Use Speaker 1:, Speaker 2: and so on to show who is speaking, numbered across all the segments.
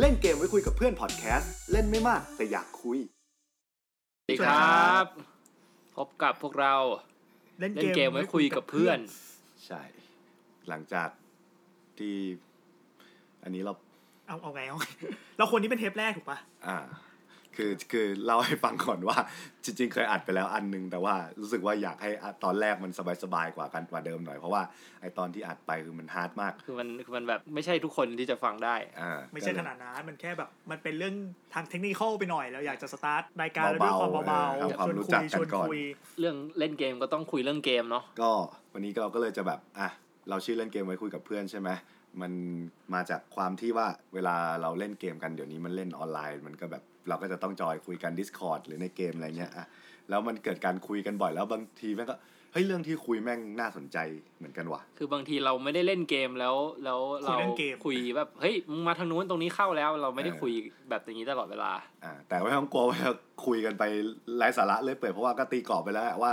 Speaker 1: เล่นเกมไว้คุยกับเพื่อนพอดแคสต์เล่นไม่มากแต่อยากคุย
Speaker 2: สวัสดีครับ พบกับพวกเรา
Speaker 3: เล่น
Speaker 2: เล่นเก
Speaker 3: เก
Speaker 2: ม
Speaker 3: ม
Speaker 2: ไว้คุยกับเพื่อน
Speaker 1: ใช่ หลังจากที่ อันนี้เรา
Speaker 3: เอาเอาไงเอาไง เราคนนี้เป็นเทปแรกถูกปะ
Speaker 1: อ่า คือคือเล่าให้ฟังก่อนว่า จริง ๆ เคยอัดไปแล้วอันนึง แต่ว่ารู้สึกว่าอยากให้อัดตอนแรกมันสบายๆกว่ากันกว่าเดิมหน่อย เพราะว่าไอตอนที่อัดไปคือมันฮาร์ดมาก
Speaker 2: คือมันคือมันแบบไม่ใช่ทุกคนที่จะฟังได้
Speaker 1: อ่า
Speaker 3: ไม่ใช่ขนาดนั้นมันแค่แบบมันเป็นเรื่องทางเทคนิคอลไปหน่อยเราอยากจะสตาร์ทรายการแล้วด้วยความเบา
Speaker 1: ๆออทำ
Speaker 3: ๆ
Speaker 1: ความรู้
Speaker 3: ชวนคุ
Speaker 1: จัก
Speaker 3: ย
Speaker 1: กั
Speaker 3: ช
Speaker 1: น
Speaker 3: วน
Speaker 1: ก่อน
Speaker 3: คุย
Speaker 2: เรื่องเล่นเกมก็ต้องคุยเรื่องเกมเนาะ
Speaker 1: ก็วันนี้เราก็เลยจะแบบอ่ะเราชื่อเล่นเกมไว้คุยกับเพื่อนใช่ไหมมันมาจากความที่ว่าเวลาเราเล่นเกมกันเดี๋ยวนี้มันเล่นออนไลน์ มันก็แบบเราก็จะต้องจอยคุยกัน Discord หรือในเกมอะไรเงี้ยอ่ะแล้วมันเกิดการคุยกันบ่อยแล้วบางทีแม่งก็เฮ้ยเรื่องที่คุยแม่งน่าสนใจเหมือนกันว่ะ
Speaker 2: คือบางทีเราไม่ได้เล่นเกมแล้วแล้วเราคุยแบบเฮ้ยมึงมาทางนู้นตรงนี้เข้าแล้ว เราไม่ได้คุยแบบอย่างนี้ตลอดเวลา
Speaker 1: อ่าแต่ไม่ต้องกลัวว่าจะคุยกันไปไร้สาระเลยเปิดเพราะว่าก็ตีกรอบไปแล้วแหละว่า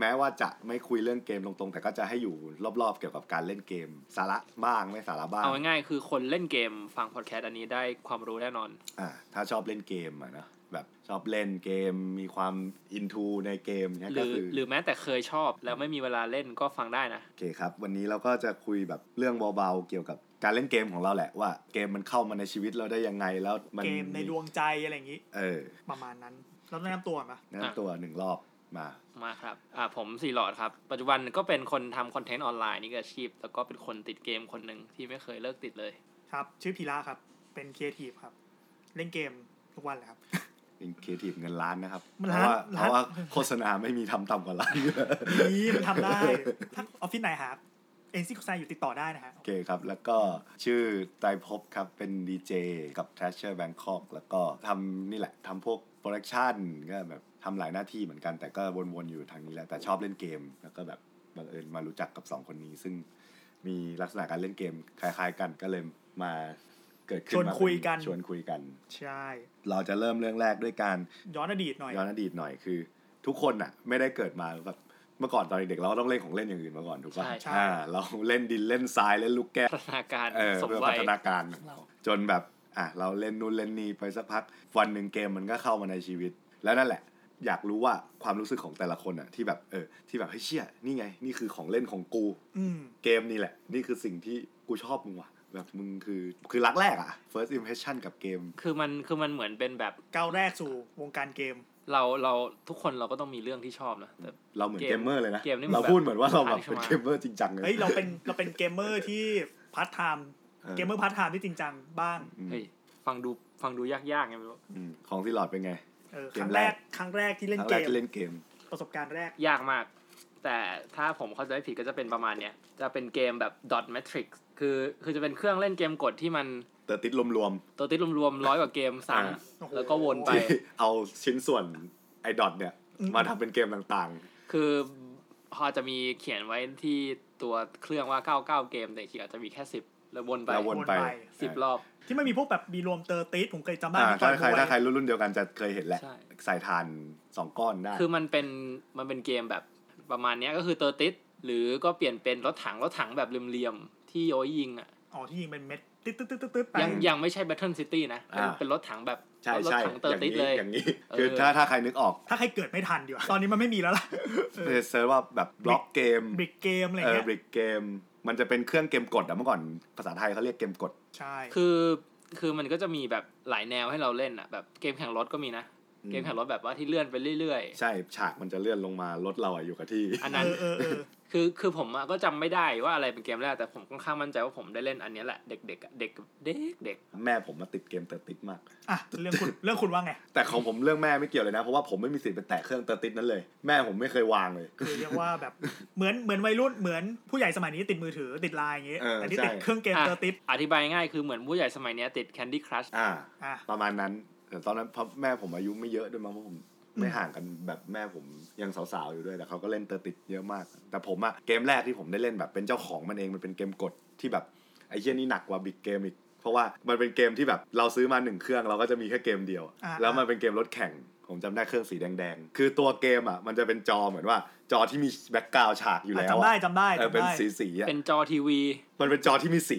Speaker 1: แม้ว่าจะไม่คุยเรื่องเกมตรงๆ แต่ก็จะให้อยู่รอบๆเกี่ยวกับการเล่นเกม สาระบ้างไม่สาระบ้าง
Speaker 2: เอาง่ายๆคือคนเล่นเกมฟังพอดแคสต์อันนี้ได้ความรู้แน่นอน
Speaker 1: อ่าถ้าชอบเล่นเกมอ่ะนะแบบชอบเล่นเกมมีความอินทูในเกมเนี่ย
Speaker 2: หรื
Speaker 1: ก็
Speaker 2: อ
Speaker 1: คือ
Speaker 2: หรือแม้แต่เคยชอบแล้วไม่มีเวลาเล่นก็ฟังได้นะ
Speaker 1: โอเคครับ วันนี้เราก็จะคุยแบบเรื่องเบาๆเกี่ยวกับการเล่นเกมของเราแหละว่าเกมมันเข้ามาในชีวิตเราได้ยังไงแล้วมัน
Speaker 3: เกมในดวงใจอะไรอย่างนี้
Speaker 1: เออ
Speaker 3: ประมาณนั้นเราแนะนำตัวปะ
Speaker 1: แนั่นำตัวหนึ่งรอบมา
Speaker 2: มาครับ อ่า ผมซีหลอดครับ ปัจจุบันก็เป็นคนทำคอนเทนต์ออนไลน์นี่ก็อาชีพ แล้วก็เป็นคนติดเกมคนหนึ่งที่ไม่เคยเลิกติดเลย
Speaker 3: ครับ ชื่อพีระครับเป็นครีเอทีฟครับ เล่นเกมทุกวันเลยครับ
Speaker 1: เป็นครีเอทีฟเงินล้านนะครับเพ
Speaker 3: มัน
Speaker 1: ราะว่าเพ
Speaker 3: ล้านล้าน
Speaker 1: ราะว่าโฆษณาไม่มีทำต่ำกว่าล้าน
Speaker 3: ดีมันทำได้ถ้าออฟฟิศไหนครับเอ็นซีคุไซอยู่ติดต่อได้นะฮะ
Speaker 1: โอเคครับ แล้วก็ชื่อไตรภพครับ เป็นดีเจกับ t ท a ชเชอร์แบงคอกแล้วก็ทำนี่แหละทำพวกโปรดักชันก็แบบทำหลายหน้าที่เหมือนกัน แต่ก็วนๆอยู่ทางนี้แหละ แต่ชอบเล่นเกม แล้วก็แบบบังเอิญมารู้จักกับ 2 คนนี้ ซึ่งมีลักษณะการเล่นเกมคล้ายๆกันก็เลยมาเกิดขึ้นมาเป็ชวนคุยกัน
Speaker 3: ใช่
Speaker 1: เราจะเริ่มเรื่องแรกด้วยการ
Speaker 3: ย้อนอดีตหน่อย
Speaker 1: ย้อนอดีตหน่อยคือ ทุกคนอ่ะ ไม่ได้เกิดมาแบบเมื่อก่อนตอนเด็กๆเราก็ต้องเล่นของเล่นอย่างอื่นมาก่อนถูกป่ะ
Speaker 2: ใช่ใช่
Speaker 1: อ่าเราเล่นดินเล่นทรายเล่นลูกแก้ว
Speaker 2: พัฒนาการ
Speaker 1: เออ
Speaker 2: สม
Speaker 1: เพื่อ
Speaker 2: วั
Speaker 1: พั
Speaker 2: ย
Speaker 1: ฒนาการของเราจนแบบอ่ะเราเล่นนู่นเล่นนี่ไปสักพักวันหนึ่งเกมมันก็เข้ามาในชีวิต แล้วนั่นแหละ อยากรู้ว่าความรู้สึกของแต่ละคนอ่ะที่แบบเออที่แบบเฮ้ยเชี่ยนี่ไง นี่คือของเล่นของกู
Speaker 3: อืม
Speaker 1: เกมนี่แหละ นี่คือสิ่งที่กูชอบมึงว่ะแบบมึงคือคือรักแรกอ่ะ first impression กับเกม
Speaker 2: คือมันคือมันเหมือนเป็นแบบ
Speaker 3: ก้าวแรกสู่วงการเกม
Speaker 2: เราเราทุกคนเราก็ต้องมีเรื่องที่ชอบนะแต่
Speaker 1: เราเหมือนเกมเมอร์เลยนะ
Speaker 2: เกมนี่มัน
Speaker 1: เราพูดเหมือนว่าเราแบบ
Speaker 2: แบบ
Speaker 1: เป็นเกมเมอร์จริงจังเลย
Speaker 3: เฮ้ยเราเป็นเราเป็นเกมเมอร์ที่พาร์ทไทม์
Speaker 1: เออ
Speaker 3: เกมเมอร์พาร์ทไทม์ที่จริงจังบ้าง
Speaker 1: อืม
Speaker 2: เฮ้ยฟังดูฟังดูยากๆไงไม่รู้
Speaker 1: อืมของที่หลอดเป็นไง
Speaker 3: เออ
Speaker 1: เก
Speaker 3: ค
Speaker 1: ม
Speaker 3: รั้ง
Speaker 1: แร
Speaker 3: แร
Speaker 1: ก
Speaker 3: กครั้งแรกที่เล่
Speaker 1: คน รั้ง
Speaker 3: เก
Speaker 1: แรก
Speaker 3: ม
Speaker 1: ที่เล่นเกม
Speaker 3: ประสบการณ์แรก
Speaker 2: ยากมาก แต่ถ้าผมเข้าใจไม่ผิดก็จะเป็นประมาณเนี้ยจะเป็นเกมแบบ dot matrix คือคือจะเป็นเครื่องเล่นเกมกดที่มัน
Speaker 1: แต่ติดรวม
Speaker 2: ตัวติดรวมๆร้อยกว่าเกมซ้
Speaker 1: อ่า
Speaker 2: ำแล้วก็วน
Speaker 1: ๆ
Speaker 2: ไป
Speaker 1: ที่ เอาชิ้นส่วนไอ้ดอทเนี่ย
Speaker 3: อืม
Speaker 1: มาทำเป็นเกมต่าง
Speaker 2: คือพอจะมีเขียนไว้ที่ตัวเครื่องว่า 99 เกมแต่จริงๆอาจจะมีแค่ 10 แล้ววน
Speaker 1: ๆ
Speaker 2: ไป
Speaker 1: แล้ววนไป
Speaker 3: วนไป
Speaker 2: 10 รอบ
Speaker 3: ที่มันมีพวกแบบมีรวมเตอร์ติสผมเคยจำได้
Speaker 1: อ่า
Speaker 3: ที่ต่
Speaker 1: ถ้า
Speaker 3: อย
Speaker 1: ใคร
Speaker 3: มวย
Speaker 1: ถ้าใครรุ่นๆเดียวกันจะเคยเห็นแหละ
Speaker 2: ใช่
Speaker 1: ใส่ทานสองก้อนได้
Speaker 2: คือมันเป็นมันเป็นเกมแบบประมาณเนี้ยก็คือเตอร์ติสหรือก็เปลี่ยนเป็นรถถังรถถังแบบเหลี่ยมๆ ที่โยยยิงอ่ะ
Speaker 3: อ๋อที่ยิงเป็นเม็ดตึ๊ดตึ๊ดตึ๊ดตึ๊ดตึ๊ดไป
Speaker 2: ยังยังไม่ใช่ Battle City นะ เป็น
Speaker 1: อ่า
Speaker 2: เป็นรถถังแบบ
Speaker 1: ใช่
Speaker 2: รถ
Speaker 1: ใช่
Speaker 2: ถังเตอ
Speaker 1: อย่าง
Speaker 2: ร์ติส
Speaker 1: นี้
Speaker 2: เลย
Speaker 1: อย่างนี้
Speaker 2: เออ
Speaker 1: คือถ้าถ้าใครนึกออก
Speaker 3: ถ้าใครเกิดไม่ทันดีกว่า ตอนนี้มันไม่มีแล้วล่ะ
Speaker 1: จะเซิร์ชว่าแบบบล็อกเกม
Speaker 3: บริกเกมอะไร
Speaker 1: เออ
Speaker 3: เงี้ย
Speaker 1: บริกเกม มันจะเป็นเครื่องเกมกดอะเมื่อก่อนภาษาไทยเขาเรียกเกมกด
Speaker 3: ใช่
Speaker 2: คือคือมันก็จะมีแบบหลายแนวให้เราเล่นอ่ะแบบเกมแข่งรถก็มีนะ เกมแข่งรถแบบว่าที่เลื่อนไปเรื่อย
Speaker 1: ใช่ฉากมันจะเลื่อนลงมารถเราอะอยู่กับที่
Speaker 2: ๆ อัน
Speaker 3: เอ
Speaker 2: นั้น
Speaker 3: อเออเออ
Speaker 2: คือคือผมอะก็จำไม่ได้ว่าอะไรเป็นเกมแรกแต่ผมค่อนข้างมั่นใจว่าผมได้เล่นอันเนี้ยแหละเด็กๆอะเด็กเด็กเด็ก
Speaker 1: แม่ผมมาติดเกมเตอร์ติดมาก
Speaker 3: อ่ะเรื่องคุณเรื่องคุณว่าไง
Speaker 1: แต่ของผมเรื่องแม่ไม่เกี่ยวเลยนะ เพราะว่าผมไม่มีสิทธิ์ไปแตะเครื่องเตอร์ติดนั้นเลย แม่ผมไม่เคยวางเลย
Speaker 3: คือเรียกว่าแบบเหมือนเหมือนวัยรุ่นเหมือนผู้ใหญ่สมัยนี้ติดมือถือติดไลน์อย่างเงี้ย
Speaker 1: เออ
Speaker 3: แต่นี่
Speaker 1: ใช่
Speaker 3: ติดเครื่องเกมเตอร์ติส
Speaker 2: อธิบายง่ายคือเหมือนผู้ใหญ่สมัยเนี้ยติด Candy Crush
Speaker 1: อ่า
Speaker 3: อ่ะ
Speaker 1: ประมาณนั้น แต่ตอนนั้นเพราะแม่ผมอายุไม่เยอะด้วยมั้งเพราะผมไม่ห่างกันแบบแม่ผมยังสาวๆอยู่ด้วยแต่เขาก็เล่นเตอร์ติดเยอะมาก แต่ผมอะเกมแรกที่ผมได้เล่นแบบเป็นเจ้าของมันเองมันเป็นเกมกดที่แบบไอ้เชี่ยนี่หนักกว่าบิ๊กเกมอีก เพราะว่ามันเป็นเกมที่แบบเราซื้อมาหนึ่งเครื่องเราก็จะมีแค่เกมเดียว
Speaker 3: อ่า
Speaker 1: แล้วมันเป็นเกมรถแข่งผมจำได้เครื่องสีแดงๆ คือตัวเกมอะมันจะเป็นจอเหมือนว่าจอที่มีแบ็กกราวฉากอยู่แล้ว
Speaker 3: จำ
Speaker 1: อะ
Speaker 3: ได้จำได้
Speaker 1: เออ
Speaker 3: จำ
Speaker 1: เป็น
Speaker 3: ได้
Speaker 1: สีๆอะ
Speaker 2: เป็นจอทีวี
Speaker 1: มันเป็นจอที่มีสี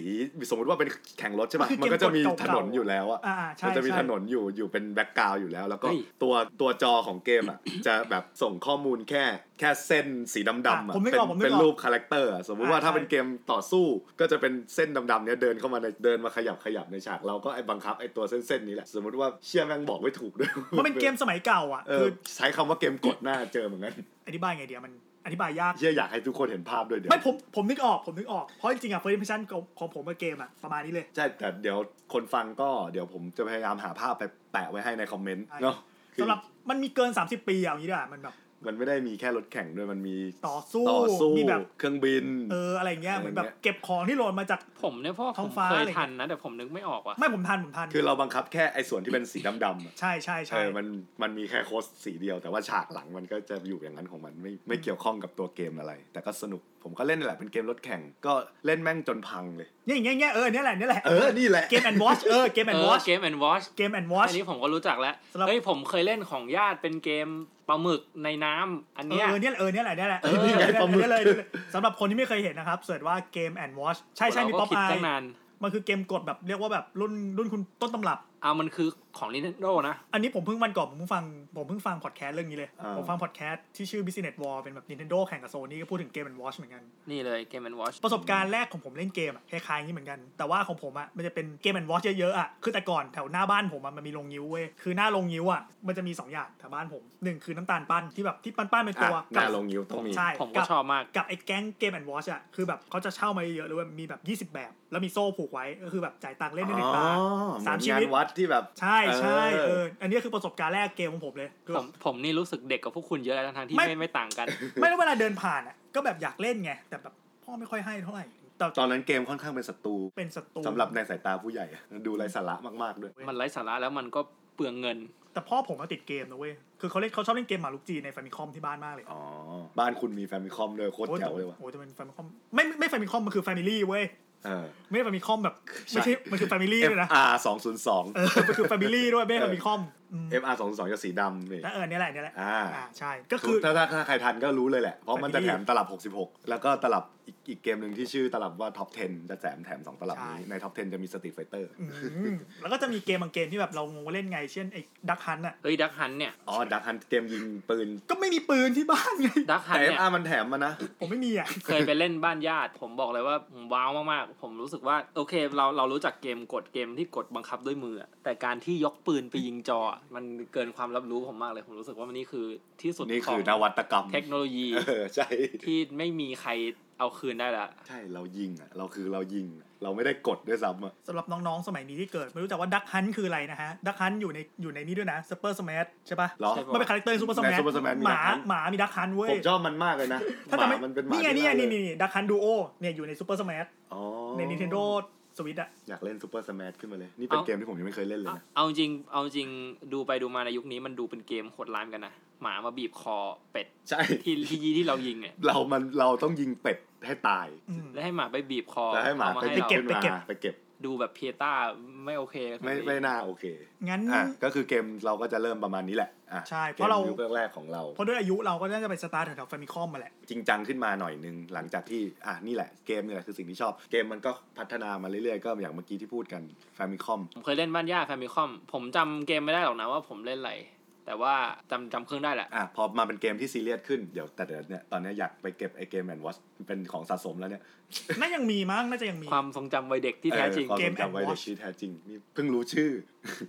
Speaker 1: สมมติว่าเป็นแข่งรถใช่ปะ
Speaker 3: มัน
Speaker 1: มัน
Speaker 3: คือเกม
Speaker 1: ก็จะมีถนน
Speaker 3: เก่าๆ
Speaker 1: อยู่แล้วอะ
Speaker 3: อ่าๆใช่
Speaker 1: มันจะมี
Speaker 3: ใช่
Speaker 1: ถนนอยู่อยู่เป็นแบ็กกราวอยู่แล้ว แล้วก็
Speaker 2: เฮ้ย
Speaker 1: ตัวตัวจอของเกมอะ จะแบบส่งข้อมูลแค่แค่เส้นสีดำๆอะ
Speaker 3: อ่ะผมนึก
Speaker 1: เป็น
Speaker 3: ออกผมนึกออก
Speaker 1: เป็นรูปคาแรคเตอร์อะสมมุติว่า
Speaker 3: อ่า
Speaker 1: ถ้า
Speaker 3: ใช่
Speaker 1: เป็นเกมต่อสู้ก็จะเป็นเส้นดำๆเนี้ยเดินเข้ามาในเดินมาขยับขยับในฉากเราก็ไอ้บังคับไอ้ตัวเส้นๆนี้แหละสมมติว่าเชี่ยแม่งบอกไม่ถูกด้วย
Speaker 3: มันเป็นเกมสมัยเก่าอ่ะ
Speaker 1: เอ
Speaker 3: คือ อ
Speaker 1: ใช้คำว่าเกมกดหน้าเจอเหมือนกัน
Speaker 3: อธิบายไงเดียวมันอธิบายยาก
Speaker 1: เชี่ยอยากให้ทุกคนเห็นภาพด้วยเดี๋ยว
Speaker 3: ไม่ผมผมนึกออกผมนึกออก เพราะจริงๆอ่ะ first impression ของของผมกับเกมอ่ะ ประมาณนี้เลย
Speaker 1: ใช่ แต่เดี๋ยวคนฟังก็เดี๋ยวผมจะพยายามหาภาพไปแปะไว้ให้ในคอมเมนต์
Speaker 3: ใช่
Speaker 1: เนาะคือ
Speaker 3: สำหรับมันมีเกิน 30 ปีอะอย่างนี้ด้วยอะมันแบบ
Speaker 1: มันไม่ได้มีแค่รถแข่งด้วยมันมี
Speaker 3: ต่อสู้
Speaker 1: ต่อสู้
Speaker 3: มีแบบ
Speaker 1: เครื่องบิน
Speaker 3: เอออะไรเงี้ย
Speaker 1: อะไร
Speaker 3: เหมือนแบบ
Speaker 1: เงี้ย
Speaker 3: เก็บของที่หล่นมาจาก
Speaker 2: ผมเนี่ยเพราะว่าผ
Speaker 3: ท้อง
Speaker 2: ม
Speaker 3: ฟ้า
Speaker 2: เค
Speaker 3: อะ
Speaker 2: ย
Speaker 3: ไรเงี้ย
Speaker 2: ทันนะ แต่ผมนึกไม่ออกว่ะ
Speaker 3: ไม่ผมทันผมทัน
Speaker 1: คือเราบังคับแค่ไอ้ส่วนที่เป็นสีดำๆอะ
Speaker 3: ใช่ใช่
Speaker 1: เอ
Speaker 3: ใช่
Speaker 1: อมันมันมีแค่โค้ดสีเดียว แต่ว่าฉากหลังมันก็จะอยู่อย่างนั้นของมันไม่ไม่เกี่ยวข้องกับตัวเกมอะไร แต่ก็สนุกผมก็เล่นนี่แหละเป็นเกมรถแข่งก็เล่นแม่งจนพังเลย
Speaker 3: เนี่ยอย่างเงี้ยอย่างเงี้ยเออเนี่ยแหละเนี่ยแหละ
Speaker 1: เออนี่แหละ
Speaker 3: เกมแอนด์วอชเออเกมแอ
Speaker 2: เอน
Speaker 3: ด์ว
Speaker 2: อ
Speaker 3: อช
Speaker 2: เกมแอนด์วอช
Speaker 3: เกมแอนด์วอช
Speaker 2: อันนี้ผมก็รู้จักแล้ว
Speaker 3: สำหรับ
Speaker 2: เฮ้ย ผมเคยเล่นของญาติเป็นเกมปลาหมึกในน้ำอัน
Speaker 3: เอ
Speaker 2: เนี้ย
Speaker 3: อเนี่ยเออเนี่ยแหละเนี่ยแหละ
Speaker 1: เออนี่ไงปลาหมึก
Speaker 3: เนี่ยเลยเนี่ยเลยสำหรับคนที่ไม่เคยเห็นนะครับเสิร์ชว่าเกมแอนด์วอชใช่ใช่มี
Speaker 2: เรา
Speaker 3: ป๊
Speaker 2: ก็
Speaker 3: อป
Speaker 2: ผิด
Speaker 3: ไอ
Speaker 2: ตั้งนาน
Speaker 3: มันคือเกมกดแบบเรียกว่าแบบรุ่นรุ่นคุณต้นตำรับ
Speaker 2: เอามันคือของ Nintendo นะ
Speaker 3: อันนี้ผมเพิ่งวันก่อนผมเพิ่งฟังผมเพิ่งฟังพอดแคสต์เรื่องนี้เลย
Speaker 1: อ่า
Speaker 3: ผมฟังพอดแคสต์ที่ชื่อ Business War เป็นแบบ Nintendo แข่งกับ Sony ก็พูดถึงเกม and Watch เหมือนกัน
Speaker 2: นี่เลย Game and Watch
Speaker 3: ประสบการณ์แรกของผมเล่นเกมอะคล้ายๆอย่างนี้เหมือนกัน แต่ว่าของผมอะมันจะเป็นเกม and Watch เยอะๆอะคือแต่ก่อนแถวหน้าบ้านผมอะมันมีโรงนิ้วเว้ยคือหน้าโรงนิ้วอะมันจะมีสองอย่างแถวบ้านผมหนึ่งคือน้ำตาลปั้นที่แบบที่ปั้นๆเป็นตัว
Speaker 1: อ่ะห
Speaker 3: กั
Speaker 1: น้าลงนิ้วต้องมี
Speaker 3: ใช่
Speaker 2: ผม
Speaker 3: กั
Speaker 2: ก็ชอบมาก
Speaker 3: กับไอ้แก๊งเกม and Watch อะคือแบบเขาจะเช่ามาเยอะๆเลยเว้ยมีแบบ 20 แบบ แล้วมีโซ่ผูกไว้ก็คือแบบจ่ายตังค์เล่นในเด็กตา
Speaker 1: อ๋อเห
Speaker 3: สาม
Speaker 1: อน
Speaker 3: ชีวิต
Speaker 1: งนวัดที่แบบ
Speaker 3: ใช่ใช่
Speaker 1: เออ
Speaker 3: เอออันนี้คือประสบการณ์แรกเกมของผมเลยคือ
Speaker 2: ผ
Speaker 3: แบบ
Speaker 2: มผมนี่รู้สึกเด็กกับพวกคุณเยอะแล้วทั้งๆที่
Speaker 3: ไม่
Speaker 2: ไม่ไม่ต่าง กัน
Speaker 3: ไม่แล้วเวลาเดินผ่านอ่ะก็แบบอยากเล่นไง แต่แบบพ่อไม่ค่อยให้เท่าไหร่แต่
Speaker 1: ตอนนั้นเกมค่อนข้างเป็นศัตรู
Speaker 3: เป็นศัตรู
Speaker 1: สำหรับในสายตาผู้ใหญ่อะดูไร้สาระมากๆด้วย
Speaker 2: มันไร้สาระแล้วมันก็เปลืองเงิน
Speaker 3: แต่พ่อผมมาติดเกมนะเว้ย คือเขาเล่นเขาชอบเล่นเกมหมาลูกจีในแฟมิคอมที่บ้านมากเลย
Speaker 1: อ๋อ บ้านคุณมีแฟมิคอมด้วยโคตร
Speaker 3: โอ้ย
Speaker 1: แจ๋วเลยว่ะ
Speaker 3: โอ้ยแต่เป็นแฟมิคอมไม่ไม่แฟมิคอมมันคือแฟมิลี่เว้ย
Speaker 1: เออ
Speaker 3: ไม่ใช่แฟมิคอมแบบไม่ใช่มันคือแฟมิลี่ด้วยนะ
Speaker 1: FR สองศูนย์สอง
Speaker 3: เออมันคือแฟมิลี่ด้วยไม่ใช่
Speaker 1: เอ
Speaker 3: แฟ
Speaker 1: อ
Speaker 3: มิคอมอืม
Speaker 1: FR สองสองจะสีดำนี่
Speaker 3: แล้วเออเนี่ยแหละเนี่ยแหละ
Speaker 1: อ่า
Speaker 3: ใช่ก็คือ
Speaker 1: ถ้าถ้าถ้าใครทันก็รู้เลยแหละ เพราะมันจะ
Speaker 3: Family
Speaker 1: แถมตลับ 66 แล้วก็ตลับอีกอีกเกมหนึ่งที่ชื่อตลับว่า Top 10 จะแถมแถม 2 ตลับนี้
Speaker 3: ใช่
Speaker 1: ใน Top 10 จะมี Street Fighter
Speaker 3: อืมแล้วก็จะมีเกมบางเกมที่แบบเรางงว่าเล่นไง เช่นไอ้ดักฮันอ่ะ
Speaker 2: เฮ้ยดักฮันเนี่ย
Speaker 1: อ๋อดักฮันเกมยิงปืน
Speaker 3: ก็ไม่มีปืนที่บ้านไง
Speaker 2: ดักฮัน
Speaker 1: แต่
Speaker 2: เนี่ย
Speaker 1: FR มันแถมมานะ
Speaker 3: ผมไม่มีอ่ะ
Speaker 2: เคยไปเล่นบ้านญาติ ผมบอกเลยว่าผมว้าวมากๆ ผมรู้สึกว่าโอเคเราเรารู้จักเกมกดเกมที่กดบังคับด้วยมืออะแต่การที่ยกปืนไปยิงจออะมันเกินความรับรู้ผมมากเลย ผมรู้สึกว่ามันนี่คือที่สุด
Speaker 1: นี่
Speaker 2: ขอ
Speaker 1: คื
Speaker 2: ง
Speaker 1: อนวัตกรรม
Speaker 2: เทคโนโลยี
Speaker 1: เออใช่
Speaker 2: ที่ไม่มีใครเอาคืนได้ละ
Speaker 1: ใช่ เรายิงอ่ะ เราคือเรายิงอะเราไม่ได้กดด้วยซ้ำอ่ะ
Speaker 3: สำหรับน้องๆ สมัยนี้ที่เกิด ไม่รู้จักว่าดักฮันคืออะไรนะฮะดักฮันอยู่ในอยู่ในนี้ด้วยนะซูเปอร์สมาร์ทใช่ปะ
Speaker 1: เหรอ
Speaker 2: ใช่ปะ
Speaker 3: มันเป็นคาแรคเตอร์ซูเปอร์สมา
Speaker 1: ใน
Speaker 3: ร์
Speaker 1: Super Smash มี
Speaker 3: หมา
Speaker 1: Duck Hunt
Speaker 3: หมามีดักฮันเว้ย
Speaker 1: ผมชอบมันมากเลยนะ
Speaker 3: ถ้า
Speaker 1: ห
Speaker 3: จะ
Speaker 1: มา
Speaker 3: ไม่
Speaker 1: มันเป็นหมา
Speaker 3: นี่ไงนี่
Speaker 1: ที่
Speaker 3: ไง
Speaker 1: น่ารัก
Speaker 3: นี่
Speaker 1: เลย
Speaker 3: นี่ดักฮันดูโอเนี่ยอยู่ในซูเปอร์สมาร์
Speaker 1: อ๋อ
Speaker 3: ใน Nintendo Switch อะ
Speaker 1: อยากเล่นซูเปอร์สมาร์ทขึ้นมาเลย นี่เป็น
Speaker 2: เอ้า
Speaker 1: เกมที่ผมยังไม่เคยเล่นเลย
Speaker 2: เอา
Speaker 1: นะ
Speaker 2: เอาจริงเอาจริงดูไปดูมาในยุคนี้มันดูเป็นเกมโหดร้ายเหมือนกันนะหมามาบีบคอเป็ด
Speaker 1: ใช่
Speaker 2: ที่ที่ที่เรายิงเนี่ย
Speaker 1: เรามันเราต้องยิงเป็ดให้ตาย
Speaker 3: อืม
Speaker 2: แล้วให้หมาไปบีบคอ
Speaker 1: แล้วให้หมาไป
Speaker 2: เอให้
Speaker 1: หยิบ
Speaker 2: เรา
Speaker 1: ขึ้นมา
Speaker 3: ไปเก็บ
Speaker 1: ไปเก็บ
Speaker 2: ดูแบบเพียต้าไม่โอเคเลย
Speaker 1: ไม่ไม่น่าโอเค
Speaker 3: งั้น
Speaker 1: อ่ะก็คือเกมเราก็จะเริ่มประมาณนี้แหละอ่ะ
Speaker 3: ใช่
Speaker 1: เพ
Speaker 3: เพ
Speaker 1: ราะ
Speaker 3: ราะ
Speaker 1: เรา
Speaker 3: เรา
Speaker 1: ยุคแรกๆของเรา
Speaker 3: เพราะด้วยอายุเราก็น่าจะไปสตาร์ทแถวๆแฟมิคอมมาแหละ
Speaker 1: จริงจังขึ้นมาหน่อยนึง หลังจากที่อ่ะนี่แหละเกมนี่แหละคือสิ่งที่ชอบเกมมันก็พัฒนามาเรื่อยๆ ก็อย่างเมื่อกี้ที่พูดกันแฟมิคอม
Speaker 2: ผมเคยเล่นบ้านย่าแฟมิคอม ผมจำเกมไม่ได้หรอกนะว่าผมเล่นอะไร แต่ว่าจำจำเครื่องได้แหละ
Speaker 1: อ่ะพอมาเป็นเกมที่ซีเรียสขึ้นเดี๋ยวแต่เดี๋ยวเนี่ยตอนเนี้ยอยากไปเก็บไอเกมแอนด์วอชเป็นของสะสมแล้วเนี่ย
Speaker 3: น่ายังมีมั้งน่าจะยังมี
Speaker 2: ความทรงจำวัยเด็กที่แท้จริง
Speaker 1: เออความ
Speaker 3: เก
Speaker 1: ทร
Speaker 3: ม
Speaker 1: งจำไว้
Speaker 3: Watch
Speaker 1: เด็กชีแท้จริงนี่เพิ่งรู้ชื่อ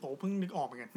Speaker 3: โอ้เพิ่งนึกออกเหมือนกัน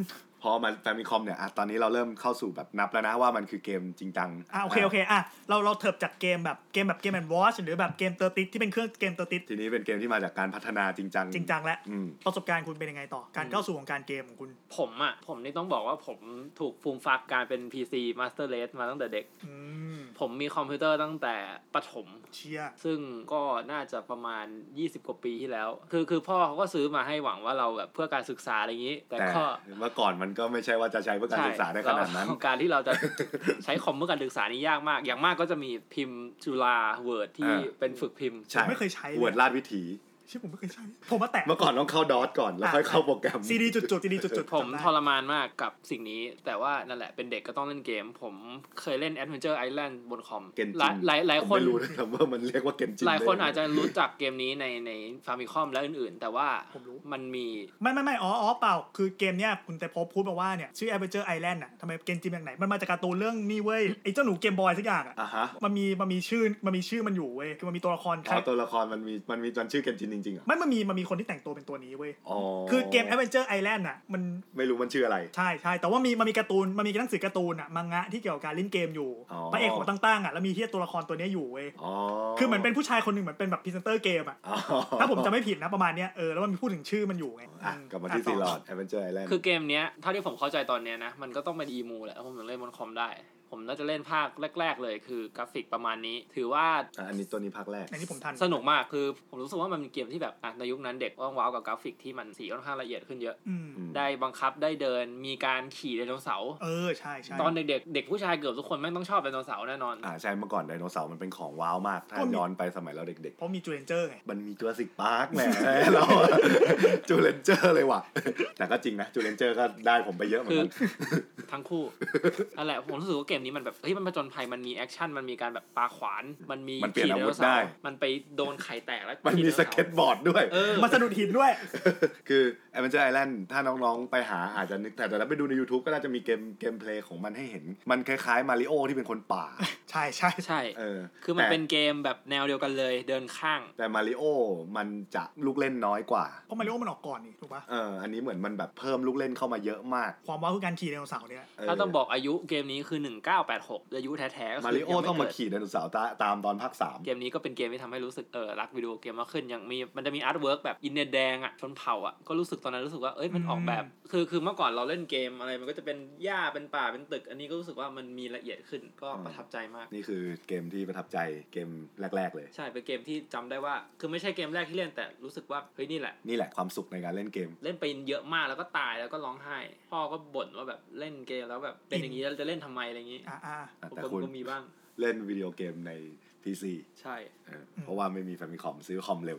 Speaker 1: พอมาแฟมิคอมเนี่ยอ่ะตอนนี้เราเริ่มเข้าสู่แบบนับแล้วนะว่ามันคือเกมจริงจัง
Speaker 3: อ่ะโอเคโอเคอ่ะเราเราเถิบจากเกมแบบเกมแบบเกมแอนด์วอชหรือแบบเกมเตอร์ติที่เป็นเครื่องเกมเตอร์ติ
Speaker 1: ทีนี้เป็นเกมที่มาจากการพัฒนาจริงจัง
Speaker 3: จริงจังแล้ว
Speaker 1: อืม
Speaker 3: ประสบการณ์คุณเป็นยังไงต่อ การเข้าสู่วงการเกมของคุณ
Speaker 2: ผมอ่ะ ผมนี่ต้องบอกว่าผมถูกฟูมฟักการเป็น PC Master Race มาตั้งแต่เด็ก
Speaker 3: อืม
Speaker 2: ผมมีคอมพิวเตอร์ตั้งแต่ประถม
Speaker 3: เชียร์
Speaker 2: ซึ่งก็น่าจะประมาณ 20 กว่าปีที่แล้ว คือคือพ่อเขาก็ซื้อมาให้หวังว่าเราแบบเพื่อการศึกษาอะไรอย่างนี้ แต่
Speaker 1: แต่
Speaker 2: ก็
Speaker 1: เมื่อก่อนมันก็ไม่ใช่ว่าจะใช้เพื่อการศึกษาได้ขนาดนั้น
Speaker 2: แล้วการที่เราจะ ใช้คอมเพื่อการศึกษานี่ยากมาก อย่างมากก็จะมีพิมพ์จุฬาเวิร์ดที่
Speaker 1: อ่า
Speaker 2: เป็นฝึกพิมพ์
Speaker 1: ใช่
Speaker 3: ไม่เคยใช้เลย
Speaker 1: วดลาดวิถี
Speaker 3: ชื่อผมไม่เคยใช้ ผมมาแตะ
Speaker 1: เมื่อก่อนต้องเข้าดอทก่อนแล้วค่อยเข้าโปรแกรม
Speaker 3: ซีดีจุดจุดซีดีจุดจุด
Speaker 2: ผม
Speaker 3: จำได้
Speaker 2: ทรมานมากกับสิ่งนี้ แต่ว่านั่นแหละเป็นเด็กก็ต้องเล่นเกม ผมเคยเล่น Adventure Island บนคอม
Speaker 1: เกนจิน
Speaker 2: หลายหลายหลาย
Speaker 1: ผม
Speaker 2: คน
Speaker 1: ไม่รู้นะครับว่ามันเรียกว่าเกนจิน
Speaker 2: หลายคนอาจ
Speaker 1: ได้
Speaker 2: จะรู้จักเกมนี้ในในฟาร์มิคอมและอื่นๆ แต่ว่ามันมี
Speaker 3: ไม่ไม่ไม่อ๋ออ๋อเปล่า คือเกมเนี้ยคุณแต่พบพูดมาว่าเนี่ย ชื่อ Adventure Island น่ะทำไมเกมจริงอย่างไหน มันมาจากการ์ตูนเรื่องนี่เว้ย ไอ้เจ้าหนูเกมบอยสักอย่างอ่ะ
Speaker 1: อ่ะฮะ
Speaker 3: มันมีมันมีชื่อมันมีชื่อมันอยู่เว้ย คือมันมีตัวละคร
Speaker 1: อ๋อตัวละครมันมีมันมีมันชื่อเกนจินจริงๆเหรอ
Speaker 3: ไม่มันมีมันมีคนที่แต่งตัวเป็นตัวนี้เว้ย
Speaker 1: อ๋อ
Speaker 3: คือเกม Adventure Island น่ะมัน
Speaker 1: ไม่รู้มันชื่ออะไร
Speaker 3: ใช่ใช่แต่ว่ามีมันมีการ์ตูนมันมีหนังสือการ์ตูนอะมังงะที่เกี่ยวกับการเล่นเกมอยู่
Speaker 1: อ๋อ
Speaker 3: พระเอกของตั้งๆอะแล้วมีที่ตัวละครตัวเนี้ยอยู่เว้ย
Speaker 1: อ๋อ
Speaker 3: คือเหมือนเป็นผู้ชายคนหนึ่งเหมือนเป็นแบบพรีเซนเตอร์เกมอะ
Speaker 1: อ๋อ
Speaker 3: ถ้าผมจำไม่ผิดนะประมาณเนี้ยเออแล้วมันมีพูดถึงชื่อมันอยู่ไง
Speaker 1: อ่ะ
Speaker 3: อื
Speaker 1: กลับมาที่
Speaker 3: ะ
Speaker 1: ซี
Speaker 3: ต่
Speaker 1: ลอดแอดเวนเจอร์ไอแลนด์
Speaker 2: คือเกมเนี้ยเท่าที่ผมเข้าใจตอนเนี้ยนะ มันก็ต้องเป็นอีมูแหละผมถึงเล่นบนคอมได้ ผมน่าจะเล่นภาคแรก ๆ เลยคือกราฟิกประมาณนี้ ถือว่า
Speaker 1: อันนี้ตัวนี้ภาคแรก
Speaker 3: อันนี้ผมทัน
Speaker 2: สนุกมากคือผมรู้สึกว่ามันเป็นเกมที่แบบอ่ะในยุคนั้นเด็กว่างว้าวกับกราฟิกที่มันสีค่อนข้างละเอียดขึ้นเยอะ
Speaker 3: อืม
Speaker 1: อืม
Speaker 2: ได้บังคับได้เดินมีการขี่ไดโนเสาร์
Speaker 3: เออใช่ใช่
Speaker 2: ตอนเด็กๆเด็กผู้ชายเกือบทุกคนแม่งต้องชอบไดโนเสาร์แน่นอน
Speaker 1: อ่าใช่เมื่อก่อนไดโนเสาร์มันเป็นของว้าวมาก ถ้าย้อนไปสมัยเราเด็ก
Speaker 3: เพราะมีจูเลนเจอร์ไง
Speaker 1: ๆ มันมีจูราสสิกพาร์คแหม เราจูเลนเจอร์เลยว่ะ แต่ก็จริงนะจูเลนเจอร์ก็ได้ผมไปเยอะเหมือน กัน
Speaker 2: ทั้งคู่นั่นแหละผมรู้สึกว่าเกมนี้มันแบบเฮ้ยมันผจญภัยมันมีแอคชั่นมันมีการแบบปาขวาน มันมี
Speaker 1: มันเปลี่ยนอาวุธ
Speaker 2: ขี่ดโสาร์
Speaker 1: ได้
Speaker 2: มันไปโดนไข่แตกแล้ว
Speaker 1: มัน
Speaker 2: ขี่
Speaker 1: มี
Speaker 2: ไดโน
Speaker 1: ส
Speaker 2: เาร์
Speaker 1: เก็ตบอร์ดด้วย
Speaker 2: เออ
Speaker 3: มาสะดุดหินด้วย
Speaker 1: คือแอดเวนเจอร์ไอแลนด์ถ้าน้องๆ ไปหาอาจจะนึกแต่แต่ถ้าไปดูใน YouTube ก็น่าจะมีเกมเกมเพลย์ของมันให้เห็น มันคล้ายๆมาริโอที่เป็นคนป่า
Speaker 3: ใช่ใช่
Speaker 2: ใช่
Speaker 1: เออ
Speaker 2: คือมัน
Speaker 1: แต่
Speaker 2: เป็นเกมแบบแนวเดียวกันเลยเดินข้าง
Speaker 1: แต่มาริโอมันจะลูกเล่นน้อยกว่า
Speaker 3: เพราะมาริโอมันออกก่อนนี่ถูกปะ
Speaker 1: เออ อันนี้เหมือนมันแบบเพิ่มลูกเล่นเข้ามาเยอะมาก
Speaker 3: ความว้าวคือการขี่ไดโนเสาร์เนี่ย
Speaker 1: เ
Speaker 2: ถ้าต้องบอกอายุเกมนี้คือ 1986อายุแท้ๆก็คื
Speaker 1: มาริโอ
Speaker 2: ยังไ
Speaker 1: ต้องมา
Speaker 2: เกิด
Speaker 1: ขี่ไดโนเสาร์ตาตามตอนภาคสาม
Speaker 2: เกมนี้ก็เป็นเกมที่ทำให้รู้สึกเออรักวิดีโอเกมมากขึ้น อย่างมีมันจะมีอาร์ตเวิร์กแบบอินเดียแดงอ่ะชนเผ่าอ่ะ ก็รู้สึกตอนนั้นรู้สึกว่าเอ้ยมันออกแบบ คือคือเมื่อก่อนเราเล่นเกมอะไรมันก็จะเป็นหญ้าเป็นป่าเป็นตึก อันนี้ก็รู้สึกว่ามันมีละเอียดขึ้นก็ประทับใจมาก
Speaker 1: นี่คือเกมที่ประทับใจเกมแรก ๆ เลย
Speaker 2: ใช่เป็นเกมที่จำได้ว่า คือไม่ใช่เกมแรกที่เล่นแต่รู้สึกว่าเฮ้ยนี่แหละ
Speaker 1: นี่แหละความสุขในการเล่นเกม
Speaker 2: เล่นไปเยอะมากแล้วก็ตายแล้วก็ร้องไห้ พ่อก็บ่นว่าแบบเล่นเกมแล้วแบบเป็นอย่างนี้แล้วจะเล่นทำไมอะไรอย่างนี้
Speaker 3: อ่าอ่า
Speaker 2: ผม
Speaker 1: แต่
Speaker 2: ก็
Speaker 1: คุณ
Speaker 2: ก็มีบ้าง
Speaker 1: เล่นวิดีโอเกมใน PC
Speaker 2: ใช่
Speaker 1: เออเพราะว่าไม่มีแฟมิคอมซื้อคอมเร็ว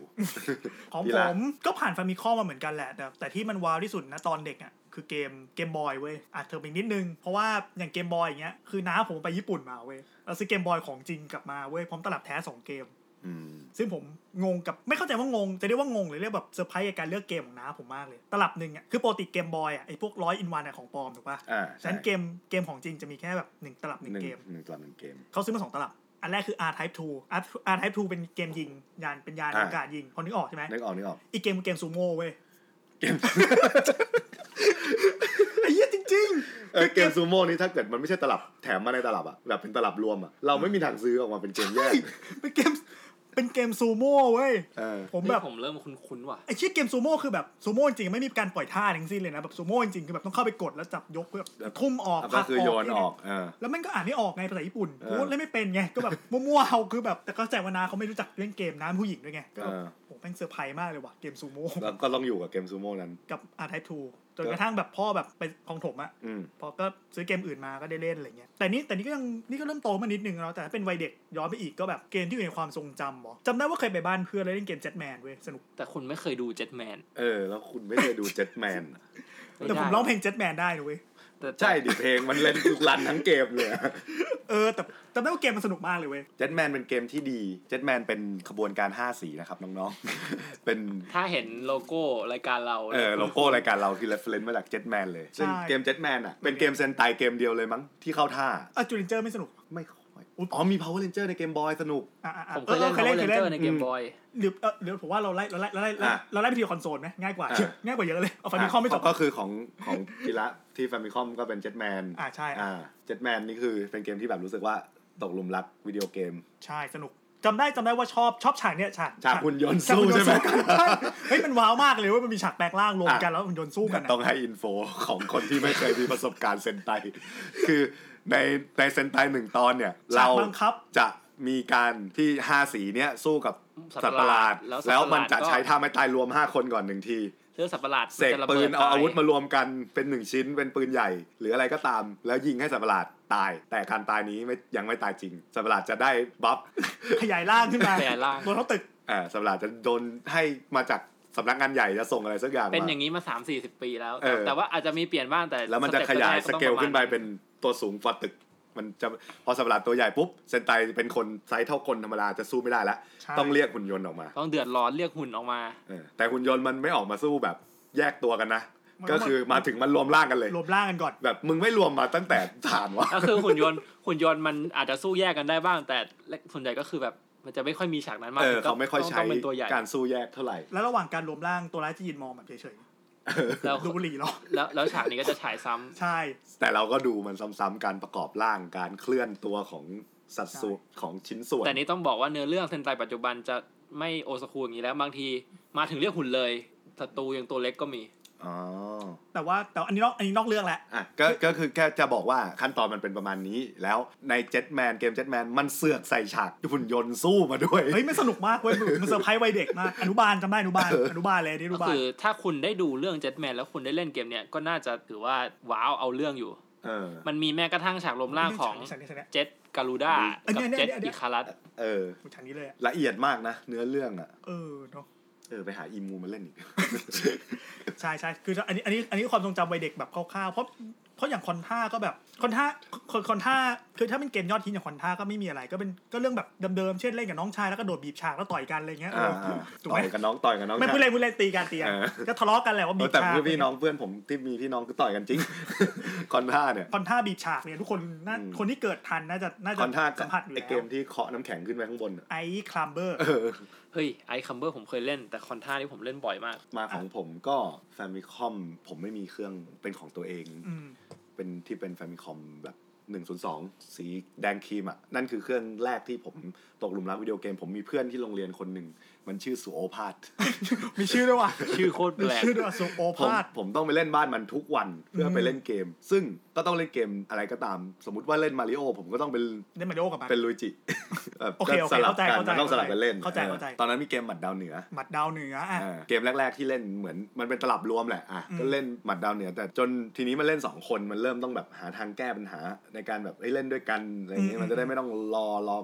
Speaker 3: ของ
Speaker 1: พี่
Speaker 3: ผ
Speaker 1: ละ
Speaker 3: มก็ผ่านฟามิคอมมาเหมือนกันแหละแต่แต่ที่มันว้าวที่สุดนะตอนเด็กอ่ะคือเกมเกมบอยเว้ยอาจเถอะอีกนิดนึงเพราะว่าอย่างเกมบอยอย่างเงี้ยคือน้าผมไปญี่ปุ่นมาเว้ยแล้วซื้อเกมบอยของจริงกลับมาเว้ยพร้อมตลับแท้สองเกม
Speaker 1: อืม
Speaker 3: ซึ่งผมงงกับไม่เข้าใจว่างง จะเรียกว่างงหรือเรียกแบบเซอร์ไพรส์กับการเลือกเกมของน้าผมมากเลย ตลับหนึ่งอ่ะคือปกติเกมบอยอ่ะไอ้พวกร้อยอินวันอ่ะของปลอมถูกปะ
Speaker 1: อ่า
Speaker 3: ฉะนั้นเกมเกมของจริงจะมีแค่แบบหนึ่งตลับหนึ่ง
Speaker 1: หนึ่ง
Speaker 3: เกม
Speaker 1: หนึ่งตอนหนึ่งเกม
Speaker 3: เขาซื้อมาสองตลับ อันแรกคือ R Type 2 R R Type 2 เป็นเกมยิง ยานเป็นยาน
Speaker 1: อ่า
Speaker 3: อากาศยิงพอนึกออกใช่ไหม
Speaker 1: นึกออกนึกออก
Speaker 3: อีกเกมคือเกมซูโม่เว้ย ไอ้เหี้ยจริง
Speaker 1: เออเกมซูโม่นี่ถ้าเกิดมันไม่ใช่ตลับแถมมาในตลับอะแบบเป็นตลับรวมอะเราไม่มีทางซื้อออกมาเป็นเกมแยก
Speaker 3: ๆ เป็นเกมเป็นเกมซูโม่เว้ย
Speaker 1: เออ
Speaker 3: ผม
Speaker 2: แบ
Speaker 3: แบบ บ
Speaker 2: ผมเริ่มคุ้นๆว่ะ
Speaker 3: ไอ้ชื่อเกมซูโม่คือแบบซูโม่จริงๆไม่มีการปล่อยท่าอะไรทั้งสิ้นเลยนะแบบซูโม่จริงๆคือแบบต้องเข้าไปกดแล้วจับยกเพื่อแบบทุ่มออก
Speaker 1: แล้วก็คือโยนออกเออ
Speaker 3: แล้วมันก็อ่านไม่ออกไงภาษาญี่ปุ่น
Speaker 1: เออ
Speaker 3: กูเล่นไม่เป็นไงก็แบบมั่วๆเอาคือแบบแต่ก็เข้าใจว่านาเขาไม่รู้จักเล่นเกมน้ำผู้หญิงด้วยไงก็แบบ
Speaker 1: เออ
Speaker 3: โหแม่งเซอร์ไพรส์มากเลยว่ะเกมซูโม่
Speaker 1: แล้วก็ต้องอยู่กับเกมซูโม่นั้น
Speaker 3: กับอาร์ไททูจนกระทั่งแบบพ่อแบบไปคลองถมอะ
Speaker 1: อืม
Speaker 3: พอก็ซื้อเกมอื่นมาก็ได้เล่นอะไรเงี้ยแต่นี่แต่นี่ก็ยังนี่ก็เริ่มโตมานิดนึงแล้วแต่ถ้าเป็นวัยเด็กย้อนไปอีกก็แบบเกมที่อยู่ในความทรงจำเหรอจำได้ว่าเคยไปบ้านเพื่อนแล้วเล่นเกม Jetman เว้ยสนุก
Speaker 2: แต่คุณไม่เคยดูเจ็ตแมน
Speaker 1: เออ แล้วคุณไม่เคยดูเจ็ตแมน
Speaker 3: แต่ผมร้องเพลง Jetman ได้นะเว้ย
Speaker 1: ใช่ดิเพลงมันเล่นรันทั้งเกมเลย
Speaker 3: เออแต่จำได้ว่าเกมมันสนุกมากเลยเว้ย
Speaker 1: เจ็ตแมนเป็นเกมที่ดีเจ็ตแมนเป็นขบวนการ5สีนะครับน้องๆ เป็น
Speaker 2: ถ้าเห็นโลโก้รายการเรา
Speaker 1: เออโลโก้รายการเราคือ reference มาจากเจ็ตแมนเลยซึ่ง
Speaker 3: ใช่
Speaker 1: เกมเจ็ตแมนอะเป็นเกมเซนไตเกมเดียวเลยมั้งที่เข้าท่า
Speaker 3: อ่ะจูเลนเจอร์ไม่สนุก
Speaker 1: ไม่ค่อยอ๋อมี Power Ranger ในเกมบอยสนุก
Speaker 3: อ่ะอ่ะอ่ะ
Speaker 2: ผมเคยเล่น
Speaker 3: ออ
Speaker 2: เขาเลน
Speaker 3: อ
Speaker 2: เจอร์ในเกมบอย
Speaker 3: หรือเออหรือผมว่าเราไล่เราไล่เราไล่เราไล่
Speaker 1: อ่ะ
Speaker 3: เราไล่ไปทีคอนโซลไหมง่ายกว่า
Speaker 1: อ่ะ
Speaker 3: ง่ายกว่าเยอะเลยเอาฟันมีข้อไม่จบ
Speaker 1: ก็คือของของกีฬาที่แฟมิคอมก็เป็นเจ็ตแมน
Speaker 3: อ่าใช่อ่ะ
Speaker 1: อ่าเจ็ดแมนนี่คือเป็นเกมที่แบบรู้สึกว่าตกหลุมรักวิดีโอเกม
Speaker 3: ใช่สนุกจำได้จำได้ว่าชอบชอบฉากเนี้ยฉาก
Speaker 1: ฉากหุ่นยนต์
Speaker 3: ฉาก
Speaker 1: สู้
Speaker 3: หุ่นยน
Speaker 1: ใช่ไหม
Speaker 3: ต์สู้กันใช่เฮ้ยมันว้าวมากเลยเว่ามันมีฉากแปลงร่างรวมกัน
Speaker 1: อ่ะ
Speaker 3: แล้วหุ่นยนต์สู้กันอะ
Speaker 1: ต้องให้อินโฟของคนที่ไม่เคยมีประสบการณ์เซนไต คือในในเซนไตหนึ่งตอนเนี่ย
Speaker 3: ฉา
Speaker 1: เรา
Speaker 3: กบังคับ
Speaker 1: จะมีการที่ 5 สีเนี้ยสู้กับ
Speaker 2: สั
Speaker 1: สั
Speaker 2: ต
Speaker 1: ต
Speaker 2: ว์
Speaker 1: ว์
Speaker 2: ป
Speaker 1: ประ ระ
Speaker 2: ห
Speaker 1: ห
Speaker 2: ลา
Speaker 1: ลา
Speaker 2: ด
Speaker 1: ด
Speaker 2: แล้วสัตว์
Speaker 1: แล้วมัน
Speaker 2: ประหลาด
Speaker 1: จะ
Speaker 2: ก็
Speaker 1: ใช้ท่าไม้ตายรวม 5 คนก่อนหนึ่งที
Speaker 2: เรื่องสัตว์ประหลาด
Speaker 1: เสก
Speaker 2: มันจะระ
Speaker 1: ปื
Speaker 2: บิ
Speaker 1: น
Speaker 2: ด
Speaker 1: เอา
Speaker 2: ตย
Speaker 1: อาวุธมารวมกันเป็นหนึ่งชิ้นเป็นปืนใหญ่ หรืออะไรก็ตาม แล้วยิงให้สัตว์ประหลาดตาย แต่การตายนี้ไม่ยังไม่ตายจริง สัตว์ประหลาดจะได้บัฟ
Speaker 3: ขยายร่างขึ้นมา
Speaker 2: ขยายร่าง
Speaker 3: บนเขาตึก
Speaker 1: อ่าสำหรับจะโดนให้มาจากสำนักงานใหญ่จะส่งอะไรสักอย่าง
Speaker 2: เป็นอ
Speaker 1: มา
Speaker 2: ย่างนี้มาสามสี่สิบปีแล้ว
Speaker 1: เออ
Speaker 2: แต่ว่าอาจจะมีเปลี่ยนบ้างแต่
Speaker 1: แล้วมันจะขยายสเกลขึ้นไปเป็นตัวสูงกว่าตึก มันจะพอสำหรับตัวใหญ่ปุ๊บเซนไตเป็นคนไซส์เท่าคนธรรมดาจะสู้ไม่ได้ละ
Speaker 3: ใช่
Speaker 1: ต้องเรียกหุ่นยนต์ออกมา
Speaker 2: ต้องเดือดร้อนเรียกหุ่นออกมา
Speaker 1: เออแต่หุ่นยนต์มันไม่ออกมาสู้แบบแยกตัวกันนะ
Speaker 3: มัน
Speaker 1: ก็คือมาถึงมันรวมร่างกันเลย
Speaker 3: รวมร่างกันก่อน
Speaker 1: แบบมึงไม่รวมมาตั้งแต่ฐานวะ
Speaker 2: ก็คือหุ่นยนต์ หุ่นยนต์มันอาจจะสู้แยกกันได้บ้าง แต่ส่วนใหญ่ก็คือแบบมันจะไม่ค่อยมีฉากนั้นมาก
Speaker 1: เออเขาไม่ค่อย
Speaker 2: ต้
Speaker 1: ใช้
Speaker 2: งเป็นตัวใหญ่
Speaker 1: การสู้แยกเท่าไหร่
Speaker 3: แล้วระหว่างการรวมร่างตัวร้ายจะยืนมองแบบเฉย
Speaker 2: แล้ว
Speaker 3: ๆดูบุหรี่หรอ
Speaker 2: แล้วแล้วฉากนี้ก็จะฉายซ้ำ
Speaker 3: ใช่
Speaker 1: แต่เราก็ดูมันซ้ำๆการประกอบร่างการเคลื่อนตัวของสัดส่วนของชิ้นส่วน
Speaker 2: แต่นี้ต้องบอกว่าเนื้อเรื่องเซนไตปัจจุบันจะไม่โอสคูอย่างนี้แล้วบางทีมาถึงเรียกหุ่นเลยศัตรูยังตัวเล็กก็มี
Speaker 1: อ๋อ
Speaker 3: แต่ว่าแต่อันนี้นอกอันนี้นอกเรื่องแหละ
Speaker 1: อ่ะก็ก็คือแค่จะบอกว่าขั้นตอนมันเป็นประมาณนี้ แล้วในเจ็ตแมนเกมเจ็ตแมนมันเสือกใส่ฉากหุ่นยนต์สู้มาด้วย
Speaker 3: เฮ้ยมันสนุกมากเว้ยมันเซอร์ไพรส์วัยเด็กมากอนุบาลจำได้อนุบาลอนุบาลเลยอันนี่อ
Speaker 2: ก็
Speaker 3: นุบาล
Speaker 2: คือถ้าคุณได้ดูเรื่อง Jetman แล้วคุณได้เล่นเกมเนี้ยก็น่าจะถือว่าว้าวเอาเรื่องอยู่
Speaker 1: เออ
Speaker 2: มันมีแม้กระทั่งฉากลมล่างของ
Speaker 3: ฉากนี้ฉากนี้ฉากนี้
Speaker 2: เจ็ตการูด้า
Speaker 3: อัน
Speaker 2: กับ
Speaker 3: เนี้ย
Speaker 2: เจ็ต
Speaker 3: อันเนี้
Speaker 2: อิ
Speaker 3: ย
Speaker 2: คารัส
Speaker 1: เออ
Speaker 3: ฉากนี้เลยอะ
Speaker 1: ละเอียดมากนะ เนื้อเรื่องอ่ะ
Speaker 3: เออเนาะ
Speaker 1: เออ ไปหาอีมูมาเล่นอีก
Speaker 3: ใช่ใช่คืออันนี้อันนี้อันนี้ความทรงจำวัยเด็กแบบคร่าวๆเพราะเพราะอย่างคอนท่าก็แบบคอนท่าคอนคอนท่าคือถ้าเป็นเกมยอดฮิตอย่างคอนท่าก็ไม่มีอะไรก็เป็นก็เรื่องแบบเดิมๆเช่นเล่นกับน้องชายแล้วก็โดดบีบฉากแล้วต่อยกันอะไรเงี้ยเอ
Speaker 1: อ่า
Speaker 3: อ
Speaker 1: อ่า
Speaker 3: ถูก
Speaker 1: ต่
Speaker 3: ไหม
Speaker 1: อยกับน้องต่อยกับน้อง
Speaker 3: ไม่พูด
Speaker 1: นะ
Speaker 3: เล่นพูดเล่นตีกันตีกัน
Speaker 1: เออ
Speaker 3: ก็ทะเลาะกันแหละว่า
Speaker 1: เอ
Speaker 3: บี
Speaker 1: อบ แต่
Speaker 3: ฉาก
Speaker 1: เพื่อนพี่น้องเพื่อนผมที่มีพี่น้องก็ต่อยกันจริง คอนท่าเนี่ย
Speaker 3: คอนท่าบีบฉากเนี่ยทุกคนน่า
Speaker 1: อืม
Speaker 3: คนที่เกิดทันน่าจะน่า
Speaker 1: ค
Speaker 3: จะ
Speaker 1: อนท่า
Speaker 3: สัมผัสอยู่
Speaker 1: ไอ
Speaker 3: แล้
Speaker 1: เก
Speaker 3: ว
Speaker 1: มที่เคาะน้ำแข็งขึ้นไปข้างบนอะ
Speaker 3: ไอ้คลัมเบอร์
Speaker 1: เออ
Speaker 2: เฮ้ยไอคัมเบอร์ผมเคยเล่นแต่คอนท่านี่ผมเล่นบ่อยมาก
Speaker 1: มาของผมก็แฟมิคอมผมไม่มีเครื่องเป็นของตัวเอง
Speaker 3: ม
Speaker 1: เป็นที่เป็นแฟมิคอมแบบ 102 สีแดงครีมอ่ะ นั่นคือเครื่องแรกที่ผมตกหลุมรักวิดีโอเกม ผมมีเพื่อนที่โรงเรียนคนหนึ่ง มันชื่อสุโอภาส
Speaker 3: มีชื่อด้วยว่ะ
Speaker 2: ชื่อโคตร
Speaker 3: มี
Speaker 2: แปลก
Speaker 3: ชื่อด้วยว่ะสุโอ
Speaker 1: ผม
Speaker 3: ภาส
Speaker 1: ผมต้องไปเล่นบ้านมันทุกวันเพื่อไป
Speaker 3: อืม
Speaker 1: เล่นเกม ซึ่งก็ต้องเล่นเกมอะไรก็ตาม สมมติว่าเล่นมาริโอผมก็ต้องเป็น
Speaker 3: ได้มาโดกับมัน
Speaker 1: เป็นลุยจิแบบ
Speaker 3: โอเคโอเค
Speaker 1: สลับ
Speaker 3: เข้าใจ
Speaker 1: กัน
Speaker 3: เข้าใจ
Speaker 1: มันต้องสลับกันเล่น
Speaker 3: เข้าใจ
Speaker 1: ออ
Speaker 3: เข้าใจ
Speaker 1: ตอนนั้นมีเกมหมัดดาวเหนือ
Speaker 3: หมัดดาวเหนืออ่ะ
Speaker 1: อ่าเกมแรก ๆ ที่เล่นเหมือนมันเป็นตลับรวมแหละอ่ะ
Speaker 3: อืม
Speaker 1: ก็เล่นหมัดดาวเหนือ แต่จนทีนี้มันเล่นสองคนมันเริ่มต้องแบบหาทางแก้ปัญหาในการแบบเอ้ยเล่นด้วยกันอะไรอย่างเงี้ยมันจะได้ไม่ต้องรอรอ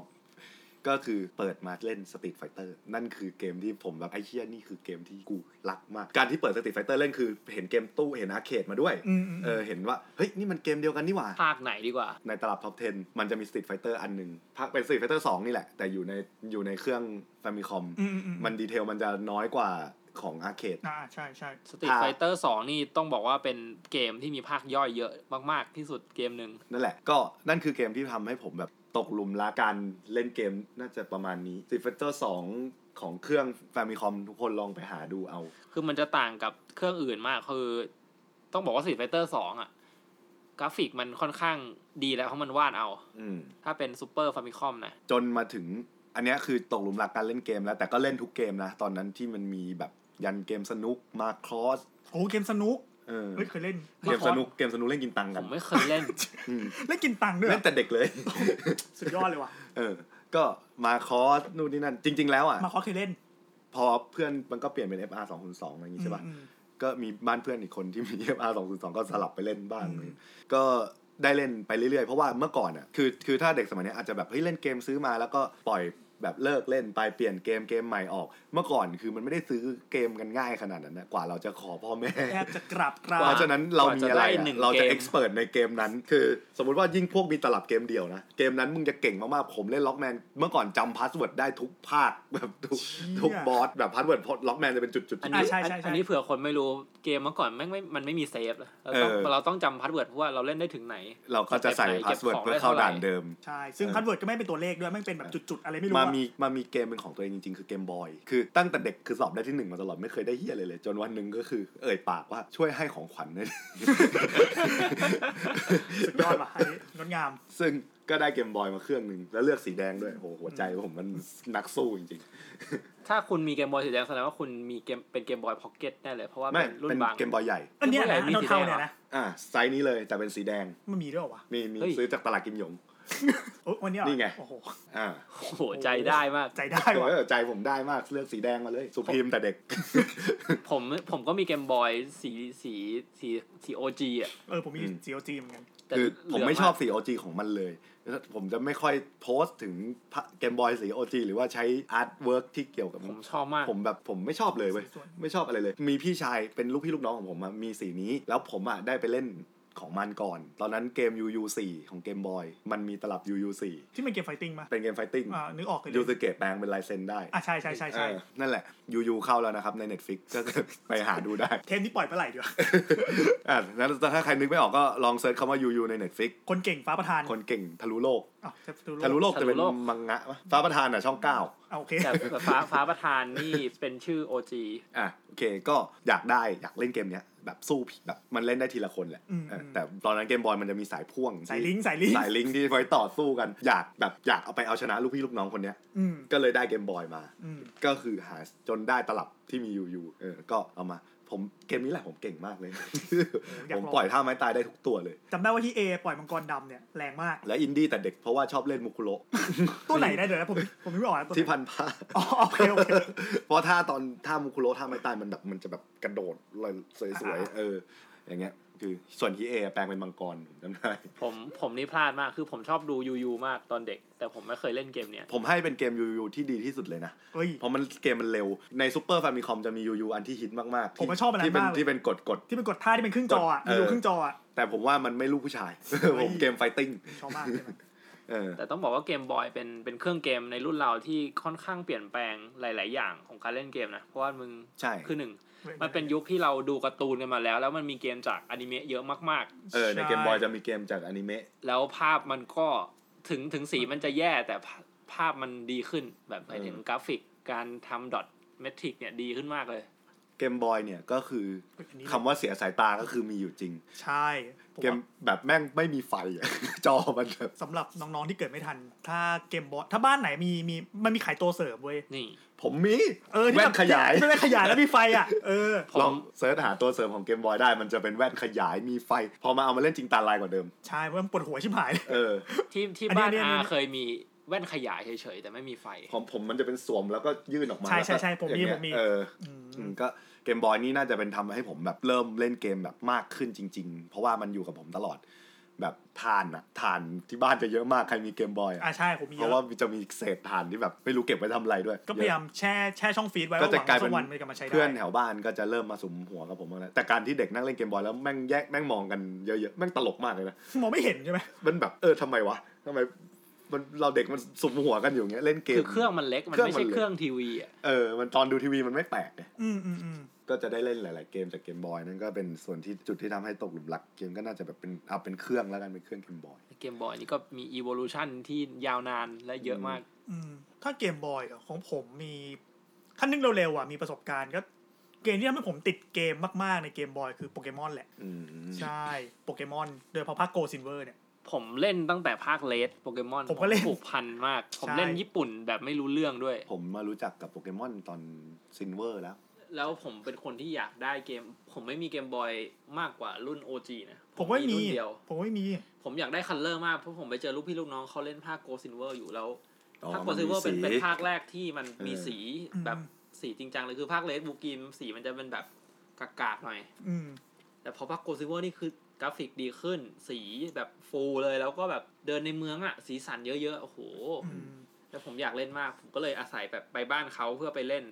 Speaker 1: ก็คือเปิดมาเล่นสตรีทไฟเตอร์นั่นคือเกมที่ผมแบบไอ้เชี่ยนี่คือเกมที่กูรักมาก การที่เปิดสตรีทไฟเตอร์เล่นคือเห็นเกมตู้เห็นอาร์เคดมาด้วย
Speaker 3: อืมอืม
Speaker 1: เออเห็นว่าเฮ้ยนี่มันเกมเดียวกันนี่หว่า
Speaker 2: ภาคไหนดีกว่า
Speaker 1: ในตลับท็อป 10 มันจะมีสตรีทไฟเตอร์อันหนึ่งพักเป็นสตรีทไฟเตอร์สองนี่แหละ แต่อยู่ในอยู่ในเครื่องแฟมิคอม
Speaker 3: อืมอืมอืม
Speaker 1: มันดีเทลมันจะน้อยกว่าของอาร์เคด
Speaker 3: อ่าใช่ใช่
Speaker 2: Street
Speaker 1: ภาค
Speaker 2: Fighter 2 นี่ต้องบอกว่าเป็นเกมที่มีภาคย่อยเยอะมากๆที่สุดเกมหนึ่ง
Speaker 1: นั่นแหละ ก็นั่นคือเกมที่ทำให้ผมแบบตกหลุมรักการเล่นเกมน่าจะประมาณนี้สตรีทไฟเตอร์สองของเครื่องแฟมิคอมทุกคนลองไปหาดูเอา
Speaker 2: คือมันจะต่างกับเครื่องอื่นมากคือ ต้องบอกว่า Street Fighter 2 อ่ะ กราฟิกมันค่อนข้างดีแล้วเพราะมันวาดเอา
Speaker 1: อืม
Speaker 2: ถ้าเป็นซูเปอร์ฟามิคอมนะ
Speaker 1: จนมาถึงอันเนี้ยคือตกหลุมรักการเล่นเกมแล้ว แต่ก็เล่นทุกเกมนะ ตอนนั้นที่มันมีแบบยันเกมสนุกมาคลอส
Speaker 3: โอ้เกมสนุก
Speaker 1: เออ
Speaker 3: เฮ้ยเคยเล่น
Speaker 1: เกมสนุกเกมสนุกเล่นกินตังค์
Speaker 2: ผ
Speaker 1: กัน
Speaker 2: มไม่เคยเล่น
Speaker 1: อืม
Speaker 3: เล่นกินตังค์ด้วย
Speaker 1: เล่นแต่เด็กเลย
Speaker 3: สุดยอดเลยว่ะ
Speaker 1: เออ ก็มาคอร์สนู่นนี่นั่น จริง ๆ แล้วอ่ะ
Speaker 3: มาคอเคยเล่น
Speaker 1: พอเพื่อนมันก็เปลี่ยนเป็น FR 2 0 2อะไรอย่างงี้ใช่ป่ะ
Speaker 3: อืม
Speaker 1: ก็มีบ้านเพื่อนอีกคนที่มี FR 2 0 2ก็สลับไปเล่นบ้าง
Speaker 3: อืม
Speaker 1: ก็ได้เล่นไปเรื่อยๆ เพราะว่าเมื่อก่อนอ่ะ คือ คือถ้าเด็กสมัยเนี้ยอาจจะแบบ เฮ้ย เล่นเกมซื้อมาแล้วก็ปล่อยแบบเลิกเล่นไปเปลี่ยนเกมเกมใหม่ออก เมื่อก่อนคือมันไม่ได้ซื้อเกมกันง่ายขนาดนั้นนะกว่าเราจะขอพ่อแม่
Speaker 3: แทบจะกราบกรา
Speaker 1: เพ
Speaker 3: บ
Speaker 1: ราะฉะนั้นเรามีอะไร
Speaker 2: กว่าจะได้
Speaker 1: อะ
Speaker 2: หนึ่ง
Speaker 1: เราจะ
Speaker 2: เกม
Speaker 1: เอ็กซ์เพรสในเกมนั้น คือ สมมติว่ายิ่งพวกมีตลับเกมเดียวนะ เกมนั้นมึงจะเก่งมากๆ ผมเล่นล็อกแมนเมื่อก่อนจำพาสเวิร์ดได้ทุกภาคแบบทุกทุกบอสแบบพาสเวิร์ดล็อกแมนจะเป็นจุดๆจุด
Speaker 2: อันนี้
Speaker 3: าใช่ใช่ใช่
Speaker 2: อันนี้เผื่อคนไม่รู้เกมเมื่อก่อนแม่งไม่มันไม่มีเซฟนะเราต้อง
Speaker 1: เออ
Speaker 2: เราต้องจำพาสเวิร์ดเพราะว่าเราเล่นได้ถึงไหน
Speaker 1: เราก็จะใส่พาสเวิร์ดเพื่อเข้าด่านเดิม
Speaker 3: ใช่ซึ่ง
Speaker 1: เออ
Speaker 3: พัดเวิร์ดก็ไม่เป็นตัวเลขด้วยแม่งเป็นแบบจุดๆอะไรไม่รู้
Speaker 1: มา
Speaker 3: อะ
Speaker 1: มีมามีเกมเป็นของตัวเองจริงๆ คือเกมบอย คือตั้งแต่เด็กคือสอบได้ที่หนึ่งมาตลอดไม่เคยได้เฮียเลยเลย จนวันหนึ่งก็คือเอ่ยปากว่าช่วยให้ของขวัญหน่อย
Speaker 3: สุดยอดว่ะอันนี้งดงาม
Speaker 1: ซึ่งก็ได้เกมบอยมาเครื่องหนึ่งแล้วเลือกสีแดงด้วยโหหัวใจผมมันนักสู้จริงๆ
Speaker 2: ถ้าคุณมีเกมบอยสีแดงแสดงว่าคุณมีเกมเป็นเกมบอยพ็อกเก็ตแน่เลย เพราะว่า
Speaker 1: ไม่
Speaker 2: เป็นรุ่
Speaker 1: เป็น
Speaker 2: นบาง
Speaker 1: เกมบอยใหญ่
Speaker 3: อันเนี้ยนะ
Speaker 2: เกมผู้ใหญ่มีสี
Speaker 3: เทาๆ
Speaker 2: แดงเหรอ
Speaker 3: เนี่ยนะ
Speaker 1: อ่าไซส์นี้เลยแต่เป็นสีแดง
Speaker 3: มันมีด้วยเหรอวะ
Speaker 1: มีมี
Speaker 2: เฮ้ย
Speaker 1: ซื้อจากตลาดกิมหยง
Speaker 3: โอ้วันเนี้ยเหรอ
Speaker 1: นี่ไง
Speaker 3: โอ้โห
Speaker 1: อ่า
Speaker 2: โอ้โหใจได้มาก
Speaker 3: ใจได้ว่ะ
Speaker 1: เออใจผมได้มากเลือกสีแดงมาเลย สุพรีมแต่เด็ก
Speaker 2: ผมผมก็มีเกมบอยสีสีสีสีโอจีอ่ะ
Speaker 3: เออผมมี
Speaker 1: อืม
Speaker 3: ซีโอจีเหมือนกัน
Speaker 2: แต่
Speaker 1: คือ
Speaker 2: เหลื
Speaker 1: ผมไม่ชอบสี OG ของมันเลย ผมจะไม่ค่อยโพสต์ถึงเกมบอยสี OG หรือว่าใช้อาร์ตเวิร์กที่เกี่ยวกับ
Speaker 2: ผมชอบมาก
Speaker 1: ผมแบบผมไม่ชอบเลยเว้ย
Speaker 3: ส่วน
Speaker 1: ไม่ชอบอะไรเลย มีพี่ชายเป็นลูกพี่ลูกน้องของผมอะมีสีนี้แล้วผมอะได้ไปเล่นของมันก่อน ตอนนั้นเกม UU4 ของเกมบอยมันมีตลับ UU4
Speaker 3: ที่มันเกมไฟติ้งมา
Speaker 1: เป็นเกมไฟติ้ง
Speaker 3: อ่านึกออกเลย
Speaker 1: ยูสเกตแปลงเป็นลายเซ็นได้
Speaker 3: อ่ะใช่ใช่ใช่ใช่
Speaker 1: เออนั่นแหละ UU เข้าแล้วนะครับใน Netflix ก็คือ ไปหาดูได้
Speaker 3: เทปนี้ปล่อยเมื่อไหร่ดีวะ
Speaker 1: อ่ะแล้วถ้าใครนึกไม่ออกก็ลองเซิร์ชคำว่า UU ใน Netflix
Speaker 3: คนเก่งฟ้าประธาน
Speaker 1: คนเก่งทะลุโลก
Speaker 3: อ้าวจะดู
Speaker 1: ทะลุโลกจะเป็น
Speaker 2: ทะลุโลก
Speaker 1: มังงะปะฟ้าประธานอ่ะช่องเก้า
Speaker 3: เอาโอเค
Speaker 2: แต่แต่ฟ้าฟ้าประธานนี่เป็นชื่อ OG
Speaker 1: อ่ะโอเคก็อยากได้อยากเล่นเกมเนี้ยแบบสู้ผีแบบมันเล่นได้ทีละคนแหละ
Speaker 3: อืม
Speaker 1: เอออ
Speaker 3: ม
Speaker 1: แต่ตอนนั้นเกมบอยมันจะมีสายพ่วง
Speaker 3: สาย
Speaker 1: ที่
Speaker 3: ลิงก์สายลิงก์
Speaker 1: สายลิงก์ที่ไว้ต่อสู้กัน อยากแบบอยากเอาไปเอาชนะลูกพี่ลูกน้องคนเนี้ย
Speaker 3: อืม
Speaker 1: ก็เลยได้เกมบอยมา
Speaker 3: อืม
Speaker 1: ก็คือหาจนได้ตลับที่มีอยู่อยู่เออก็เอามาผมเกมนี้แหละผมเก่งมากเลย
Speaker 3: อยา
Speaker 1: ผ
Speaker 3: ก
Speaker 1: ม
Speaker 3: ลอง
Speaker 1: ปล่อยท่าไม้ตายได้ทุกตัวเลย
Speaker 3: จำได้ว่าที่เอปล่อยมังกรดำเนี่ยแรงมาก
Speaker 1: และอินดี้แต่เด็กเพราะว่าชอบเล่นมุคุโระ
Speaker 3: ตัวไหนได้เดี๋ยวนะผมผมไม่ออกนะตัวไหน
Speaker 1: ที่พันผ้า
Speaker 3: อ๋อโอเคโอเค
Speaker 1: เพราะถ้าตอนท่ามุคุโระท่าไม้ตายมันแบบมันจะแบบกระโดดลอยสวย
Speaker 3: อ่า
Speaker 1: ๆเออ อย่างเงี้ย คือส่วนฮีเอแปลงเป็นมังกรผมจำได้
Speaker 2: ผมผมนี่พลาดมากคือผมชอบดูยูยูมากตอนเด็ก แต่ผมไม่เคยเล่นเกมเนี้ย
Speaker 1: ผมให้เป็นเกมยูยูที่ดีที่สุดเลยนะ
Speaker 3: เฮ้ย
Speaker 1: เพราะมันเกมมันเร็วในซูเปอร์ฟามิคอมจะมียูยูอันที่ฮิตมากๆที่
Speaker 3: ผมก็ชอบอันนั้น
Speaker 1: ที่เป็น
Speaker 3: มากเลย
Speaker 1: ที่เป็นกดกด
Speaker 3: ที่เป็นกดท่าที่เป็นครึ่งจออ่ะ
Speaker 1: กดเออ
Speaker 3: ดูครึ่งจออ่ะ
Speaker 1: แต่ผมว่ามันไม่ลูกผู้ชาย ผมเกมไฟติ้ง
Speaker 3: ชอบมากใช่ไหม
Speaker 1: เออ
Speaker 2: แต่ต้องบอกว่าเกมบอยเป็นเป็นเครื่องเกมในรุ่นเราที่ค่อนข้างเปลี่ยนแปลงหลาย ๆ อย่างของการเล่นเกมนะ เพราะว่ามึง
Speaker 1: ใช่
Speaker 2: คือหนึ่งมันเป็นยุคที่เราดูการ์ตูนกันมาแล้ว แล้วมันมีเกมจากอนิเมะเยอะมาก
Speaker 1: เออในเกมบอยจะมีเกมจากอนิเมะ
Speaker 2: ๆ แล้วภาพมันก็ถึงถึงสีมันจะแย่แต่ภาพภาพมันดีขึ้นแบบไปถึงกราฟิกการทำดอทเมทริกเนี่ยดีขึ้นมากเลย
Speaker 1: เกมบอยเนี่ยก็คือ
Speaker 3: อันนี้
Speaker 1: คำว่าเสียสายตาก็คือมีอยู่จริง
Speaker 3: ใช่ผม
Speaker 1: เกม
Speaker 3: ว่า
Speaker 1: แบบแม่งไม่มีไฟอะ จอมันแบบ
Speaker 3: สำหรับน้องๆที่เกิดไม่ทัน ถ้าเกมบอยถ้าบ้านไหนมีมีมันมีขายตัวเสริมเว้ย
Speaker 2: นี่
Speaker 1: ผมมี
Speaker 3: เออที่
Speaker 1: แว่
Speaker 3: แบ
Speaker 1: น
Speaker 3: บ
Speaker 1: ขยาย
Speaker 3: ไม่ได้ขยายแล้วมีไฟอ่ะเออ
Speaker 2: ผม
Speaker 1: ลองเซิร์ชหาตัวเสริมของเกมบอยได้ มันจะเป็นแว่นขยายมีไฟ พอมาเอามาเล่นจริงตาลายกว่าเดิม
Speaker 3: ใช่เพราะมันปวดหัวชิบหาย
Speaker 1: เออ
Speaker 2: ที่ที่
Speaker 3: อันนี้
Speaker 2: บ้าน
Speaker 3: อัน
Speaker 2: อา
Speaker 3: นี้อันนี้
Speaker 2: เคยมีแว่นขยายเฉยๆแต่ไม่มีไฟ
Speaker 1: ของผมมันจะเป็นสวมแล้วก็ยื่นออกมา
Speaker 3: ใช่ใช่ใช่
Speaker 1: แล้วก็
Speaker 3: ผมมี
Speaker 1: อย่างเงี้ย
Speaker 3: ผมมี
Speaker 1: เออ
Speaker 3: อืม
Speaker 1: อืมก็เกมบอยนี่น่าจะเป็นทำให้ผมแบบเริ่มเล่นเกมแบบมากขึ้นจริง ๆ เพราะว่ามันอยู่กับผมตลอด แบบทานอะทานที่บ้านจะเยอะมากใครมีเกมบอยอะ
Speaker 3: อ่าใช่ผมมี
Speaker 1: เพราะว่าจะมีเศษทานที่แบบไม่รู้เก็บไว้ทำอะไรด้วย
Speaker 3: ก็พยายามแช่แช่ช่องฟีดไว้
Speaker 1: ก็จะ
Speaker 3: ว่หวัง
Speaker 1: กลาย
Speaker 3: สั
Speaker 1: เป็น
Speaker 3: วันมันจะมาใช้ได้
Speaker 1: เพื่อนแถวบ้านก็จะเริ่มมาสุมหัวกับผมบ้างแล้วแต่การที่เด็กนั่งเล่นเกมบอยแล้วแม่งแยกแม่งมองกันเยอะๆแม่งตลกมากเลยนะ
Speaker 3: มองไม่เห็นใช่ไหม
Speaker 1: มันแบบเออทำไมวะทำไมมันเราเด็กมันสุมหัวกันอยู่อย่างเงี้ยเล่นเกม
Speaker 2: คือเครื่องมันเล็กมัน
Speaker 1: เครื่อง
Speaker 2: ไม่
Speaker 1: มัน
Speaker 2: ใช่
Speaker 1: เล็ก
Speaker 2: เครื่องทีวีอ่ะ
Speaker 1: เออมันตอนดูทีวีมันไม่แปลกไง
Speaker 3: อืมอืมอืม
Speaker 1: ก็จะได้เล่นหลาย ๆ เกมจากเกมบอยนั่นก็เป็นส่วนที่จุดที่ทำให้ตกหลุมรักเกมก็น่าจะแบบเป็นเอาเป็นเครื่องแล้วกันเป็นเครื่องเกมบอย
Speaker 2: เกมบอยนี่ก็มี evolution ที่ยาวนานและเยอะมาก
Speaker 3: อืมถ้าเกมบอยเหรอของผมมีขั้นนึงเร็วๆอ่ะมีประสบการณ์ก็เกมที่ทำให้ผมติดเกมมากๆในเกมบอยคือโปเกมอนแหละ
Speaker 1: อืม
Speaker 3: ใช่โปเกมอนโดยเฉพาะภาคโกซินเวอร์เนี่ย
Speaker 2: ผมเล่นตั้งแต่ภาคเลสโปเกมอน
Speaker 3: ผมก็เล่น
Speaker 2: ผูกพันมาก ผมเล่น
Speaker 3: ใช่
Speaker 2: ญี่ปุ่นแบบไม่รู้เรื่องด้วย
Speaker 1: ผมมารู้จักกับโปเกมอนตอนซินเวอร์แล้ว
Speaker 2: แล้วผมเป็นคนที่อยากได้เกม ผมไม่มีเกมบอยมากกว่ารุ่น OG นะ
Speaker 3: ผมไม่มี
Speaker 2: รุ่นเดียว
Speaker 3: ผมไม่มี
Speaker 2: ผมอยากได้คัลเลอร์มาก เพราะผมไปเจอลูกพี่ลูกน้องเขาเล่นภาคโกซินเวอร์อยู่แล้ว
Speaker 1: อ๋อ
Speaker 2: ภาคโกซินเวอร์เป็
Speaker 1: มัน
Speaker 2: น
Speaker 1: มีสี
Speaker 2: เป็นภาคแรกที่มันมี
Speaker 1: เออ
Speaker 2: สี
Speaker 3: อืม
Speaker 2: แบบสีจริงจังเลยคือภาคเลสบูกิมสีมันจะเป็นแบบกากๆหน่อย
Speaker 3: อืม
Speaker 2: แต่พอพักโกซิเวอร์นี่คือกราฟิกดีขึ้น สีแบบฟูลเลยแล้วก็แบบเดินในเมืองอะสีสันเยอะๆ โอ้โห
Speaker 3: อืม
Speaker 2: แล้วผมอยากเล่นมาก ผมก็เลยอาศัยแบบไปบ้านเขาเพื่อไปเล่น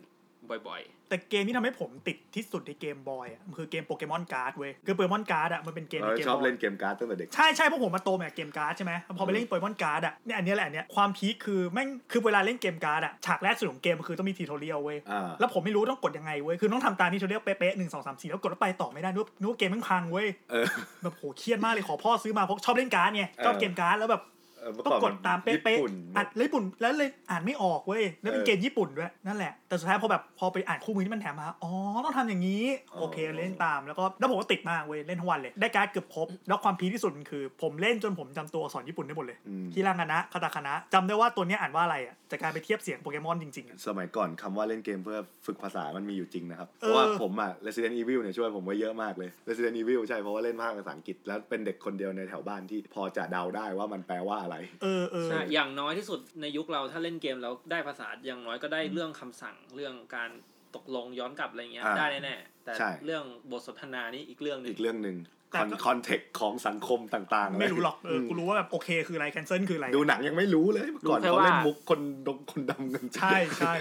Speaker 2: บ่อย
Speaker 3: แต่เกมที่ทำให้ผมติดที่สุดในเกมบอยอ่ะมันคือเกมโปเกมอนการ์ดเว้ยคือโปเกมอนการ์ดอ่ะมันเป็นเกม
Speaker 1: เรา
Speaker 3: ในเกม
Speaker 1: ชอบบ
Speaker 3: อย
Speaker 1: เล่นเกมการ์ดตั้งแต่เด็ก
Speaker 3: ใช่ใช่เพราะผมมาโตมากับเกมการ์ดใช่ไหมพอไปเล่นโปเกมอนการ์ดอ่ะเนี่ยอันเนี้ยแหละอันเนี้ยความพีคคือแม่งคือเวลาเล่นเกมการ์ดอ่ะฉากแรกสุดของเกมคือต้องมีทีโทเรียลเว้ย
Speaker 1: อ่า
Speaker 3: แล้วผมไม่รู้ต้องกดยังไงเว้ยคือต้องทำตามทีโทเรียลเป๊ะๆหนึ่งสองสามสี่แล้วกดแล้วไปต่อไม่ได้นึกว่านึกว่าเกมแม่งพังเว้ย
Speaker 1: เออ
Speaker 3: แบบโหเครียดมากเลยขอพ่อซื้อมาเพราะชอบเล่นการ์ดไงชอบ
Speaker 1: เออ
Speaker 3: เกมการ์ดแล้วแบบ
Speaker 1: เเมื่
Speaker 3: ต้อ
Speaker 1: ก่
Speaker 3: ง
Speaker 1: น
Speaker 3: กดตามเป๊ะ
Speaker 1: ญี่ปุ่น
Speaker 3: ๆอัดเลยญี่ปุ่นแล้วเลยอ่านไม่ออกเว้ย แล้วเป็น
Speaker 1: เออ
Speaker 3: เกมญี่ปุ่นด้วย นั่นแหละ แต่สุดท้ายพอแบบพอไปอ่านคู่มือที่มันแถมมา อ๋อ ต้องทำอย่างนี้
Speaker 1: อ๋อ
Speaker 3: โอเคเล่นตาม แล้วก็แล้วผมก็ติดมากเว้ย เล่นทั้งวันเลย ได้การ์ดเกือบครบ แล้วความพีคที่สุดคือ ผมเล่นจนผมจำตัวอักษรญี่ปุ่นได้หมดเลย
Speaker 1: อืม
Speaker 3: คีรังานะคาตาคานะจำได้ว่าตัวเนี้ยอ่านว่าอะไรอ่ะจากการไปเทียบเสียงโปเกมอนจริงๆอะ
Speaker 1: สมัยก่อนคำว่าเล่นเกมเพื่อฝึกภาษามันมีอยู่จริงนะครับ เพ
Speaker 3: เออ
Speaker 1: ราะว่าผมอะ Resident Evil เนี่ยช่วยผมไว้เยอะมากเลย Resident Evil ใช่เพราะว่าเล่นภาคภาษาอังกฤษแล้วเป็นเด็กคนเดียวในแถวบ้านที่พอจะเดาได้ว่ามันแปลว่าอะไร
Speaker 3: เออเอ
Speaker 2: ๆ
Speaker 3: อ
Speaker 2: ใช่ อย่างน้อยที่สุดในยุคเราถ้าเล่นเกมแล้วได้ภาษา อย่างน้อยก็ได้เรื่องคำสั่งเรื่องการตกลงย้อนกลับอะไรเงี้ย
Speaker 1: อ่า
Speaker 2: ได้แน่ๆแต่
Speaker 1: ใช่
Speaker 2: เรื่องบทสนทนานี่อีกเรื่องหนึ่
Speaker 1: อี
Speaker 2: ง
Speaker 1: กเรื่องหนึ่ง
Speaker 3: แต่ก็
Speaker 1: คอนเทกต์ของสังคมต่างๆะ
Speaker 3: ไม่รู้หรอกเอออ
Speaker 1: ม
Speaker 3: กูรู้ว่าแบบโอเคคืออะไรแคนเซิลคืออะไร
Speaker 1: ดูหนังยังไม่รู้เลยเมื่อก่อน
Speaker 2: รู้แค่
Speaker 1: เขาเล่น
Speaker 2: ว่ามุ
Speaker 1: มุกคนดงคนดำกัน
Speaker 3: ใช่ใช่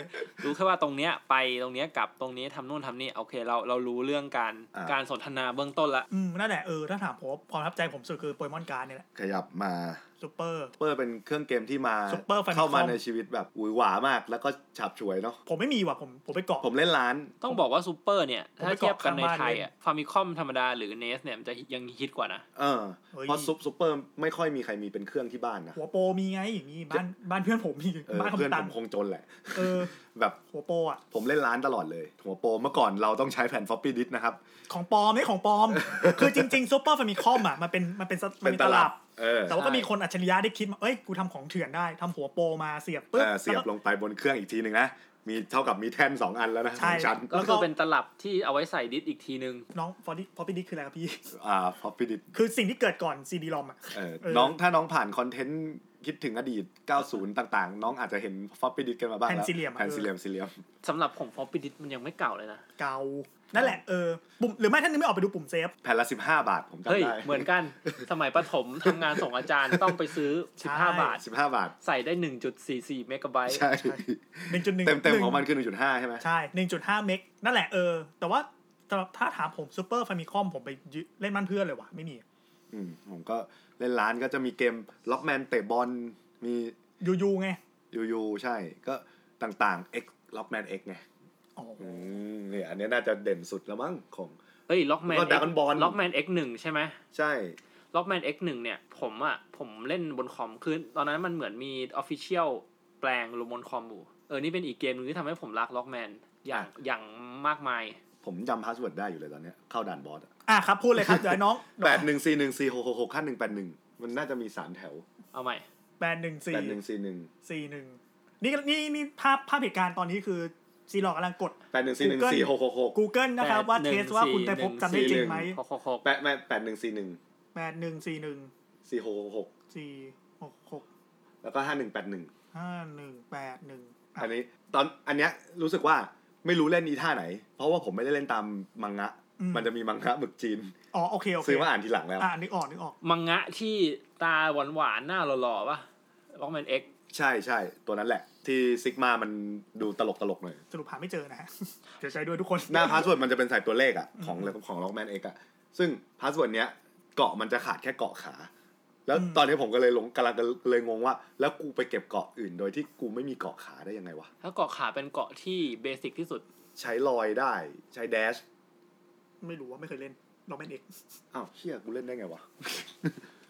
Speaker 2: รู้แค่ว่าตรงเนี้ยไปตรงเนี้ยกลับตรงนี้ทำนู่นทำนี่โอเคเราเรารู้เรื่องการการสนทนาเบื้องต้นละ
Speaker 3: อืมนั่นแหละเออถ้าถามผมความประทับใจผมสุดคือโปเกมอนการ์ดเนี่ยแหละ
Speaker 1: ขยับมา
Speaker 3: ซูเปอร์
Speaker 1: เปอร์เป็นเครื่องเกมที่มา
Speaker 3: Super Famicom
Speaker 1: เข้ามาในชีวิตแบบหวือหวามาก แล้วก็ฉับฉวยเนาะ
Speaker 3: ผมไม่มีว่ะผมผมไปเกาะ
Speaker 1: ผมเล่นร้าน
Speaker 2: ต้องบอกว่าซูเปอร์เนี่ย
Speaker 3: ผม
Speaker 2: ถ้า
Speaker 3: ไป
Speaker 2: เทียบกันใน
Speaker 3: เกาะข้างบ้าน
Speaker 2: ไทย
Speaker 3: เล่น
Speaker 2: อ่ะฟามิคอมธรรมดาหรือเนสเนี่ยมันจะยังฮิตกว่านะ
Speaker 1: เออ
Speaker 3: เฮ้ย
Speaker 1: เพราะซุปซุปเปอร์ไม่ค่อยมีใครมีเป็นเครื่องที่บ้านนะ
Speaker 3: หัวโปรมีไงมีบ้านบ้านเพื่อนผม มี
Speaker 1: เออ
Speaker 3: บ้าน
Speaker 1: เพื่อน
Speaker 3: คำตั
Speaker 1: ผ
Speaker 3: ง
Speaker 1: มคงจนแหละ
Speaker 3: เออ
Speaker 1: แบบ
Speaker 3: หัวโปรอ่ะ
Speaker 1: ผมเล่นร้านตลอดเลย หัวโปรเมื่อก่อนเราต้องใช้แผ่นฟอปปี้ดิสนะครับ
Speaker 3: ของปลอมไม่ของปลอม คือจริงๆซูเปอร์ฟามิคอมอ่ะมันเป็นมันเป็นมั
Speaker 1: เป็น
Speaker 3: นเป็น
Speaker 1: ต
Speaker 3: ต
Speaker 1: ลั
Speaker 3: ลั
Speaker 1: บบ เออ
Speaker 3: แต่ว่าก็
Speaker 2: ใช่
Speaker 3: มีคนอัจฉริยะได้คิดมาเอ้ยกูทำของเถื่อนได้ทำหัวโปรมาเสียบปึ๊บ
Speaker 1: เออเสียบ
Speaker 3: แล้วก็
Speaker 1: ลงไปบนเครื่องอีกทีหนึ่งนะ มีเท่ากับมีแท่น 2 อันแล้วนะ
Speaker 3: ใช่
Speaker 1: สองชั้น
Speaker 2: ก็
Speaker 3: แล้วก็
Speaker 2: คือเป็นตลับที่เอาไว้ใส่ดิสอีกทีนึง
Speaker 3: น้องฟอร์ดิฟอร์ดิดิคืออะไรครับพี่
Speaker 1: อ่าฟอปปี้ดิส
Speaker 3: คือสิ่งที่เกิดก่อนซีดีรอมอ่ะ
Speaker 1: เออ
Speaker 3: เออ
Speaker 1: น้องถ้าน้องผ่านคอนเทนต์คิดถึงอดีต 90 ต่างๆ น้องอาจจะเห็นฟอปปี้ดิสกันมาบ้าง
Speaker 3: แผ่น
Speaker 1: แล้ว
Speaker 3: สี่เหลี่ยมอะ
Speaker 1: แผ่น
Speaker 3: เออ
Speaker 1: สี่เหลี่ยมสี่เหลี่ยม
Speaker 2: สำหรับของฟอปปิดิสมันยังไม่เก่าเลยนะ
Speaker 3: เกานั่นแหละเออปุ่มหรือไม่ท่านนึกไม่ออกไปดูปุ่มเซฟ
Speaker 1: แผ่นละ 15 บาทผมจำ
Speaker 2: เฮ้ย
Speaker 1: ได้
Speaker 2: เหมือนกัน สมัยประถมทำงานส่งอาจ ารย์ต้องไปซื้อ
Speaker 3: ใช่
Speaker 2: 15 บาท
Speaker 1: 15 บาท
Speaker 2: ใส่ได้ 1.44 เมกะไบต์
Speaker 1: ใช่
Speaker 3: หนึ่งจุดหนึ่ง
Speaker 1: เต็มเต็มๆของมันคือ1.5ใช่ไหม
Speaker 3: ใช่หนึ่งจุดห้าเมกนั่นแหละเออ แต่ว่าสำหรับถ้าถามผมซูเปอร์ฟามิคอมผมไปยึดเล่นบ้านเพื่อนเลยว่ะไม่มี
Speaker 1: อืมผมก็เล่นร้านก็จะมีเกมล็อกแมนเตะบอลมี
Speaker 3: ยูยูไง
Speaker 1: ยูยูใช่ก็ต่างๆ X ล็อกแมน X ไง
Speaker 3: อ๋ออ
Speaker 1: อืมเนี่ยอันเนี้ยน่าจะเด่นสุดแล้วมั้งของ
Speaker 2: เฮ้ยล็อกแมน
Speaker 1: ก็ Dragon Ball
Speaker 2: ล็อกแมน X1 ใช่ไหม
Speaker 1: ใช่
Speaker 2: ล็อกแมน X1 เนี่ย ผมอ่ะ ผมเล่นบนคอมคือตอนนั้นมันเหมือนมีออฟฟิเชียลแปลงลงบนคอมอยู่เออ นี่เป็นอีกเกมหนึงที่ทำให้ผมรักล็อกแมนอย่างอย่างมากมาย
Speaker 1: ผมจำพาสเวิร์ดได้อยู่เลยตอนเนี้ยเข้าด่านบอส
Speaker 3: อ่ะครับพูดเลย ครับเดี๋ยวให้น้อง
Speaker 1: แปดหนึ่งสี่หนึ่งสี่หกหกหกขั้นหนึ่งแปดหนึ่งมันน่าจะมีสามแถว
Speaker 2: เอาใหม่
Speaker 3: แปดหนึ่งสี่
Speaker 1: แปดหนึ่งสี่หนึ่ง
Speaker 3: สี่หนึ่งนี่นี่นี่ภาพภาพเหตุการณ์ตอนนี้คือซีรอกำลังกด
Speaker 1: แปดหนึ่งสี่หนึ่งสี่หกหกหก
Speaker 3: Google นะครับว่า
Speaker 2: แปดหนึ่
Speaker 3: เท
Speaker 2: ง
Speaker 3: สว่าคุณแต่พบ
Speaker 2: สี่
Speaker 3: จำได้จริงไหม
Speaker 1: หนึ่ง
Speaker 2: หกหกหก
Speaker 1: แปดแปดหนึ่งสี่หนึ่ง
Speaker 3: แปดหนึ่งสี่หนึ่ง
Speaker 1: สี่หกหกหก
Speaker 3: สี่หกหก
Speaker 1: แล้วก็ห้าหนึ่งแปดหนึ่ง
Speaker 3: ห้าหนึ่งแปดหนึ่งะ
Speaker 1: อันนี้ตอนอันเนี้ยรู้สึกว่าไม่รู้เล่นอีท่าไหน เพราะว่าผมไม่ได้เล่นตามมังงะ
Speaker 3: อืม
Speaker 1: มันจะมีมังงะหมึกจีน
Speaker 3: อ๋อโอเคโอเค
Speaker 1: ซื้อมาอ่านทีหลังแล้ว
Speaker 3: อ่านึกออกนึกออก
Speaker 2: มังงะที่ตาหวานหวานๆหน้าหล่อๆป่ะล็อกแมน X
Speaker 1: ใช่ใช่ตัวนั้นแหละ ที่ซิกมามันดูตลกตลกๆหน่อย
Speaker 3: สรุปหาไม่เจอนะฮะ เดี๋ยวใจด้วยทุกคน
Speaker 1: หน้าพาสเวิร์ดมันจะเป็นใส่ตัวเลขอะของของล็อกแมนเอกอะซึ่งพาสเวิร์ดเนี้ยเกาะมันจะขาดแค่เกาะขา แล้ว
Speaker 3: อืม
Speaker 1: ตอนนี้ผมก็เลยลงกำลังเลยงงว่า แล้วกูไปเก็บเกาะอื่น โดยที่กูไม่มีเกาะขาได้ยังไงวะ
Speaker 2: ถ้าเกาะขาเป็นเกาะที่เบสิกที่สุด
Speaker 1: ใช้ลอยได้ใช้แดช
Speaker 3: ไม่รู้ว่าไม่เคยเล่นเราเป็นเอก
Speaker 1: อ้าวเชี่ยกูเล่นได้ไงวะ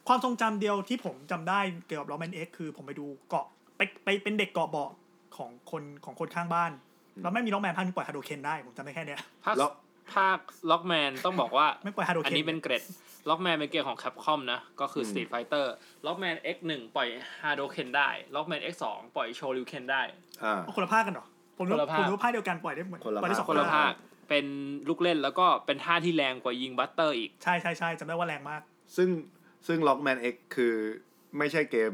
Speaker 3: ความทรงจำเดียวที่ผมจำได้เกี่ยวกับเราเป็นเอกคือผมไปดูเกาะไปไปเป็นเด็กเกาะเบาะของคนของคนข้างบ้าน
Speaker 1: อืม
Speaker 3: เราไม่มีน้องแมนพันปล่อยฮาโดเคนได้ผมจำได้แค่เนี้ย
Speaker 2: ภาค
Speaker 1: แล้ว
Speaker 2: ภาคล็อกแมนต้องบอกว่า
Speaker 3: ไม่ปล่อยฮาโด
Speaker 2: อัน
Speaker 3: เคน
Speaker 2: นี้เป็นเกรดล็อกแมนเป็นเกมของแคปคอมนะ ก็คือ
Speaker 1: อืม
Speaker 2: Street Fighter ล็อกแมน X1 ปล่อยฮาโดเคนได้ล็อกแมน X2 ปล่อยโชริวเคนได้
Speaker 1: อ่า
Speaker 3: เอาคนละภาคกันเหรอผมรู้
Speaker 2: คนละภาค
Speaker 3: ผมรู้ว่าภาคเดียวกันปล่อยได้เหมือน
Speaker 1: คนละ
Speaker 3: ปล่อยได้
Speaker 1: ภาค
Speaker 3: สอง
Speaker 2: คนละ
Speaker 3: ภา
Speaker 2: ภา
Speaker 3: ค
Speaker 2: คเป็นลูกเล่นแล้วก็เป็นท่าที่แรงกว่ายิงบัตเตอร์อีก
Speaker 3: ใช่ใช่ใช่จำได้ว่าแรงมาก
Speaker 1: ซึ่งซึ่งล็อกแมนเอกคือไม่ใช่เกม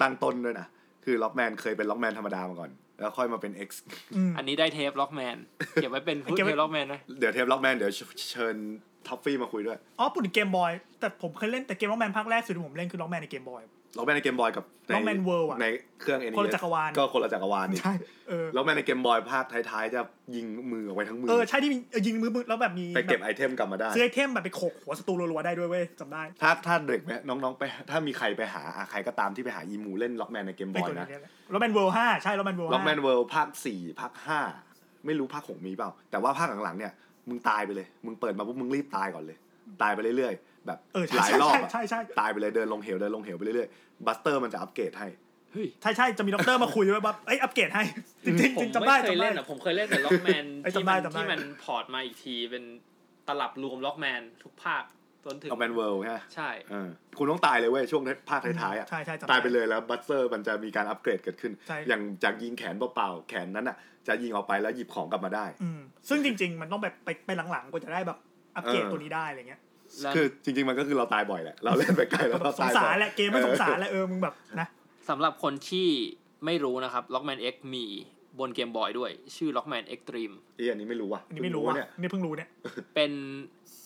Speaker 1: ตั้งต้นด้วยนะ คือล็อกแมนเคยเป็นล็อกแมนธรรมดามาก่อน แล้วค่อยมาเป็น X
Speaker 3: อืม
Speaker 2: อันนี้ได้เทปล็อกแมน เก็บไว้เป็นพูด
Speaker 3: เก็บไว้
Speaker 2: เทปล็อกแมนนะ
Speaker 1: เดี๋ยวเทปล็อกแมนเดี๋ยวเชิญท็อฟฟี่มาคุยด้วย
Speaker 3: อ๋อปุ่นเกมบอยแต่ผมเคยเล่นแต่เกมล็อกแมนภาคแรกสุดที่ผมเล่นคือล็อกแมนในเกมบอย
Speaker 1: ล็อกแมนในเกมบอยกับใ
Speaker 3: Rockman World อะ
Speaker 1: ในเครื่อง NES
Speaker 3: คนละจักรวาล
Speaker 1: ก็คนละจักรวาลนี่
Speaker 3: ใช่เออ
Speaker 1: ล็อกแมนในเกมบอยภาคท้ายๆ จะยิงมือออกไปทั้งมื
Speaker 3: เออใช่ที่มีเออยิงมือมือแล้วแบบมี
Speaker 1: ไปเก็บ
Speaker 3: แบบ
Speaker 1: ไอเทมกลับมาได้
Speaker 3: ซื้อไอเทมแบบไปโขกหัวศัตรูรัวๆได้ด้วยเว้ยจำได้
Speaker 1: ถ้าถ้าเด็กไหมน้องๆไปถ้ามีใครไปหาอ่ะใครก็ตามที่ไปหาอีมูเล่นล็อกแมนในเกมบ
Speaker 3: ไอ้
Speaker 1: อย
Speaker 3: ตัว
Speaker 1: นะ
Speaker 3: เนี้แล้วแมนเวิลห้าใช่แล้วแมนเวิล
Speaker 1: ล็อกแมน
Speaker 3: ห้า
Speaker 1: เวิลด์ภาค4ภาค5 ไม่รู้ภาคหกมีเปล่า แต่ว่าภาคหลังๆเนี่ย มึงตายไปเลย มึงเปิดมาปุ๊บมึงรีบตายก่อนเลย ตายไปเรื่อยๆ แบบ
Speaker 3: เออ
Speaker 1: ห
Speaker 3: ใช่
Speaker 1: ลายรอบอะ
Speaker 3: ใช่ใช่
Speaker 1: ตายไปเลยเดินลงเหวเดินลงเหวไปเรื่อยๆบัสเตอร์มันจะอัปเกรดให้
Speaker 2: เฮ้ย
Speaker 3: ใช่ใช่ใช่จะมีด็อกเตอร์มาคุยด้วยว่าเอ้ยอัปเกรดให้ จริงๆจ
Speaker 2: ผม
Speaker 3: ริงจำได้
Speaker 2: ไม่เคย
Speaker 3: จำได้
Speaker 2: เล่นอ่ะผมเคยเล่นแต่ล็อกแมน
Speaker 3: เอ้ย
Speaker 2: ที่
Speaker 3: จำได้
Speaker 2: มัน
Speaker 3: จำได้
Speaker 2: ที่มันพอร์ตมาอีกทีเป็นตลับรวมล็อกแมนทุกภาคจนถึง
Speaker 1: ล็อกแมนเวิลด์ใช่ไหม
Speaker 2: ใช่
Speaker 1: เออคุณต้องตายเลยเว้ยช่วงภาคท้ายๆอ่ะ
Speaker 3: ใช่ใช่จำด้
Speaker 1: ตายไปเลยแล้วบัสเตอร์มันจะมีการอัปเกรดเกิดขึ้น
Speaker 3: ใช่
Speaker 1: อย่างจากยิงแขนเปล่าๆแขนนั้นอ่ะ จะยิงออกไปแล้วหยิบของกลับมาได้
Speaker 3: อืมซึ่งจริง ๆ มันต้องแบบไปไปหลังๆกว่าจะได้แบบอัปเกรด
Speaker 1: เออ
Speaker 3: ตัวนี้ได้อะไรเงี้ย
Speaker 2: แล้ว
Speaker 1: คือจริง ๆ มันก็คือเราตายบ่อยแหละ เราเล่นไปไกลแล้วเรา
Speaker 3: ส
Speaker 1: ตาง ย
Speaker 3: สา
Speaker 1: บ่
Speaker 3: ร
Speaker 1: อย
Speaker 3: แหละเกมมันสงสารแหละเออมึงแบบนะ
Speaker 2: สำหรับคนที่ไม่รู้นะครับล็อกแมน X มี บนเกมบอยด้วย ชื่อ Lockman Extreme
Speaker 1: เอยอันนี้ไม่รู้ว่ะ
Speaker 3: อันนี้ไม่รู้ว่ะ
Speaker 1: เพิ่งเนี่ย
Speaker 3: นี่เพิ่งรู้เนี่ย
Speaker 2: เป็น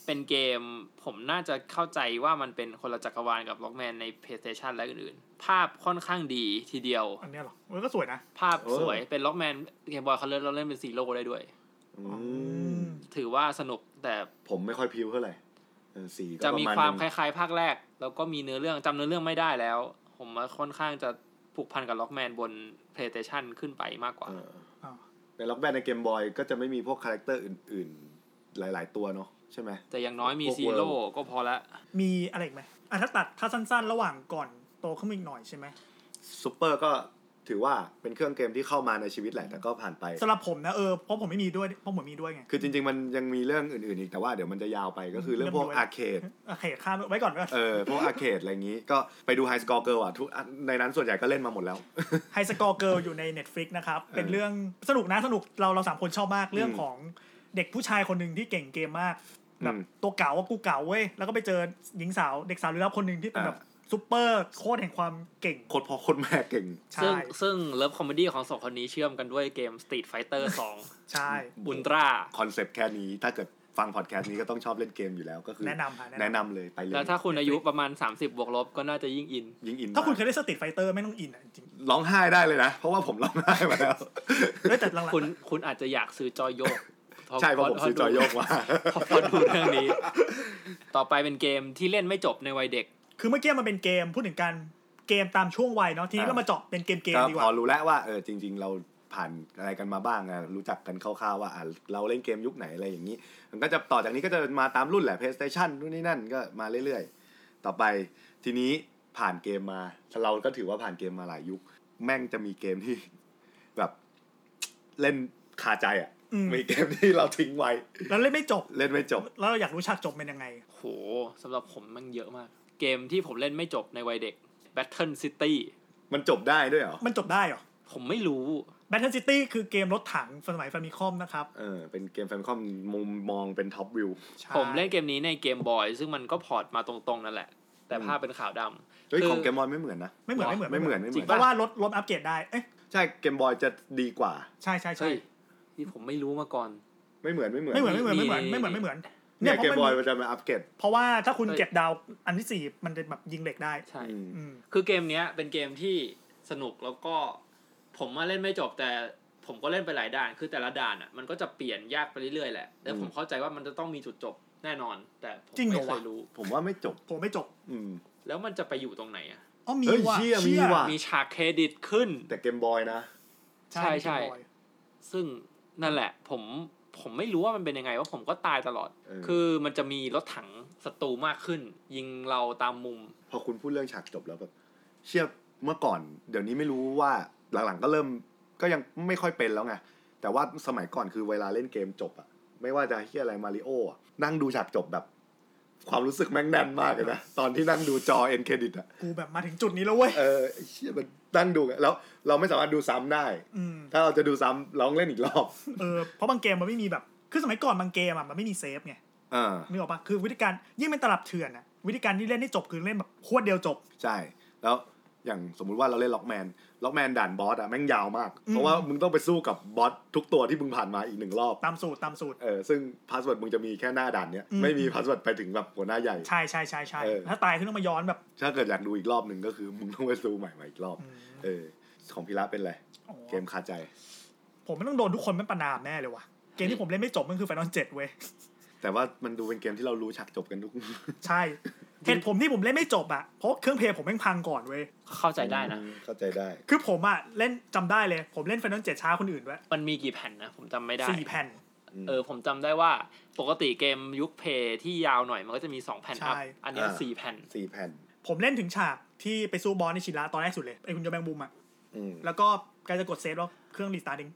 Speaker 2: เป็นเกมผมน่าจะเข้าใจว่ามันเป็นคนละจักรวาลกับ Lockman ใน PlayStation และอื่นๆ ภาพค่อนข้างดีทีเดียว
Speaker 3: อันเนี้ยเหรอเออก็สวยนะ
Speaker 2: ภาพสวยเป็น Lockman เกมบอยเขาเล่นเราเล่นเป็นซีโร่ได้ด้วย
Speaker 1: อื
Speaker 3: อื
Speaker 1: ม
Speaker 3: ม
Speaker 2: ถือว่าสนุกแต่
Speaker 1: ผมไม่ค่อยพิวเท่าไหร่เออสีก็
Speaker 2: จะ
Speaker 1: ประ
Speaker 2: มี
Speaker 1: มาณ
Speaker 2: ความค
Speaker 1: นึง
Speaker 2: ล้ายๆ ภาคแรก แล้วก็มีเนื้อเรื่องจำเนื้อเรื่องไม่ได้แล้ว ผมว่าค่อนข้างจะผูกพันกับ Lockman บน PlayStation ขึ้นไปมากกว่า
Speaker 1: เออ
Speaker 3: อ้าว
Speaker 1: ในล็อกแบนในเกมบอยก็จะไม่มีพวกคาแรคเตอร์อื่น ๆ หลาย ๆ ตัวเนาะใช่ไหม
Speaker 2: แต่อย่างน้อยมี
Speaker 1: พวก
Speaker 2: ซีโร่
Speaker 1: World
Speaker 2: ก็พอละ
Speaker 3: มีอะไรอีกไหมอ่ะถ้าตัดถ้าสั้นๆ ระหว่างก่อนโตขึ้นมาอีกหน่อยใช่ไหม
Speaker 1: ซูเปอร์ก็ถือว่าเป็นเครื่องเกมที่เข้ามาในชีวิตแหละแต่ก็ผ่านไป
Speaker 3: สำหรับผมนะเออเพราะผมไม่มีด้วยเพราะผมมีด้วยไง
Speaker 1: คือจริง ๆ มันยังมีเรื่องอื่น ๆ อีกแต่ว่าเดี๋ยวมันจะยาวไปก็คือเรื่องพวก
Speaker 3: เรื่
Speaker 1: อา
Speaker 3: องด้วย
Speaker 1: ร์เคด
Speaker 3: โอเคข้ามไว้ก่อนไว้ก่อน
Speaker 1: เออพวกอาร์เคดอะไรอย่างนี้ก็ไปดูไฮสกอร์เกิ l อ่ะทุกอันในนั้นส่วนใหญ่ก็เล่นมาหมดแล้ว
Speaker 3: ไฮสกอร์เกิลอยู่ใน Netflix นะครับ เป็น
Speaker 1: เออ
Speaker 3: เรื่องสนุกนะสนุกเราเราสามคนชอบมากเรื่อง
Speaker 1: อืม
Speaker 3: ของเด็กผู้ชายคนหนึ่งที่เก่งเกมมากแบบ
Speaker 1: อืม
Speaker 3: ตัวเก๋าว่ากูเก๋าเว้ยแล้วก็ไปเจอหญิงสาวเด็กสาวลึกลับคนหนึ่งที่เป็น
Speaker 1: อ่า
Speaker 3: แบบซูเปอร์โคตรแห่งความเก่ง
Speaker 1: โคตรพ่อโคนแม่เก่ง
Speaker 3: ใช่
Speaker 2: ซึ่งซึ่งเลิฟคอมเมดี้ของสองคนนี้เชื่อมกันด้วยเกม Street Fighter
Speaker 3: ใช่
Speaker 2: 2 อุลตร้า
Speaker 1: คอนเซปต์แค่นี้ถ้าเกิดฟังพอดแคสต์นี้ก็ต้องชอบเล่นเกมอยู่แล้วก็คือ
Speaker 3: แนะนำค่ะแนะ
Speaker 1: แนะ
Speaker 3: น
Speaker 1: นำเลยไปเลย
Speaker 2: แล้วถ้าคุณอายุประมาณ 30 บวกลบก็น่าจะยิ่งอิน
Speaker 1: ยิงอิน
Speaker 3: ำถ้าคุณเค
Speaker 1: มก
Speaker 3: ยได้สติไฟเตอร์ไม่ต้องอินอ่ะจริง
Speaker 1: ร้องไห้ได้เลยนะ เพราะว่าผมร้องไห้มาแล้ว
Speaker 3: ๆเฮ้ยแต่หลังๆ
Speaker 2: คุณคุณอาจจะอยากซื้อจอยโยกพ
Speaker 1: ใช่เพราะผมซื้อจอยโยกมา
Speaker 2: พอพอดูเรื่องนี้ ต่อไปเป็นเกมที่เล่นไม่จบในวัยเด็ก
Speaker 3: คือเมื่อกี้มันเป็นเกมพูดถึงการเกมตามช่วงวัยเนาะทีนี้
Speaker 1: อ่า
Speaker 3: เรามาเจาะเป็นเกมเกม
Speaker 1: ก็
Speaker 3: ดีก
Speaker 1: พอ
Speaker 3: ว่า
Speaker 1: รู้แล้วว่าเออจริง ๆ เราผ่านอะไรกันมาบ้างอะรู้จักกันคร่าวๆว่าอ่ะเราเล่นเกมยุคไหนอะไรอย่างนี้ มันก็จะต่อจากนี้ก็จะมาตามรุ่นแหละ PlayStation นู่นนี่นั่นก็มาเรื่อยๆ ต่อไปทีนี้ผ่านเกมมา เราก็ถือว่าผ่านเกมมาหลายยุค แม่งจะมีเกมที่ แบบ เล่นคาใจอ่ะ
Speaker 3: อืม
Speaker 1: มีเกมที่เราทิ้งไว้
Speaker 3: แล้วเล่นไม่จบ
Speaker 1: เล่นไม่จบ
Speaker 3: แล้วเราอยากรู้ฉากจบเป็นยังไง
Speaker 2: โหสำหรับผมมันเยอะมาก เกมที่ผมเล่นไม่จบในวัยเด็ก Battle City
Speaker 1: มันจบได้ด้วยเหรอ
Speaker 3: มันจบได้เหรอ
Speaker 2: ผมไม่รู้
Speaker 3: Battle City คือเกมรถถังสมัยฟามิคอมนะครับ
Speaker 1: เออเป็นเกมแฟนคอมมุมมองเป็นท็อปวิว
Speaker 3: ใช่
Speaker 2: ผมเล่นเกมนี้ในเกมบอยซึ่งมันก็พอร์ตมาตรงๆนั่นแหละ แต่ภาพเป็นขาวดำ
Speaker 1: เฮ้ยของเกมมอนไม่เหมือนนะ
Speaker 3: ไม่เหมือนไม่เหมือน
Speaker 1: ไม่เหมือนไม่เห
Speaker 2: จริ
Speaker 1: มือง น
Speaker 3: เพ
Speaker 2: ปะ
Speaker 3: ราะว่ารถรถอัปเกรดได้ เอ๊ะ
Speaker 1: ใช่เกมบอยจะดีกว่า
Speaker 3: ใช่ใช่ใช่
Speaker 2: เฮ้ยนี่ผมไม่รู้มาก่อน
Speaker 1: ไม่เหมือนไม่เหมือน
Speaker 3: ไม่เหมือนไม่เหมือนไม่
Speaker 2: นี่
Speaker 3: เหมือนไม่เหมือนไม่เหมือน
Speaker 1: เนี่ย
Speaker 3: เพ
Speaker 1: เกม
Speaker 3: ราะ
Speaker 1: บอย
Speaker 3: มัน
Speaker 1: มันจะมาอัปเกรด
Speaker 3: เพราะว่าถ้าคุณ
Speaker 2: เฮ้ย
Speaker 3: เก็บดาวอันที่สี่มันจะแบบยิงเหล็กได้
Speaker 2: ใช่
Speaker 1: อืม
Speaker 3: อืม
Speaker 2: คือเกมเนี้ยเป็นเกมที่สนุกแล้วก็ผมมาเล่นไม่จบแต่ผมก็เล่นไปหลายด่าน คือแต่ละด่านอ่ะมันก็จะเปลี่ยนยากไปเรื่อยๆแหละแล้วผมเข้าใจว่ามันจะต้องมีจุดจบแน่นอน แต่ผมไม่เคยรู้
Speaker 1: ผมว่าไม่จบ
Speaker 3: ผมไม่จบ
Speaker 1: อืม
Speaker 2: แล้วมันจะไปอยู่ตรงไหนอ่ะ
Speaker 3: อ๋อมี
Speaker 1: เฮ้ย
Speaker 3: ว่ะ
Speaker 1: เชี่ยมี
Speaker 3: เชี่ย
Speaker 1: ว่ะ
Speaker 2: มีฉากเครดิตขึ้น
Speaker 1: แต่เกมบอยนะ
Speaker 3: ใช่
Speaker 2: ใช่
Speaker 3: ใช่ Game Boy
Speaker 2: ซึ่งนั่นแหละ ผมผมไม่รู้ว่ามันเป็นยังไงว่าผมก็ตายตลอด
Speaker 1: เออ
Speaker 2: คือมันจะมีรถถังศัตรูมากขึ้น ยิงเราตามมุม
Speaker 1: พอคุณพูดเรื่องฉากจบแล้วแบบ เชื่อเมื่อก่อน เดี๋ยวนี้ไม่รู้ว่าหลังๆก็เริ่มก็ยังไม่ค่อยเป็นแล้วไง แต่ว่าสมัยก่อนคือเวลาเล่นเกมจบอะไม่ว่าจะเฮียอะไรมาริโออะนั่งดูฉากจบแบบ ความรู้สึกแม่งแน่นมากเลยนะ ตอนที่นั่งดูจอเอ็นเครดิตอะ
Speaker 3: กูแบบมาถึงจุดนี้แล้วเว้ย
Speaker 1: เออไอ้เชี่ยมันนั่งดูไงแล้วเราไม่สามารถดูซ้ำได้
Speaker 3: อืม
Speaker 1: ถ้าเราจะดูซ้ำเราต้องเล่นอีกรอบ
Speaker 3: เออเพราะบางเกมมันไม่มีแบบคือสมัยก่อนบางเกมอ่ะมันไม่มีเซฟไง
Speaker 1: อ่า
Speaker 3: นึกออกปะคือวิธีการยิ่งเป็นตลับเถื่อนอ่ะวิธีการที่เล่นให้จบคือเล่นแบบขวดเดียวจบ
Speaker 1: ใช่ แล้วอย่างสมมุติว่าเราเล่นล็อกแมน ล็อกแมนด่านบอสอะแม่งยาวมาก
Speaker 3: อืม
Speaker 1: เพราะว่ามึงต้องไปสู้กับบอสทุกตัวที่มึงผ่านมาอีกหนึ่งรอบ
Speaker 3: ตามสูตรตามสูตร
Speaker 1: เออซึ่งพาสเวิร์ดมึงจะมีแค่หน้าด่านเนี้ย
Speaker 3: อืม
Speaker 1: ไม่มีพาสเวิร์ดไปถึงแบบหัวหน้าใหญ่
Speaker 3: ใช่ใช่ใช่ใช่
Speaker 1: เออ
Speaker 3: ถ้าตายขึ้นต้องมาย้อนแบบ
Speaker 1: ถ้าเกิดอยากดูอีกรอบหนึ่งก็คือ มึงต้องไปสู้ใหม่มาอีกรอบ
Speaker 3: อืม
Speaker 1: เออ ของพิระเป็นไร
Speaker 3: อ๋อ
Speaker 1: เกมคาใจ
Speaker 3: ผมไม่ต้องโดนทุกคนไม่ประนามแน่เลยว่ะ เกมที่ผมเล่นไม่จบมันคือ Final 7เว้ย
Speaker 1: แต่ว่ามันดูเป็นเกมที่เรารู้ฉากจบกันทุก
Speaker 3: ใช่ เหตุผมที่ผมเล่นไม่จบอ่ะ เพราะเครื่องเพลย์ผมแม่งพังก่อนเว้ย
Speaker 2: เข้าใจได้นะ
Speaker 1: เข้าใจได้
Speaker 3: คือผมอ่ะ เล่นจำได้เลย ผมเล่น Final 7ช้าคนอื่นด้วย
Speaker 2: มันมีกี่แผ่นนะ ผมจำไม่ได้
Speaker 3: สี่แผ่น
Speaker 2: เออผมจำได้ว่าปกติเกมยุคเพย์ที่ยาวหน่อยมันก็จะมี 2 แผ่นอัพ
Speaker 3: ใช่
Speaker 2: อันเนี้ย
Speaker 1: อ่า
Speaker 2: สี่แผ่น
Speaker 1: สี่แผ่น
Speaker 3: ผมเล่นถึงฉากที่ไปสู้บอสในชิระตอนแรกสุดเลย ไอ้คุณโยแบงบุมอ่ะ
Speaker 1: อืม
Speaker 3: แล้วก็ใกล้จะกดเซฟแล้วเครื่องรีสตาร์ทเอง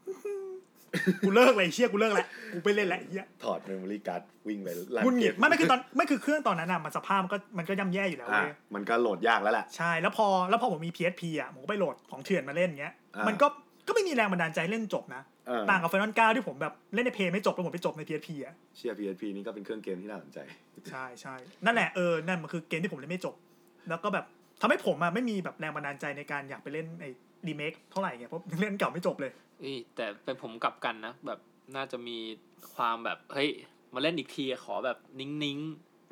Speaker 3: กูเลิกเลยเชี่ยกูเลิกแล้วกูไปเล่นแล้วไอ้เฮีย
Speaker 1: ถอดเมมโมรี่การ์ดวิ่งไปลา
Speaker 3: หงุนหงิดไม่ไม่คือตอนไม่คือเครื่องตอนนั้นอ่ะมันสภาพมันก็มันก็ย่ำแย่อยู่แล้ว
Speaker 1: อ่ะ
Speaker 3: เว้ย
Speaker 1: มันก็โหลดยากแล้วแหละ
Speaker 3: ใช่ แล้วพอแล้วพอผมมี PSP อ่ะผมก็ไปโหลดของเถื่อนมาเล่นเงี้ย
Speaker 1: อ่ามั
Speaker 3: มันก็ก็ไม่มีแรงบันดาลใจเล่นจบนะ
Speaker 1: เออ
Speaker 3: ต่างกับ Final 9 ที่ผมแบบเล่นในเพย์ไม่จบ แล้วผมไปจบใน PSP อ่ะ
Speaker 1: เชียร์พีเอพีนี่ก็เป็นเครื่องเกมที่น่าสนใจ
Speaker 3: ใช่ใช่นั่นแหละเออ นั่นมันคือเกมที่ผมเล่นไม่จบ แล้วก็แบบทำให้ผมอ่ะไม่มีแบบแรงบันดาลใจในการอยากไปเล่นไอ้รีเมคเท่าไหร่ไงเพราะยังเล่นเก่าไม่จบเลย
Speaker 2: เอ้ยแต่เป็นผมกลับกันนะ แบบน่าจะมีความแบบเฮ้ยมาเล่นอีกทีอะขอแบบนิ่ง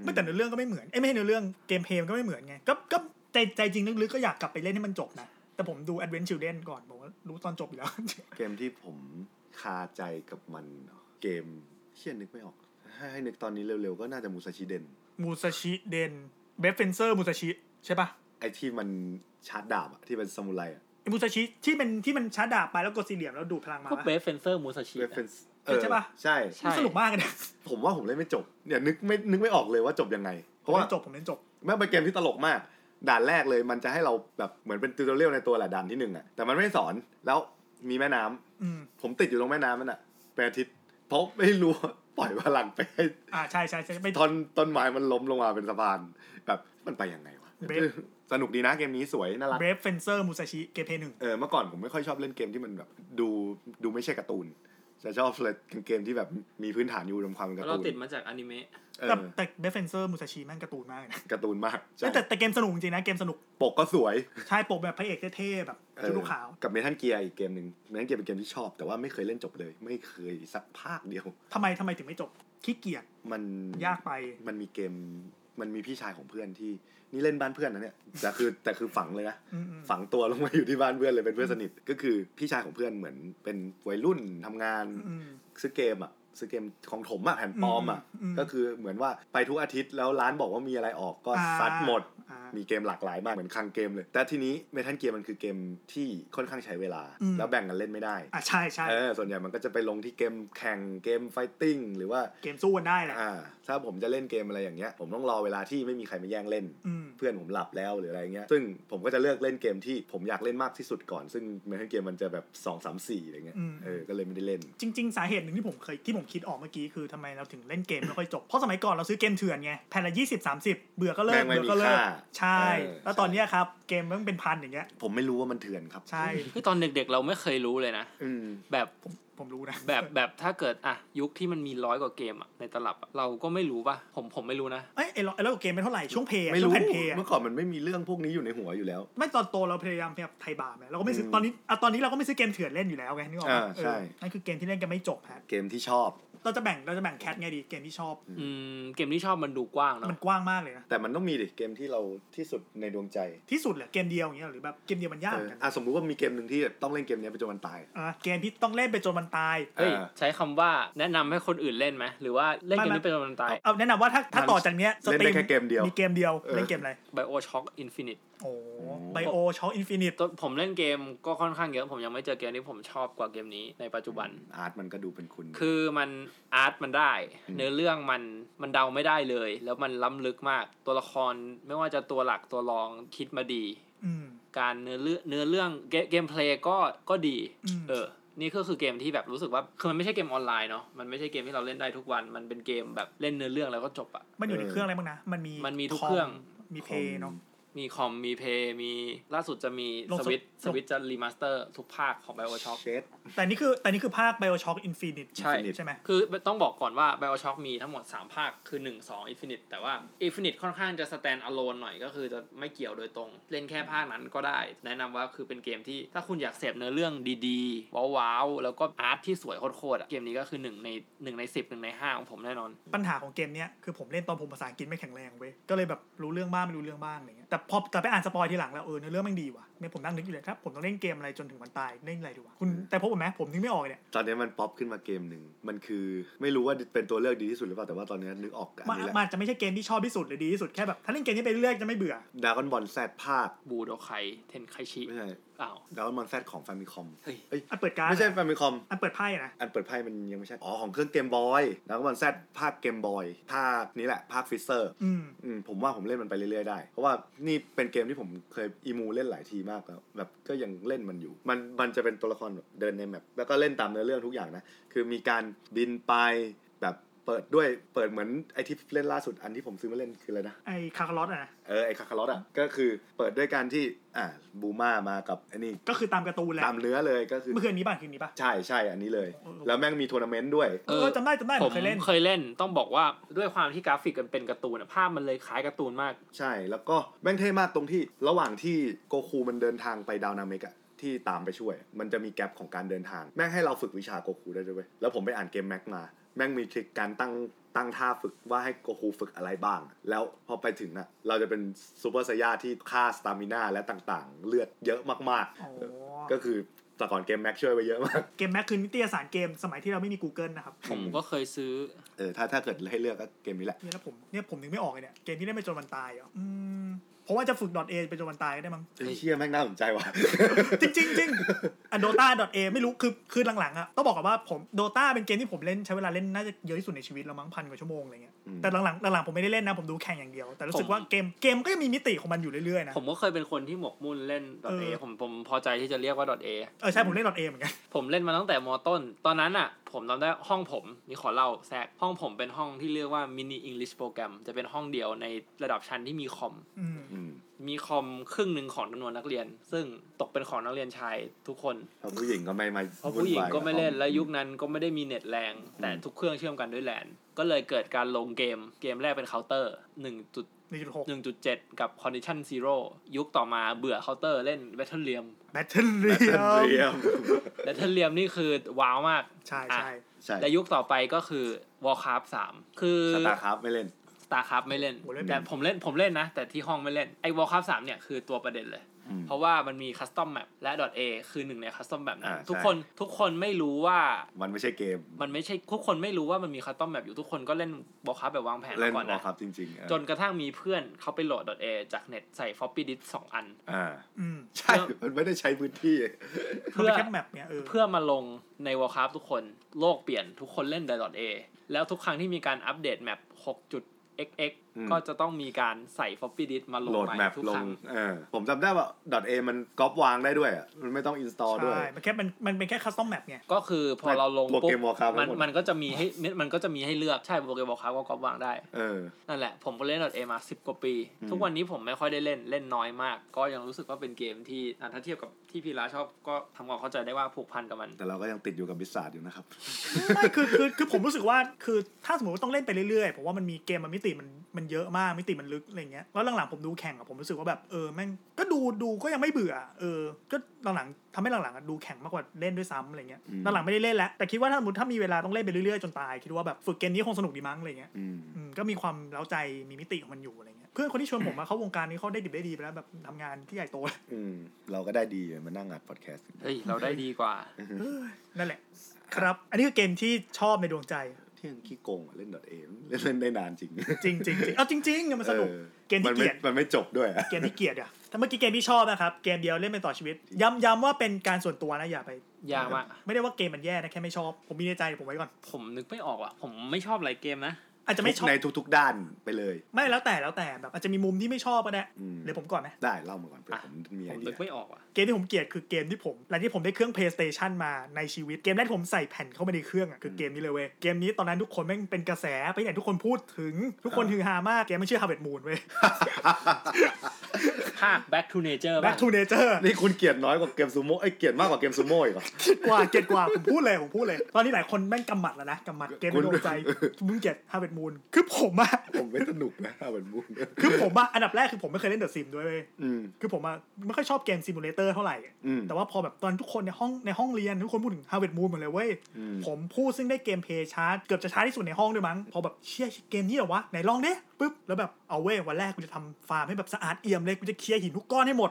Speaker 3: ไม่แต่เนื้อเรื่องก็ไม่เหมือนเอ้ยไม่ใช่เนื้อเรื่องเกมเพลย์มันก็ไม่เหมือนไงก็ก็ใจใจจริงลึกๆก็อยากกลับไปเล่นให้มันจบนะ แต่ผมดู Advent Children ก่อนบอกว่ารู้ตอนจบอยู่แล้ว
Speaker 1: เกมที่ผมคาใจกับมันเหรอเกมเชี่ยนึกไม่ออก ให้ให้นึกตอนนี้เร็วๆ ก็น่าจะมูซาชิเดน
Speaker 3: มูซาชิเดนเบฟเฟนเซอร์มูซาชิใช่ปะ
Speaker 1: ไอ้ที่มันชาร์จดาบอะที่เป็นซามูไรอะ
Speaker 3: ไอ้มูซาชิที่มันที่มันชาร์จดาบไปแล้วกดสี่เหลี่ยมแล้วดูดพลัง
Speaker 2: ๆ
Speaker 3: มา
Speaker 2: ก็
Speaker 3: ปะ
Speaker 2: เบฟเฟนเซอร์มูซาชิ
Speaker 1: เรฟเฟนส์
Speaker 3: ใช่ปะ
Speaker 1: ใช่
Speaker 2: ใช่
Speaker 3: มันสนุกมากเลยนะ
Speaker 1: ผมว่าผมเล่นไม่จบเนี่ยนึกไม่นึกไม่ออกเลยว่าจบยังไง เพ
Speaker 3: ผม
Speaker 1: ราะว่า
Speaker 3: เล่นจบผมเล่นจบ
Speaker 1: แม่งเป็นเกมที่ตลกมาก ด่านแรกเลยมันจะให้เราแบบเหมือนเป็นติวโตเรียลในตัวแหละด่านที่หนึ่งอะแต่มันไม่สอนแล้วมีแม่น้ำ
Speaker 3: อืม
Speaker 1: ผมติดอยู่ตรงแม่น้ำนั่นอะเป็นอาทิตย์เพราะไม่รู้ว่าปล่อยพลังไปให้
Speaker 3: อ่าใช่ใช่ใช่ไม่
Speaker 1: ท่อนต้นไม้มันล้มลงมาเป็นสะพาน แบบมันไปยังไงวะ
Speaker 3: เบฟ
Speaker 1: สนุกดีนะเกมนี้สวยน่ารัก
Speaker 3: เบฟเฟนเซอร์มูซาชิเกมเพลย์หนึ่ง
Speaker 1: เออเมื่อก่อนผมไม่ค่อยชอบเล่นเกมที่มันแบบดูดูไม่ใช่การ์ตูนจะชอบเลยเกมที่แบบมีพื้นฐานอยู่บนความเป็นการ์
Speaker 2: เรา
Speaker 1: ตูน
Speaker 2: ติดมาจากอนิเมะ
Speaker 1: เอ
Speaker 3: แต่
Speaker 1: อ
Speaker 3: แต่เบฟเฟนเซอร์มูซาชิแม่งการ์ตูนมากเลยนะ
Speaker 1: การ์ตูนมากใช่
Speaker 3: เอ้ยแต่แต่เกมสนุกจริงๆนะเกมสนุก
Speaker 1: ปกก็สวย
Speaker 3: ใช่ปกแบบพระเอกเท่ๆแบบ
Speaker 1: เออ
Speaker 3: ชุดลูกขาว
Speaker 1: กับเมทัลเกียร์อีกเกมหนึ่งเมทัลเกียร์เป็นเกมที่ชอบ แต่ว่าไม่เคยเล่นจบเลย ไม่เคยสักภาคเดียว
Speaker 3: ทำไมทำไมถึงไม่จบขี้เกียจ
Speaker 1: มัน
Speaker 3: ยากไป
Speaker 1: มันมีเกมมันมีพี่ชายของเพื่อนที่ นี่เล่นบ้านเพื่อนนะเนี่ยแต่คือแต่คือฝังเลยนะ
Speaker 3: อืมอืม
Speaker 1: ฝังตัวลงมาอยู่ที่บ้านเพื่อนเลยเป็นเพื่อนสนิท ก็คือพี่ชายของเพื่อนเหมือนเป็นวัยรุ่นทำงาน
Speaker 3: อืม
Speaker 1: ซื้อเกมอ่ะซื้อเกมของถมอ่ะแผ่นปลอมอ่ะ
Speaker 3: อืม
Speaker 1: ก็คือเหมือนว่าไปทุกอาทิตย์แล้วร้านบอกว่ามีอะไรออกก็ซัดหมด
Speaker 3: อ่า
Speaker 1: มีเกมหลากหลายมากเหมือนคลังเกมเลย แต่ทีนี้เมทัลเกียร์มันคือเกมที่ค่อนข้างใช้เวลา
Speaker 3: อืม
Speaker 1: แล้วแบ่งกันเล่นไม่ได้
Speaker 3: อ่าใช่ใช่
Speaker 1: เออส่วนใหญ่มันก็จะไปลงที่เกมแข่งเกมไฟติ้งหรือว่า
Speaker 3: เกมสู้กันได้แหละ
Speaker 1: อ่าถ้าผมจะเล่นเกมอะไรอย่างเงี้ย ผมต้องรอเวลาที่ไม่มีใครมาแย่งเล่น
Speaker 3: อืม
Speaker 1: เพื่อนผมหลับแล้วหรืออะไรเงี้ยซึ่งผมก็จะเลือกเล่นเกมที่ผมอยากเล่นมากที่สุดก่อน ซึ่งเมทัลเกียร์มันจะแบบ2 3 4อะไรเงี้ย
Speaker 3: อืม
Speaker 1: เออก็เลยไม่ได้เล่น
Speaker 3: จริง ๆ สาเหตุหนึ่งที่ผมเคยที่ผมคิดออกเมื่อกี้คือทำไมเราถึงเล่นเกมไม่ค่อยจบ เพราะสมัยก่อนเราซื้อเกมเถื่อนไงแผ่นละยี่สิบสามสิบเบื่อก็เลิก
Speaker 1: แม่งไม่
Speaker 3: เบื่อก็เลิ
Speaker 1: มี
Speaker 3: ก
Speaker 1: ค่า
Speaker 3: ใช่
Speaker 1: เออ
Speaker 3: แล้วตอนเนี้ยครับเกมมันเป็นพันอย่างเงี้ย
Speaker 1: ผมไม่รู้ว่ามันเถื่อนครับ
Speaker 3: ใช่
Speaker 2: คือตอนเด็กๆเราไม่เคยรู้เลยนะ
Speaker 1: อืม
Speaker 2: แบบ
Speaker 3: ผมผมรู้นะ
Speaker 2: แบบแบบถ้าเกิดอ่ะยุคที่มันมีร้อยกว่าเกมอ่ะในตลับอะเราก็ไม่รู้ป่ะผมผมไม่รู้นะ
Speaker 3: เอ้ยไอ้เราไอ้เราเกมเป็นเท่าไหร่ช่วงเพย์อะ
Speaker 1: ไม่
Speaker 3: ช่ว
Speaker 1: รู้
Speaker 3: งแผ่นเพย์อะ
Speaker 1: เมื่อก่อนมันไม่มีเรื่องพวกนี้อยู่ในหัวอยู่แล้ว
Speaker 3: ไม่ตอนโตเราพยายามแบบไทยบาปเลยเราก็ไม่ซื้ออ
Speaker 1: ม
Speaker 3: ตอนนี้อ่ะตอนนี้เราก็ไม่ซื้อเกมเถื่อนเล่นอยู่แล้วไงนึกออกปะ
Speaker 1: อ่าใช่
Speaker 3: เออนั่นคือเกมที่เล่นกันไม่จบฮะ
Speaker 1: เกมที่ชอบ
Speaker 3: เราจะแบ่งเราจะแบ่งแคทไงดีเกมที่ชอบ
Speaker 2: อืมเกมที่ชอบมันดูกว้างเนาะ
Speaker 3: มันกว้างมากเลยนะ
Speaker 1: แต่มันต้องมีดิเกมที่เราที่สุดในดวงใจ
Speaker 3: ที่สุดเหรอเกมเดียวอย่างเงี้ยหรือแบบเกมเดียวมันยาก
Speaker 1: เอ
Speaker 3: เห
Speaker 1: อ
Speaker 3: มือนกัน
Speaker 1: อ่ะสมมุติว่ามีเกมหนึ่งที่ต้องเล่นเกมเนี้ยไปจนวันตาย
Speaker 3: อ่ะเกมที่ต้องเล่นไปจนมันตาย
Speaker 2: เฮ้ย
Speaker 1: อ่า
Speaker 2: ใช้คำว่าแนะนำให้คนอื่นเล่นไหมหรือว่าเล่น
Speaker 3: ไม่
Speaker 2: เกม
Speaker 3: ไม่
Speaker 2: นี้เป็นวันตาย
Speaker 3: เอาแนะนำว่าถ้าถ้าต่อจากเนี้ยส
Speaker 1: เล่น
Speaker 3: ตรี
Speaker 1: ได้แค่เกมเดียว
Speaker 3: มีเกมเดียว
Speaker 1: เออ
Speaker 3: เล่นเกมอะไร
Speaker 2: ไบโอช็อกอินฟินิต
Speaker 3: โอ้
Speaker 1: ม
Speaker 3: ไบโอช็อคอินฟินิต
Speaker 2: ตัวผมเล่นเกมก็ค่อนข้างเยอะผมยังไม่เจอเกมที่ผมชอบกว่าเกมนี้ในปัจจุบัน
Speaker 1: อาร์ตมันก็ดูเป็นคุณ
Speaker 2: คือมันอาร์ตมันได้
Speaker 1: อืม
Speaker 2: เนื้อเรื่องมันมันเดาไม่ได้เลย แล้วมันล้ำลึกมากตัวละครไม่ว่าจะตัวหลักตัวรองคิดมาดี
Speaker 3: อืม
Speaker 2: การเนื้อเรื่องเนื้อเรื่องเกเกมเพลย์ก็ก็ดี
Speaker 3: อืม
Speaker 2: เออ นี่ก็คือเกมที่แบบรู้สึกว่าคือมันไม่ใช่เกมออนไลน์เนาะมันไม่ใช่เกมที่เราเล่นได้ทุกวัน มันเป็นเกมแบบเล่นเนื้อเรื่องแล้วก็จบอะ
Speaker 3: มันอยู่ใน
Speaker 1: เออ
Speaker 3: เครื่องอะไรบ้างนะ มันมี
Speaker 2: มันมีทุก
Speaker 3: ค
Speaker 2: เครื่อง
Speaker 3: มีเพย์เนาะ
Speaker 2: มีคอมมีเพย์มีล่าสุดจะมี
Speaker 3: ลง
Speaker 2: ส
Speaker 3: ส
Speaker 2: วิต
Speaker 3: ลง
Speaker 2: สวิตจะรีมาสเตอร์ทุกภาคของ BioShock
Speaker 1: เช็ด
Speaker 3: แต่นี่คือแต่นี่คือภาคไบโอช็อคอินฟินิต
Speaker 2: ใช่
Speaker 1: Infinite
Speaker 3: ใช่ไหม
Speaker 2: คือต้องบอกก่อนว่า BioShock มีทั้งหมด 3 ภาค คือ 1 2 Infinite แต่ว่า Infinite ค่อนข้างจะ stand alone หน่อยก็คือจะไม่เกี่ยวโดยตรง เล่นแค่ภาคนั้นก็ได้ แนะนำว่าคือเป็นเกมที่ถ้าคุณอยากเสพเนื้อเรื่องดีๆ ว้าวๆ แล้วก็อาร์ตที่สวยโคตรๆอะเกมนี้ก็คือ 1 ใน 1 ใน 10 1 ใน 5 ของผมแน่นอน
Speaker 3: ปัญหาของเกมเนี้ยคือผมเล่นตอนผมภาษาอังกฤษไม่แข็งแรงเว้ยก็เลยแบบรู้เรื่องบ้างไม่รู้เรื่องบ้างอะไรเงี้ยแต่พอแต่ไปอ่านสปอยทีหลังแล้วเออเนื้อเรื่องแมันดีว่ะเนี่ยผมนั่งนึกอยู่เลยถ้าผมต้องเล่นเกมอะไรจนถึงวันตายเล่นอะไรดีวะคุณแต่พบผมไหมผมนึกไม่ออกเลยเนี่ย
Speaker 1: ตอนนี้มันป๊อปขึ้นมาเกมหนึ่ง มันคือไม่รู้ว่าเป็นตัวเลือกดีที่สุดหรือเปล่า แต่ว่าตอนนี้นึกออกอัน
Speaker 3: มัน
Speaker 1: นี้แหละ
Speaker 3: มันอาจจะไม่ใช่เกมที่ชอบที่สุดหรือดีที่สุดแค่แบบถ้าเล่นเกมนี้ไปเรื่อยๆจะไม่เบื่อ
Speaker 1: ดากอนบอลแซดภาค
Speaker 2: บูโดไคเทนไคชิ
Speaker 1: ไม่ใช่
Speaker 2: อ้าว
Speaker 1: ดากอนบอลแซดของแฟมิคอม
Speaker 2: เฮ้ย
Speaker 1: เอ้ย
Speaker 3: อันเปิดการ์ด
Speaker 1: ไม่ใช่แฟมิคอม
Speaker 3: อันเปิดไพ่นะ
Speaker 1: อันเปิดไพ่มันยังไม่ใช่ อ๋อ ของเครื่องเกมบอยดากอนบอลแซดภาคเกมบอย ภาคนี้แหละ ภาคฟิสเซอร์
Speaker 3: อืม
Speaker 1: อืมผมว่าผมเล่นมันไปเรื่อยๆได้ เพราะว่านี่เป็นเกมที่ผมเคยอีมูเล่นหลายทีมากแล้วแบบก็ยังเล่นมันอยู่ มันมันจะเป็นตัวละครแบบเดินในแมปแล้วก็เล่นตามเนื้อเรื่องทุกอย่างนะ คือมีการบินไปแบบเปิดด้วยเปิดเหมือนไอที่เล่นล่าสุดอันที่ผมซื้อมาเล่นคืออะไรนะ
Speaker 3: ไอ้คาร์ลอสอะนะ
Speaker 1: เออไอคาคาลอสอ่ะก็คือเปิดด้วยการที่อ่าบูมามากับไอันนี้
Speaker 3: ก็คือตามการ์ตูนแหละ
Speaker 1: ตามเนื้อเลยก็คือ
Speaker 3: เมื่อคืนนี้ป่ะคืนนี้ป่ะ
Speaker 1: ใช่ใช่อันนี้เลย
Speaker 3: โอ้โห
Speaker 1: แล้วแม่งมีทัวร์นาเมนต์ด้วย
Speaker 2: เอ
Speaker 3: เอ
Speaker 2: อ
Speaker 3: อจำได้จำได้
Speaker 2: ผ
Speaker 3: ผม
Speaker 2: ม
Speaker 3: เคยเล่น
Speaker 2: เคยเล่นต้องบอกว่าด้วยความที่กราฟิกมันเป็นการ์ตูนอะภาพมันเลยคล้ายการ์ตูนมาก
Speaker 1: ใช่แล้วก็แม่งเท่มากตรงที่ระหว่างที่โกคูมันเดินทางไปดาวนาเมกอะ ที่ตามไปช่วย มันจะมีแกลบของการเดินทาง แม่งให้เราฝึกวิชาโกคูได้ด้วยเวยแล้วผมไปอ่านเกมแม็กมา แม่งมีทริคการตั้งตั้งท่าฝึกว่าให้โกคูฝึกอะไรบ้าง แล้วพอไปถึงน่ะเราจะเป็นซูเปอร์ไซย่าที่ฆ่าสตามิน่าและต่างๆ เลือดเยอะมาก
Speaker 3: อ๋อ
Speaker 1: ๆ ก็คือแต่ก่อนเกมแม็กช่วยไปเยอะมาก
Speaker 3: เกมแม็กคือนิตยสารเกมสมัยที่เราไม่มี Google นะครับ
Speaker 2: ผมก็เคยซื้อ
Speaker 1: เออถ้าถ้าเกิดให้เลือกก็เกมนี้แหละ
Speaker 3: เนี่ยนะผมเนี่ยผมนึกไม่ออกเลยเนี่ยเกมที่ได้ไปจนวันตายเหรออืมเพราะว่าจะฝึก .a ไปจนวันตายก็ได้มั้ง
Speaker 1: เฮ้ยเชี่ยแม่งน่าสนใจว่ะ
Speaker 3: จริงจริงจริงอันโดตาดอทเอไม่รู้คือคือหลังๆอ่ะต้องบอกก่อนว่าผมโดตาเป็นเกมที่ผมเล่นใช้เวลาเล่นน่าจะเยอะที่สุดในชีวิตแล้วมั้งพันกว่าชั่วโมงอะไรเงี้ย
Speaker 1: อืม
Speaker 3: แต่หลังๆหลังๆผมไม่ได้เล่นนะผมดูแข่งอย่างเดียว แต่รู้สึกว่า
Speaker 2: ผม
Speaker 3: เกมเกมก็ยังมีมิติของมันอยู่เรื่อยๆนะ
Speaker 2: ผมก็เคยเป็นคนที่หมกมุ่นเล่น .a
Speaker 3: เออ
Speaker 2: ผมผมพอใจที่จะเรียกว่า .a
Speaker 3: เออใช่ผมเล่นดอทเอเหมือนกัน
Speaker 2: ผมเล่นมาตั้งแต่มต้น ตอนนั้นอ่ะ ผมจำได้ห้องผมนี่ขอเล่าแทรกห้องผมเป็นห้องที่เรียกว่ามินิอังกฤษโปรแกรมจะเป็นห้องเดียวในระดับชั้นที่มีคอม
Speaker 3: อืม
Speaker 1: อืม
Speaker 2: มีคอมครึ่งหนึ่งของจำนวนนักเรียน ซึ่งตกเป็นของนักเรียนชายทุกคน
Speaker 1: เพราะผู้หญิงก็ไม่มา
Speaker 2: เพราะผู้หญิงก็ไม่เล่น
Speaker 1: วุ่วายบ
Speaker 2: และยุคนั้นก็ไม่ได้มีเน็ตแรง แต่ทุกเครื่องเชื่อมกันด้วยแลนก็เลยเกิดการลงเกมเกมแรกเป็นเคาน์เตอร์1
Speaker 3: หนึ่งจุดหก
Speaker 2: 1 7 กับ Condition Zero ยุคต่อมาเบื่อเคาน์เตอร์เล่น b a t t l e r i a m
Speaker 3: แบทเทิลเร
Speaker 1: Battle
Speaker 3: ีย
Speaker 1: Realm
Speaker 2: b a t t l e r i a m นี่คือว้าวมาก
Speaker 3: ใช่ใช่
Speaker 1: ใช่
Speaker 2: และยุคต่อไปก็คือ Warcraft 3 คือ
Speaker 1: สตาร์ครับไม่เล่น
Speaker 2: Starcraft ไม่เล่น
Speaker 3: โหเล่น
Speaker 2: แต่ผมเล่นผมเล่นนะ แต่ที่ห้องไม่เล่น ไอ้ Warcraft 3เนี่ยคือตัวประเด็นเลย
Speaker 1: อืม
Speaker 2: เพราะว่ามันมี Custom Map และ .a คือหนึ่งใน Custom Map นั้น
Speaker 1: อ่า
Speaker 2: ทุก
Speaker 1: ใช่
Speaker 2: คนทุกคนไม่รู้ว่า
Speaker 1: มันไม่ใช่เกม
Speaker 2: มันไม่ใช่ทุกคนไม่รู้ว่ามันมีคัสตอมแบบอยู่ทุกคนก็เล่นบอคับแบบวางแผน
Speaker 1: เล่
Speaker 2: มาน ก่อน
Speaker 1: บอ
Speaker 2: นะ
Speaker 1: ครับจริงๆเออ
Speaker 2: จนกระทั่งมีเพื่อนเขาไปโหลด .a จากเน็ตใส่ floppy disk สองอัน
Speaker 1: อ่า
Speaker 3: อืม
Speaker 1: ใช่ มันไม่ได้ใช้พื้นที่
Speaker 3: เพื่
Speaker 2: เพื่อ
Speaker 3: อแคปแมปเนี่ยเออ
Speaker 2: เพื่อมาลงใน Warcraft ทุกคนโลกเปลี่ยนทุกคนเล่นแต่ .a แล้วทุกครั้งที่มีการอัปเดตแมป6 xx
Speaker 1: อืม
Speaker 2: ก็จะต้องมีการใส่ floppy disk มาลง
Speaker 1: โหลด
Speaker 2: ใหม่
Speaker 1: แมป
Speaker 2: ทุก
Speaker 1: ลง
Speaker 2: ครั้ง
Speaker 1: เออผมจำได้ว่า .a มันก๊อปวางได้ด้วยอะมันไม่ต้องอินสตอลด้วย
Speaker 3: ใช่มันแค่มันมันเป็นแค่คัสตอมแมปไง
Speaker 2: ก็คือพอเราลง
Speaker 1: โปร
Speaker 2: ปุ๊
Speaker 1: แกร
Speaker 2: บ
Speaker 1: ม Warcraft
Speaker 2: มัน
Speaker 1: ทั้งหมด
Speaker 2: มันก็จะมีให้มันก็จะมีให้เลือกใช่โปรแกรม Warcraft ก็ก๊อปวางได้
Speaker 1: เออ
Speaker 2: นั่นแหละ ผมก็เล่น .a มา 10 กว่าปี
Speaker 1: อืม
Speaker 2: ทุกวันนี้ผมไม่ค่อยได้เล่นเล่นน้อยมาก ก็ยังรู้สึกว่าเป็นเกมที่อ่ะถ้าเทียบกับที่พีราชอบก็ทำความเข้าใจได้ว่าผูกพันกับมัน
Speaker 1: แต่เราก็ยังติดอยู่กับบิสซาร์ดอยู่นะครับ
Speaker 3: ไม่ คือคือคือผมรู้สึกว่าคือถ้าสมมติว่าต้องเล่นไปเรื่อยๆผมว่ามันมีเกมมันมิติมันมันเยอะมากมิติมันลึกอะไรเงี้ยแล้วหลังๆผมดูแข่งอะผมรู้สึกว่าแบบเออแม่งก็ดูดูก็ยังไม่เบื่อเออก็หลังๆทำให้หลังๆอะดูแข่งมากกว่าเล่นด้วยซ้ำอะไรเงี้ย
Speaker 1: อืม
Speaker 3: หลังๆไม่ได้เล่นแล้วแต่คิดว่าถ้าสมมติถ้ามีเวลาต้องเล่นไปเรื่อยๆจนตายคิดว่าแบบฝึกเกมนี้คงสนุกดีมั้งอะไรเงี้ย
Speaker 1: อืม
Speaker 3: อืมก็มีความเล้าใจมีมิติของมันอยู่อะไรเงี้ยเพื่อนคนที่ชวนผมมาเข้าวงการนี้เขาได้ดิบได้ดีไปแล้วแบบทำงานที่ใหญ่โตแล้ว
Speaker 1: อืมเราก็ได้ดีมานั่งอัดพอดแคสต์
Speaker 2: เฮ้ย เราได้ดีกว่า
Speaker 3: นั่นแหละ ครับ อันนี้คือเกมที่ชอบในดวงใจ
Speaker 1: เที่ยงขี้โกงอะเล่น .a เล่นเล่นได้นานจริง
Speaker 3: จริงๆจริงๆเอาจริงๆเนี่ยมันสนุก
Speaker 1: ออ
Speaker 3: เกมที่
Speaker 1: มันไม่
Speaker 3: เกลียด
Speaker 1: มันไม่จบด้วยอะ
Speaker 3: เกมที่เกลียดอ่ะแต่เมื่อกี้เกมที่ชอบนะครับ เกมเดียวเล่นไปต่อชีวิต ย้ำย้ำว่าเป็นการส่วนตัวนะอย่าไป
Speaker 2: ยากมาก
Speaker 3: ไม่ได้ว่าเกมมันแย่นะแค่ไม่ชอบ ผมมีในใจผมไว้ก่อน
Speaker 2: ผมนึกไม่ออกว่ะ ผมไม่ชอบหลายเกมนะ
Speaker 3: อาจจะไม่ชอบ
Speaker 1: ในทุกๆด้านไปเลย
Speaker 3: ไม่แล้วแต่แล้วแต่แบบอาจจะมีมุมที่ไม่ชอบก็ได้
Speaker 1: อืม
Speaker 3: เดี๋ยวผมก่อนไหม
Speaker 1: ได้เล่ามาก่อนเพื่อ
Speaker 2: อ่ะ
Speaker 1: ผมมี
Speaker 2: ผ
Speaker 1: ไอ
Speaker 2: ม
Speaker 1: เดี
Speaker 2: นึ
Speaker 1: ย
Speaker 2: กไม่ออกว่ะ
Speaker 3: เกมที่ผมเกลียดคือเกมที่ผมหลังที่ผมได้เครื่อง PlayStation มาในชีวิตเกมแรกที่ผมใส่แผ่นเข้าไปในเครื่องอ่ะคือเกมนี้เลยเว้ยเกมนี้ตอนนั้นทุกคนแม่งเป็นกระแสไปไหนทุกคนพูดถึง ทุกคนฮือฮามากเกมมันชื่อ Harvest Moon เว้ย
Speaker 2: ภาค Back to Nature บ้าง
Speaker 3: Back to Nature
Speaker 1: นี่คุณเกลียดน้อยกว่าเกมซูโม่ไอ้ยเกลียดมากกว่าเกมซูโม่อีกเหรอ
Speaker 3: เกลียดกว่าเกลียดกว่าผมพูดเลยผมพูดเลย ตอนนี้หลายคนแม่งกำหมัดแล้วนะกำหมัดเกมไม่โดนใจมึงเกลียดฮาร์เวดมูนคือผมอะ
Speaker 1: ผมไม่สนุก นะถ้าเป็นบุญ
Speaker 3: คือผมอะอันดับแรกคือผมไม่เคยเล่นเดอะซิมด้วยเว้ย
Speaker 1: อืม
Speaker 3: คือผมอะไม่ค่อยชอบเกมซิมูเลเตอร์เท่าไหร่
Speaker 1: อืม
Speaker 3: แต่ว่าพอแบบตอนทุกคนในห้องในห้องเรียนทุกคนพูดถึงฮาร์เวดมูนหมดเลยเว้ย
Speaker 1: อืม
Speaker 3: ผมพูดซึ่งได้เกมเพลย์ช้าเกือบจะช้าที่สุดในห้องด้วยมั้งพอแบบเชี่ยเกมนี้เหรอวะไหนลองดิปุ๊บแล้วแบบเอาเว้ยวันแรกกูจะทำฟาร์มให้แบบสะอาดเอี่ยมเลยกูจะเคลียร์หินทุกก้อนให้หมด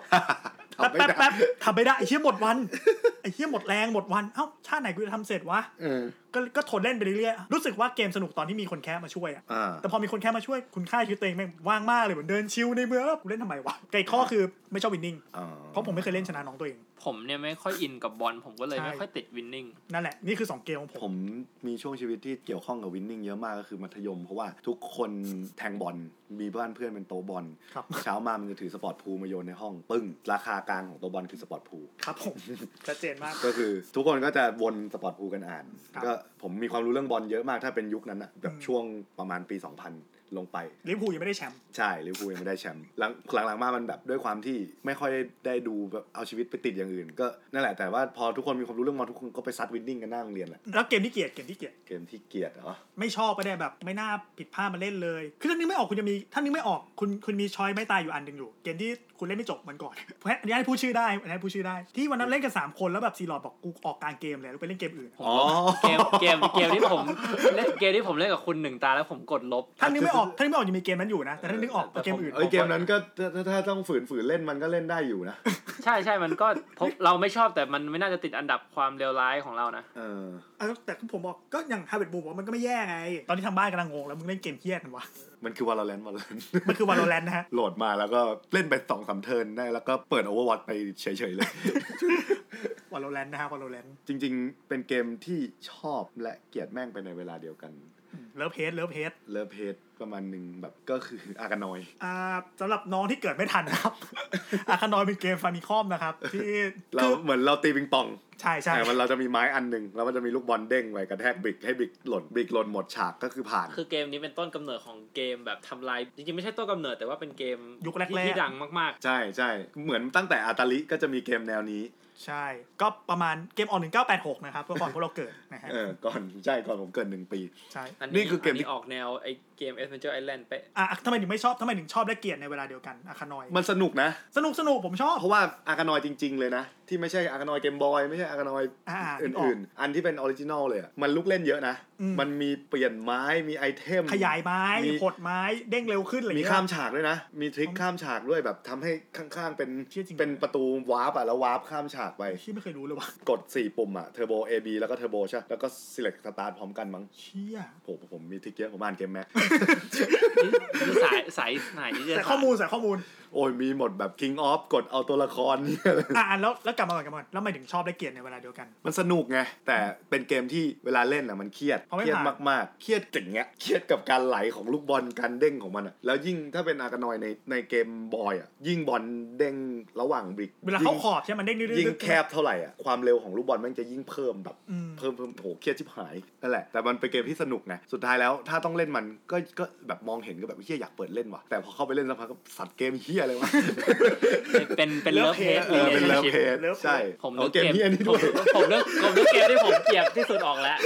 Speaker 1: ทำ
Speaker 3: แป๊บ
Speaker 1: ไม่ได้
Speaker 3: แป๊บแป๊บทำไม่ได้ไอ้เหี้ยหมดวัน ไอ้เหี้ยหมดแรงหมดวัน เอ้าชาติไหนกูจะทำเสร็จวะ
Speaker 1: เออ
Speaker 3: ก็ก็ทนเล่นไปเรื่อยๆ รู้สึกว่าเกมสนุกตอนที่มีคนแค่มาช่วยอะ
Speaker 1: อ่า
Speaker 3: แต่พอมีคนแค่มาช่วยคุณค่าชีวิตตัวเองแม่งว่างมากเลยเหมือนเดินชิลในเมืองกูเล่นทำไมวะไกลข้อคือไม่ชอบวินนิ่ง
Speaker 1: อ่า
Speaker 3: เพราะผมไม่เคยเล่นชนะน้องตัวเอง
Speaker 2: ผมเนี่ยไม่ค่อยอินกับบอล ผมก็เลย
Speaker 3: ใช่
Speaker 2: ไม่ค่อยติดวินนิ่ง
Speaker 3: นั่นแหละนี่คือสองเกมของผ
Speaker 1: ผม มมีช่วงชีวิตที่เกี่ยวข้องกับวินนิ่งเยอะมากก็คือมัธยม เพราะว่าทุกคนแทงบอลมีบ้านเพื่อนเป็นโตะบอล
Speaker 3: ครับ
Speaker 1: เช้ามามันจะถือสปอร์ตพูลมาโยนในห้อง ปึ้ง ราคากลางของโตะบอลคือสปอร์ตพูล
Speaker 3: ครับผม ชัดเจนมาก
Speaker 1: ก็คือทุกคนก็จะวนสปอร์ตพูลกันอ่าน
Speaker 3: ครับ
Speaker 1: ก็ผมมีความรู้เรื่องบอลเยอะมากถ้าเป็นยุคนั้นอะแบบ
Speaker 3: อืม
Speaker 1: ช่วงประมาณปี 2000 ลงไป
Speaker 3: ลิเวอร์พูลยังไม่ได้แชมป์
Speaker 1: ใช่ลิเวอร์พูลยังไม่ได้แชมป์หลังหลังๆมามันแบบด้วยความที่ไม่ค่อยได้ดูแบบเอาชีวิตไปติดอย่างอื่น ก็นั่นแหละแต่ว่าพอทุกคนมีความรู้เรื่องบอลทุกคนก็ไปซัดวินนิ่งกันหน้าโรงเรียนแหละ
Speaker 3: แล้วเกมที่เกลียดเกมที่เกลียด
Speaker 1: เกมที่เกลียดเหรอ
Speaker 3: ไม่ชอบก็ได้แบบไม่น่าผิดพลาดมาเล่นเลย คือถ้านึกไม่ออกคุณจะมีถ้านึกไม่ออกคุณคุณมีช้อยไม่ตายอยู่อันหนึ่งอยู่ เกมที่คุณเล่นไม่จบมันก่อน เพราะอันนี้ให้ผู้ชื่อได้อันนี้ให้ผู้ชื่อได้ ที่วันนั้นเล่นกันสามคนแล้วแบบซีหลอดบอกกูออกกลางเกมเลยแล้วไปเล่นเกมอื่น
Speaker 2: ผมเกมเกมเกมที่ผมเล่นเกมที่ผมเล่นกับคุณหนึ่งตาแล้วผมกดลบ
Speaker 3: ถ้านึกไม่ออกถ้านึกไม่ออกยังมีเกมนั้นอยู่นะ แต่ถ้านึกออกเกมอื่น
Speaker 1: เอ้ยเกมนั้นก็ถ้าถ้าถ้าต้องฝืนฝืนเล่นมันก็เล่นได้อยู่นะ
Speaker 2: ใช่ใช่มันก็ผมเราไม่ชอบแต่มันไม่น่าจะติดอันดับความเลวร้ายของเรานะ
Speaker 1: เออ
Speaker 3: อ่ะแต่ผมบอกก็อย่างฮาร์เวิร์ดบูมบอกว่ามันก็ไม่แย่ไง ตอนที่ทางบ้านกำลังงงแล้วมึงเล่นเกมเฮี้ยกันวะ
Speaker 1: มันคือวอลเลนวอลเลน
Speaker 3: มันคือวาโลแรนนะฮะ
Speaker 1: โหลดมาแล้วก็เล่นไปสองสามเทิร์นได้แล้วก็เปิดโอเวอร์วอตไปเฉยๆ เลย
Speaker 3: วาโลแรนนะฮะวาโลแรน
Speaker 1: จริงๆ เป็นเกมที่ชอบและเกลียดแม่งไปในเวลาเดียวกัน
Speaker 3: เลิฟเฮดเลิฟเฮด
Speaker 1: เลิฟเพจประมาณหนึ่งแบบก็คืออากานอย
Speaker 3: อ่าสำหรับน้องที่เกิดไม่ทันนะครับ อาคานอยเป็นเกมฟามิคอมนะครับ ที่
Speaker 1: เรา
Speaker 3: คือ
Speaker 1: เหมือนเราตีปิงปอง
Speaker 3: ใช่ใช่
Speaker 1: ใช่มันเราจะมีไม้อันหนึ่งแล้วมันจะมีลูกบอลเด้งไปกระแทกบิกให้บิกหล่นบิกหล่นหมดฉากก็คือผ่าน
Speaker 2: คือเกมนี้เป็นต้นกำเนิดของเกมแบบทำลาย จริงๆ ไม่ใช่ต้นกำเนิดแต่ว่าเป็นเกมๆที่ดังมาก
Speaker 1: ใช่ใช่เหมือนตั้งแต่อาตาลิก็จะมีเกมแนวนี้
Speaker 3: ใช่ ก็ประมาณเกมออก1986 นะครับเมื่อก่อนพวกเราเกิดนะฮะ
Speaker 1: เออก่อนใช่ก่อนผมเกินหนึ่งปี
Speaker 3: ใช่
Speaker 2: ๆ อัน
Speaker 1: นี่
Speaker 2: นี้
Speaker 1: คือเกมที่
Speaker 2: นนี้ออกแนวไอเกม Adventure Island เป๊ะ
Speaker 3: อ่ะทำไมถึงไม่ชอบทำไมถึงชอบและเกลียดในเวลาเดียวกันอาคานอย
Speaker 1: มันสนุกนะ
Speaker 3: สนุกสนุกผมชอบ
Speaker 1: เพราะว่าอากานอยจริง ๆ เลยนะ ที่ไม่ใช่อากานอยเกมบอยไม่ใช่อากานอย
Speaker 3: อ่า
Speaker 1: อ
Speaker 3: นึกออกื
Speaker 1: ่นๆ อันที่เป็นออริจินอลเลยอะมันลูกเล่นเยอะนะ
Speaker 3: อืม
Speaker 1: มันมีเปลี่ยนไม้มีไอเทม
Speaker 3: ขยายไม้
Speaker 1: มี
Speaker 3: หดไม้เด้งเร็วขึ้นอะไรอย่
Speaker 1: มี
Speaker 3: งเงี้ย
Speaker 1: ข้ามฉากด้วยนะ มีทริคข้ามฉากด้วยแบบทำให้ข้างๆเป็น
Speaker 3: เชี่ยจริง
Speaker 1: เป็นประตูวาร์ปอะแล้ววาร์ปข้ามฉากไป
Speaker 3: ที่ไม่เคยรู้เลยว่ะ
Speaker 1: กด 4 ปุ่มอะเทอร์โบ AB แล้วก็เทอร์โบใช่ปะแล้วก็ select start พร้อมกันมั้ง
Speaker 3: เชี่ย
Speaker 1: ผมผมมีทริกเยอะผมอ่านเกมแม็ก
Speaker 2: นี่สายสายไหนที่จะ
Speaker 3: แต่ข้อมูลใส่ข้อมูล
Speaker 1: โอ้ย มีหมดแบบ King of กดเอาตัวละคร เนี่ย
Speaker 3: อ่ะอ่ะแล้วแล้วกลับมาก่อนกลับมาก่อนแล้วทำไมถึงชอบและเกลียดในเวลาเดียวกัน
Speaker 1: มันสนุกไง แต่เป็นเกมที่เวลาเล่นอะมันเครียด
Speaker 3: เพราะไม่
Speaker 1: เครียด
Speaker 3: ผ่าน
Speaker 1: มากๆ เครียดจริงเงี้ยเครียดกับการไหลของลูกบอลการเด้งของมันอะแล้วยิ่งถ้าเป็นอากานอยในในเกมบอยอะยิ่งบอลเด้งระหว่างบริก
Speaker 3: เวลาเข้าขอบใช่ไหมมันเด้งดื้
Speaker 1: ยิ่ง
Speaker 3: อๆ
Speaker 1: แคบเท่าไหร่อะความเร็วของลูกบอลแมันจะยิ่งเพิ่มแบบ
Speaker 3: อืม
Speaker 1: เพิ่มเพิ่มโหเครียดชิบหายนั่นแหละ แต่มันเป็นเกมที่สนุกไงสุดท้ายแล้วถ้าต้องเล่นมันก็ก็แบบมองเห็นก็แบบเฮียอยากเปิดเล่นว่ะแต่พอเข้าไปเล่นสักพักก็สัตว์เกมเฮียอะไรวะ
Speaker 2: เป็นเป็นเลิฟ เฮด
Speaker 1: เออเป็นเลิฟเพจใช่
Speaker 2: ผม
Speaker 1: เอา
Speaker 2: นึก
Speaker 1: เกม
Speaker 2: เกม
Speaker 1: เฮียนี่
Speaker 2: ผ
Speaker 1: ด้
Speaker 2: ม
Speaker 1: วย
Speaker 2: ผมนึกผมนึกเกมที่ผมเกลียดที่สุดออกแล้ว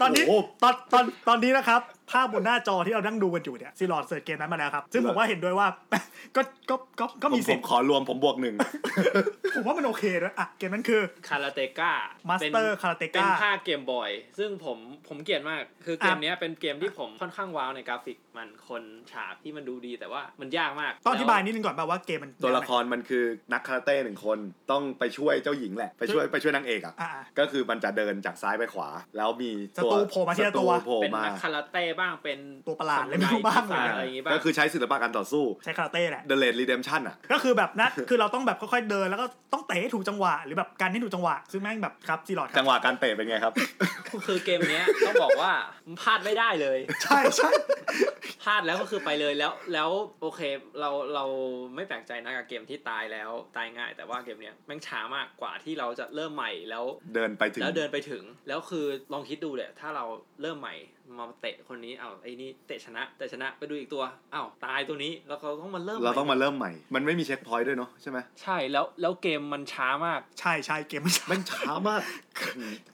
Speaker 3: ตอนนี้
Speaker 1: โโห
Speaker 3: ตอนตอนตอนนี้นะครับ ภาพบนหน้าจอที่เรานั่งดูกันอยู่เนี่ยซีลอดเสิร์ชเกมนั้นมาแล้วครับ ซึ่งผมว่าเห็นด้วยว่า ก็ก็ก็ก็มี
Speaker 1: ผ
Speaker 3: สิท
Speaker 1: ผ
Speaker 3: ธิ์
Speaker 1: ขอรวมผมบวกหนึ่ง
Speaker 3: ผมว่ามันโอเคด้วยอ่ะเกมนั้นคือ
Speaker 2: คาราเตก้า
Speaker 3: Master Karateka
Speaker 2: เป็นภาคเกมบอย ซึ่งผมผมเกลียดมาก คือเกมเนี้ยเป็นเกมที่ผมค่อนข้างว้าวในกราฟิกมันคนฉากที่มันดูดีแต่ว่ามันยากมาก
Speaker 3: ต้องอธิบายนิดนึงก่อนป่าว่าเกมมัน
Speaker 1: ตัวละครมันคือนักคาราเต้หนึ่งคนต้องไปช่วยเจ้าหญิงแหละ ไปช่วยไปช่วยนางเอกอะ
Speaker 3: อ่ะอ่ะ
Speaker 1: ก็คือมันจะเดินจากซ้ายไปขวา แล้วมี
Speaker 3: ศัตรูโผล่มาทีละตัว
Speaker 1: ศัตรูโผล่
Speaker 2: เป็น
Speaker 1: มา
Speaker 2: นักคาราเต้บ้างเป็น
Speaker 3: ตัวประหลาด
Speaker 2: ซ
Speaker 3: เลยไม่รู้บ้างเลย
Speaker 2: อะไรอย่างงี้บ้าง
Speaker 1: ก็คือใช้ศิลปะการต่อสู้
Speaker 3: ใช้คาราเต้แหละ
Speaker 1: The Late Redemption อะ
Speaker 3: ก็คือแบบ นะคือเราต้องแบบค่อยๆเดินแล้วก็ต้องเตะให้ถูกจังหวะหรือแบบการให้ถูกจังหวะซึ่งแม่งแบบครับซีลอดค
Speaker 1: จั
Speaker 3: รับ
Speaker 1: งหวะการเตะเป็นไงครับ
Speaker 2: คือเกมเนี้ยต้องบอกว่ามันพลาดไม่ได้เลย
Speaker 3: ใช่ใช่
Speaker 2: พลาดแล้วก็คือไปเลยแล้วแล้วโอเคเราเราไม่แปลกใจนะกับเกมที่ตายแล้วตายง่าย แต่ว่าเกมเนี้ยแม่งช้ามากกว่าที่เราจะเริ่มใหม่แล้ว
Speaker 1: เดินไปถึง
Speaker 2: แล้วเดินไปถึงแล้วคือลองคิดดูเลยถ้าเราเริ่มใหม่มาเตะคนนี้เอาวไอ้นี่เตะชนะเตะชนะไปดูอีกตัวอ้าวตายตัวนี้แล้วเราต้องมาเริ่ม
Speaker 1: เราต้อง
Speaker 2: ให
Speaker 1: มาเริ่มใหม่ มันไม่มีเช็คพอยต์ด้วยเนาะใช่ไหม
Speaker 2: ใช่แล้วแล้วเกมมันช้ามาก
Speaker 3: ใช่ใช่เกมมันช้า
Speaker 1: แม่งช้ามาก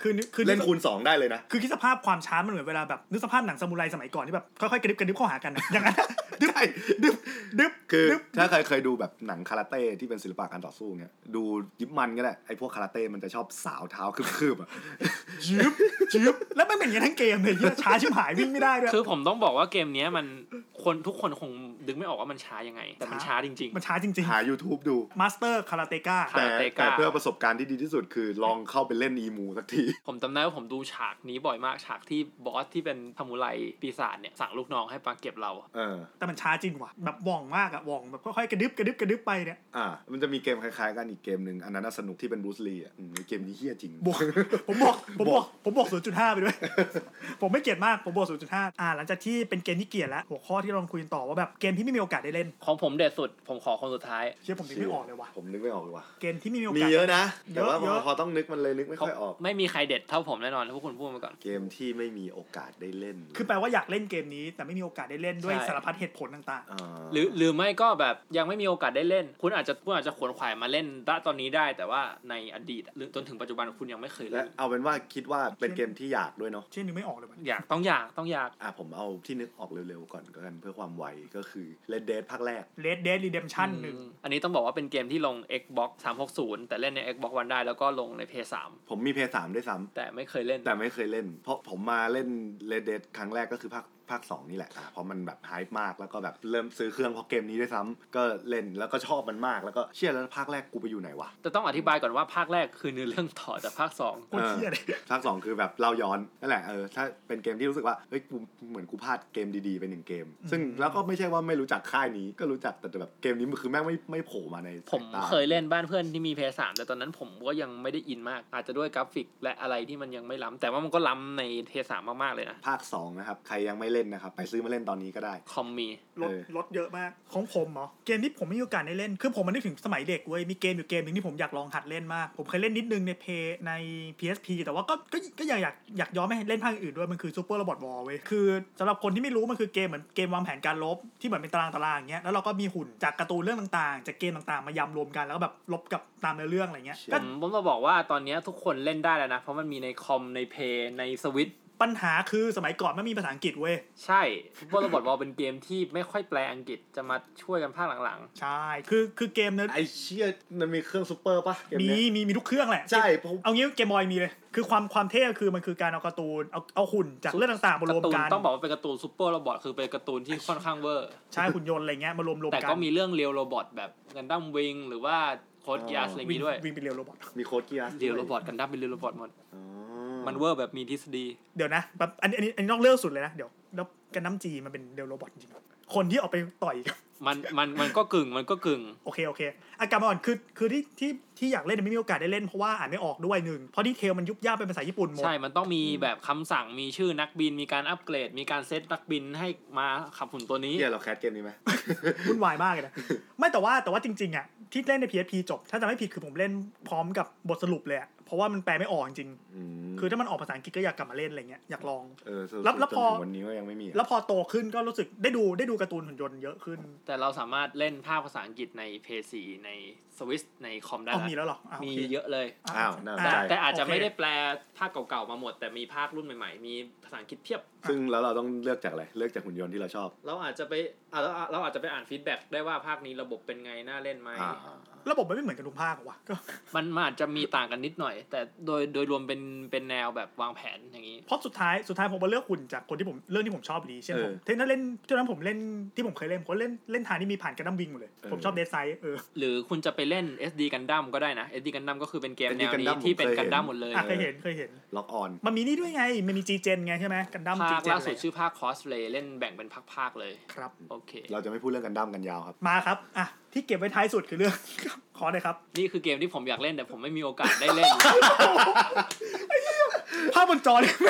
Speaker 3: คือคือ
Speaker 1: เล่นคูณ 2 ได้เลยนะ
Speaker 3: คือคิดสภาพความช้ามันเหมือนเวลาแบบนึกสภาพหนังซามูไรสมัยก่อนที่แบบค่อยๆกระดึบกระดึบเข้าหากันนะ อย่างนั้นดึบดึบดึบ
Speaker 1: คือ
Speaker 3: ดึบ
Speaker 1: ถ้าใครเคยดูแบบหนังคาราเต้ที่เป็นศิลปะการต่อสู้เงี้ย ดูยิปมันก็ได้ ไอ้พวกคาราเต้มันจะชอบสาวเท้าคืบๆอะ
Speaker 3: จึบจึบแล้วมันเป็นอย่างนี้ทั้งเกมเลยเหี้ยช้าชิบหายวิ่งไม่ได้ด้วย
Speaker 2: คือผมต้องบอกว่าเกมเนี้ยมันคนทุกคนคงดึงไม่ออกว่ามันช้ายังไง แต่มันช้าจริง
Speaker 3: มันช้าจริง
Speaker 1: หา YouTube ดู
Speaker 3: ๆมาสเตอร์คาราเตก้า
Speaker 2: ครั
Speaker 1: แต่
Speaker 2: บ
Speaker 1: แต่เพื่อประสบการณ์ที่ดีที่สุดคือลองเข้าไปเล่นอีมูสักที
Speaker 2: ๆ ผมจำได้ว่าผมดูฉากนี้บ่อยมากฉากที่บอสที่เป็นทมูไรปีศาจเนี่ยสั่งลูกน้องให้ปาเก็บเรา
Speaker 1: เออ
Speaker 3: แต่มันช้าจริงว่ะแบบว่องมากอะว่องแบบค่อยๆกระดึบกระดึบกระดึบไปเนี่ย
Speaker 1: อ่า มันจะมีเกมคล้ายๆกันอีกเกมหนึ่งอันนั้นน่ะสนุกที่เป็นบูสลีอ่ะอืมเกมนี้เฮี้ยจริง
Speaker 3: บวกผมบอกผมบอกผมบอก 0.5 ไปด้วย ผมไม่เกลียดมากผมบอก 0.5 อ่า หลังจากที่เป็นเกมที่เกลียดแล้วหัวข้อที่เราคุยกันต่อว่าแบบเกม ที่ไม่มีโอกาสได้เล่น
Speaker 2: ของผมเด็ดสุด ผมขอคนสุดท้าย
Speaker 3: เชื่อผมนึกไม่ออกเลยว่ะ
Speaker 1: ผมนึกไม่ออกเลยว่ะ
Speaker 3: เกมที่ไม่มีโอ
Speaker 1: มี
Speaker 3: กาส
Speaker 1: เยอะนะ
Speaker 3: เยอะ
Speaker 1: แต่ว่าพอ
Speaker 3: เยอะ
Speaker 1: พอต้องนึกมันเลยนึกไม่ค่อยออก
Speaker 2: ไม่มีใครเด็ดเท่าผมแน่นอนถ้าพวกคุณพูดมาก่อน
Speaker 1: เกมที่ไม่มีโอกาสได้เล่น
Speaker 3: คือแปลว่าอยากเล่นเกมนี้ แต่ไม่มีโอกาสได้เล่นด้วย
Speaker 2: ใช่
Speaker 3: สารพัดเหตุผลต่าง
Speaker 1: อ่า
Speaker 2: หรือหรือไม่ก็แบบยังไม่มีโอกาสได้เล่น คุณอาจจะคุณอาจจะขวนขวายมาเล่นณตอนนี้ได้ แต่ว่าในอดีตหรือจนถึงปัจจุบันคุณยังไม่เคย
Speaker 1: และ
Speaker 2: เล่น
Speaker 1: เอาเป็นว่าคิดว่าเป็นเกมที่อยากด้วยเนาะ
Speaker 3: ๆ เช่นนึกไม่ออกเลยว่ะ
Speaker 2: อยากต้องอยากต้องอยาก
Speaker 1: อ่ะผมเอาที่นึกออกเร็วๆก่อนก็กันเพื่อความไวก็คือ Red Dead ภาคแรก
Speaker 3: เลดเดดรีเดมชั่นหนึ่ง
Speaker 2: อืมอันนี้ต้องบอกว่าเป็นเกมที่ลง Xbox 360 แต่เล่นใน Xbox One ได้แล้วก็ลงใน PS3
Speaker 1: ผมมีเพย์สามด้วยซ้ำ
Speaker 2: แต่ไม่เคยเล่น
Speaker 1: แต่ไม่เคยเล่น เพราะผมมาเล่น Red Dead ครั้งแรกก็คือภาคภาคสองนี่แหละอ่ะเพราะมันแบบไฮป์มากแล้วก็แบบเริ่มซื้อเครื่องเพราะเกมนี้ด้วยซ้ำก็เล่นแล้วก็ชอบมันมากแล้วก็เชื่อแล้วภาคแรกกูไปอยู่ไหนวะ
Speaker 2: แต่ต้องอธิบายก่อนว่าภาคแรกคือเนื้อเรื่องต่อจากภาค 2
Speaker 3: โคตรเครียดเลย
Speaker 1: ออภาคสองคือแบบเล่าย้อนนั่นแหละเออถ้าเป็นเกมที่รู้สึกว่าเฮ้ยกูเหมือนกูพลาดเกมดีๆไปหนึ่งเกม ซึ่งแล้วก็ไม่ใช่ว่าไม่รู้จักค่ายนี้ก็รู้จักแต่แบบเกมนี้มันคือแม่งไม่ไม่โผล่มาใน
Speaker 2: ผม
Speaker 1: สายตา
Speaker 2: เคยเล่นบ้านเพื่อนที่มี PS3 แต่ตอนนั้นผมก็ยังไม่ได้อินมาก อาจจะด้วยกราฟิกและอะไรที่มันยังไม่ล้ำแต่ว่ามันก็ล้ำใน PS3 มากๆเลยนะ
Speaker 1: ภาคสองนะครับใครยังไม่เล่นนะครับไปซื้อมาเล่นตอนนี้ก็ได้
Speaker 2: คอมมี
Speaker 3: ลด
Speaker 1: เออ
Speaker 3: ลดเยอะมากของผมเหรอเกมที่ผมไม่มีโอกาสได้เล่น คือผมมันนึกถึงสมัยเด็กเว้ยมีเกมอยู่เกมหนึ่งที่ผมอยากลองหัดเล่นมาก ผมเคยเล่นนิดนึงในเพย์ใน PSP แต่ว่าก็ก็ก็อยากอยากอยากย้อนไม่ให้เล่นภาคอื่นด้วยมันคือซูเปอร์ o บอ w วอลเว้ยคือสำหรับคนที่ไม่รู้มันคือเกมเหมือนเกมวางแผนการลบที่เหมือนเป็นตารางตารางอย่างเงี้ยแล้วเราก็มีหุ่นจากการ์ตูนเรื่องต่างๆ จากเกมต่างๆ มายำรวมกันแล้วก็แบบลบกับตามเนื้อเรื่องอะไรเงี้ย
Speaker 1: เชี่
Speaker 2: ผ
Speaker 1: ย
Speaker 2: มผมจะบอกว่าตอนเนี้ยทุกคนเล่นได้แล้วนะ เพราะมันมีในคอมในเพย์ในสวิต
Speaker 3: ปัญหาคือสมัยก่อนไม่มีภาษาอังกฤษเว้ย
Speaker 2: ใช่พวกระบบวอลเป็นเกมที่ไม่ค่อยแปลอังกฤษจะมาช่วยกันภาคหลัง
Speaker 3: ใช่คือคือเกมเนื้อ
Speaker 1: ไอเชี่ยมันมีเครื่องซูเปอร์ปะเกม
Speaker 3: มี
Speaker 1: เนี้ย
Speaker 3: มีมีทุกเครื่องแหละ
Speaker 1: ใช่ผม
Speaker 3: เอางี้เกมบอยมีเลย คือความความเท่คือมันคือการเอาการ์ตูน เอาเอาหุ่นจากเรื่องต่างๆ
Speaker 2: ๆ
Speaker 3: มาร
Speaker 2: กาว
Speaker 3: ม
Speaker 2: ร์ตูน
Speaker 3: กัน
Speaker 2: ต้องบอกว่าเป็นการ์ตูนซูเปอร์ระบอคือเป็นการ์ตูนที่ค่อนข้างเวอร์
Speaker 3: ใช่หุ่นยนต์อะไรเงี้ยมารวมรวม
Speaker 2: แต่
Speaker 3: กัน
Speaker 2: ก็มีเรื่องเรียวโรบอทแบบกันดั้มวิงหรือว่าโค้ดยาสอะไรอย่าง
Speaker 3: วิ่ง
Speaker 2: นี้ด้วย
Speaker 3: วิ่งเป็นเรียวโรบอท
Speaker 1: มีโค้ดเกียร์
Speaker 2: เรียวโรบอทกันดั้มเป็นเรียวโรบอทหมด
Speaker 1: อ๋อ
Speaker 2: มันเวอร์แบบมีทฤษฎี
Speaker 3: เดี๋ยวนะแบบอันนี้อันนี้อันนี้นอกเรื่องสุดเลยนะ เดี๋ยวแล้วกันน้ำจีมันเป็นเรียวโรบอทจริงๆคนที่ออกไปต่อย กับ
Speaker 2: มันมันมันก็กึ่งมันก็กึ่ง
Speaker 3: โอเคโอเคอาการอ่อนคือคือที่ที่ที่อยากเล่นไม่มีโอกาสได้เล่นเพราะว่าอ่านไม่ออกด้วยหนึ่งเพราะดีเทลมันยุบย่าเป็นภาษาญี่ปุ่นหมด
Speaker 2: ใช่ มันต้องมีแบบคำสั่งมีชื่อนักบิน มีการอัปเกรด มีการเซตนักบินให้มาขับหุ่นตัวนี้
Speaker 1: เกียร์เราแคสเกมนี้ไหม
Speaker 3: วุ่นวายมากเลยนะ ไม่แต่ว่าแต่ว่าจริงๆอ่ะที่เล่นใน PSP จบ ถ้าจะไม่ผิดคือผมเล่นพร้อมกับบทสรุปเลยอะเพราะว่ามันแปลไม่ออกจริงๆ
Speaker 1: อืม
Speaker 3: คือถ้ามันออกภาษาอังกฤษก็อยากกลับมาเล่นอะไรเงี้ยอยากลอง
Speaker 1: เออสรุป
Speaker 3: แล้วแล้ว
Speaker 1: จน
Speaker 3: พอ
Speaker 1: ถึงวันนี้ก็ยังไม่มีอะ
Speaker 3: แล้วพอโตขึ้นก็รู้สึกได้ดูได้ดูการ์ตูนหุ่นยนต์เยอะขึ้น
Speaker 2: แต่เราสามารถเล่นภาคภาษาอังกฤษในเพซีในสวิสในคอมได้
Speaker 3: เอา
Speaker 2: ละ
Speaker 3: มีแล้วเหรอาว
Speaker 2: มี
Speaker 3: โค
Speaker 2: เยอะเลย
Speaker 1: อ้าวน่าสน
Speaker 2: แต่
Speaker 1: ใจ
Speaker 2: แต่อาจจะไม่ได้
Speaker 3: โอเค
Speaker 2: แปลภาคเก่าๆมาหมด แต่มีภาครุ่นใหม่ๆ มีภาษาอังกฤษเพียบ
Speaker 1: ซึ่งแล้วเราต้องเลือกจากอะไรเลือกจากหุ่นยนต์ที่เราชอบ
Speaker 2: เราอาจจะไปอ่ะเราเราอาจจะไปอ่านฟีดแบ็กได้ว่าภาคนี้ระบบเป็นไง น่าเล่นไหม
Speaker 1: อ่าอ่าอ่า
Speaker 3: ระบบมันไม่เหมือนกันทุกภาคหรอวะ ก็
Speaker 2: มันมันอาจจะมีต่างกันนิดหน่อย แต่โดยโดยรวมเป็นเป็นแนวแบบวางแผนอย่างนี้
Speaker 3: เพราะสุดท้ายสุดท้ายผมมาเลือกหุ่นจากคนที่ผมเรื่องที่ผมชอบดีเช่นผ
Speaker 1: เอ
Speaker 3: ม
Speaker 1: อ
Speaker 3: เท่นั้นเล่นเท่านั้นผมเล่นที่ผมเคยเล่นผมเล่นเล่นทางที่มีผ่านกระดั้มวิงหมดเลย
Speaker 1: เออ
Speaker 3: ผมชอบเดซไซเออ
Speaker 2: หรือคุณจะไปเล่น SD กันดั้มก็ได้นะ SD กันดั้มก็คือเป็นเกม
Speaker 1: SD
Speaker 2: แนวนี้
Speaker 1: Gundam
Speaker 2: ที่เป็น
Speaker 1: ผมเคย
Speaker 2: กันดั้ม
Speaker 1: เห็น
Speaker 2: หมดเลย
Speaker 3: อ่ะเคยเห็นเคยเห็น
Speaker 1: ล็อกออน
Speaker 3: มันมีนี่ด้วยไงมันมีจีเจนไงใช่ไหมกันดั้มจี
Speaker 2: ภาค
Speaker 3: เจน
Speaker 2: ล่า
Speaker 3: อะ
Speaker 2: สุ
Speaker 3: ไร
Speaker 2: ดชื่อภาคคอสเลเล่นแบ่งเป็นภาคๆเลย
Speaker 3: ครับ
Speaker 2: โอเค
Speaker 1: เราจะไม่พูดเรื่องกันดั้มกันยาวครับ
Speaker 3: มาครับอ่ะที่เก็บไว้ท้ายสุดคือเรื่อง ขอเลยครับ
Speaker 2: นี่คือเกมที่ผมอยากเล่นแต่ผมไม่มีโอกาสได้เล่น
Speaker 3: ภาพบนจอเนี่ย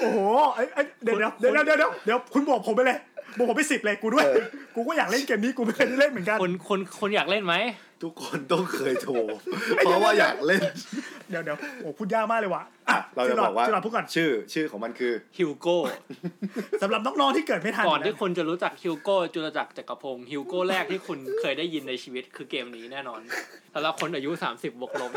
Speaker 3: โอ้โหไอ้ไอ้เดี๋ยวเดี๋ยวเดี๋ยวเดี๋ยวเดี๋ยวเดี๋ยวคุณบอกผมไปเลยบอกผมไปสิบเลยกูด้วย
Speaker 1: เออ
Speaker 3: กูก็อยากเล่นเกมนี้กูไม่เคยได้เล่นเหมือนกัน
Speaker 2: คนคนคนอยากเล่นไหม
Speaker 1: ทุกคนต้องเคยโทร เพราะว่าอยากเล่น
Speaker 3: เดี๋ยวเดี๋ยวโอ้พูดยากมากเลยว่ะ
Speaker 1: อ่ะเราจะบอกว่า
Speaker 3: จุฬาพูดก่อน
Speaker 1: ชื่อชื่อของมันคือ
Speaker 2: ฮิวโก้
Speaker 3: สำหรับน้องๆที่เกิดไม่ทัน
Speaker 2: ก่อนที่
Speaker 3: ะ
Speaker 2: คนจะรู้จักฮิวโก้จุลจักรจักรพงศ์ฮิวโก้แรกที่คุณเคยได้ยินในชีวิตคือเกมนี้แน่นอนสำหรับคนอายุ 30บวกลบ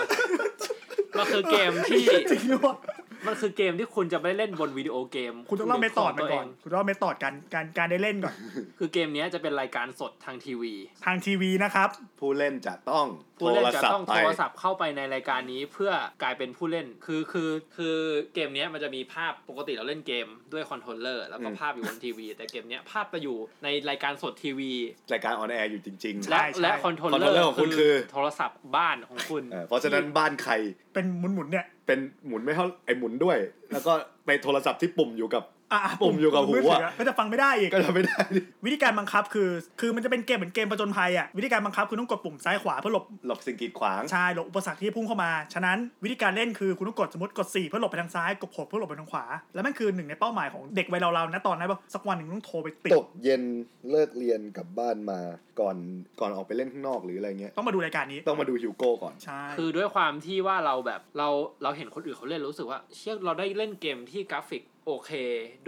Speaker 2: มันคือเกมที่
Speaker 3: จริงด้วย
Speaker 2: มันคือเกมที่คุณจะไม่เล่นบนวิดีโอเกม
Speaker 3: คุณต้องเล่าเมธอดมันก่อน
Speaker 2: ขงตัว
Speaker 3: คุณต้องเล่าเมธอดการการการได้เล่นก่อน
Speaker 2: เงคือเกมเนี้ยจะเป็นรายการสดทางทีวี
Speaker 3: ทางทีวีนะครับ
Speaker 1: ผู้เล่นจะต้องโท
Speaker 2: ผู้เล่น
Speaker 1: ร
Speaker 2: จะ
Speaker 1: ศัพ
Speaker 2: ต้อง
Speaker 1: ท์ไป
Speaker 2: โทรศัพท์เข้าไปในรายการนี้เพื่อกลายเป็นผู้เล่น คือคือคือเกมเนี้ยมันจะมีภาพปกติเราเล่นเกมด้วยคอนโทรลเลอร์แล้วก็
Speaker 1: อืม
Speaker 2: ภาพอยู่บนทีวี แต่เกมเนี้ยภาพจะอยู่ในรายการสดทีวี
Speaker 1: รายการออนแอร์อยู่จริง
Speaker 3: ใช่
Speaker 2: และ
Speaker 3: ใช่
Speaker 2: และคอนโทรลเลอ
Speaker 1: controller
Speaker 2: ร์
Speaker 1: ของคุณคือ
Speaker 2: โทรศัพท์บ้านของคุณ
Speaker 1: ๆเออเพราะฉะนั้นบ้านใคร
Speaker 3: เป็นหมุนๆเนี่ย
Speaker 1: เป็นหมุนไม่เท่าไอหมุนด้วย แล้วก็ไปโทรศัพท์ที่ปุ่มอยู่กับ
Speaker 3: อ่ะะ
Speaker 1: ปุ่มอยู่กับหู
Speaker 3: มืถื
Speaker 1: อะ
Speaker 3: ก็จะฟังไม่ได้อีก
Speaker 1: ก็ทำไม่ได้ดิ
Speaker 3: วิธีการบังคับคือ คือมันจะเป็นเกมเหมือนเกมประจนภัยอ่ะ วิธีการบังคับคือต้องกดปุ่มซ้ายขวาเพื่อหลบ
Speaker 1: หลบสิ่งกีดขวาง
Speaker 3: ชายหลบอุปสรรคที่พุ่งเข้ามา ฉะนั้นวิธีการเล่นคือคุณต้องกดสมมติกด 4 เพื่อหลบไปทางซ้าย กด6เพื่อหลบไปทางขวา แล้วมันคือหนึ่งในเป้าหมายของเด็กวัยเราๆนะตอนนั้นว่าสักวันหนึ่งต้องโทรไปติด
Speaker 1: ตกเย็นเลิกเรียนกลับบ้านมาก่อนก่อนออกไปเล่นข้างนอกหรืออะไรเงี้ย
Speaker 3: ต้องมาดูรายการนี้
Speaker 1: ต้องมาดูฮิวโก้ก่อน
Speaker 3: ใช่
Speaker 2: คือด้วยความที่ว่าเราแบบเราเราเห็นคนอื่นเขาเล่นรู้สึกว่า เชี่ยเราได้เล่นเกมที่กราฟิกโอเค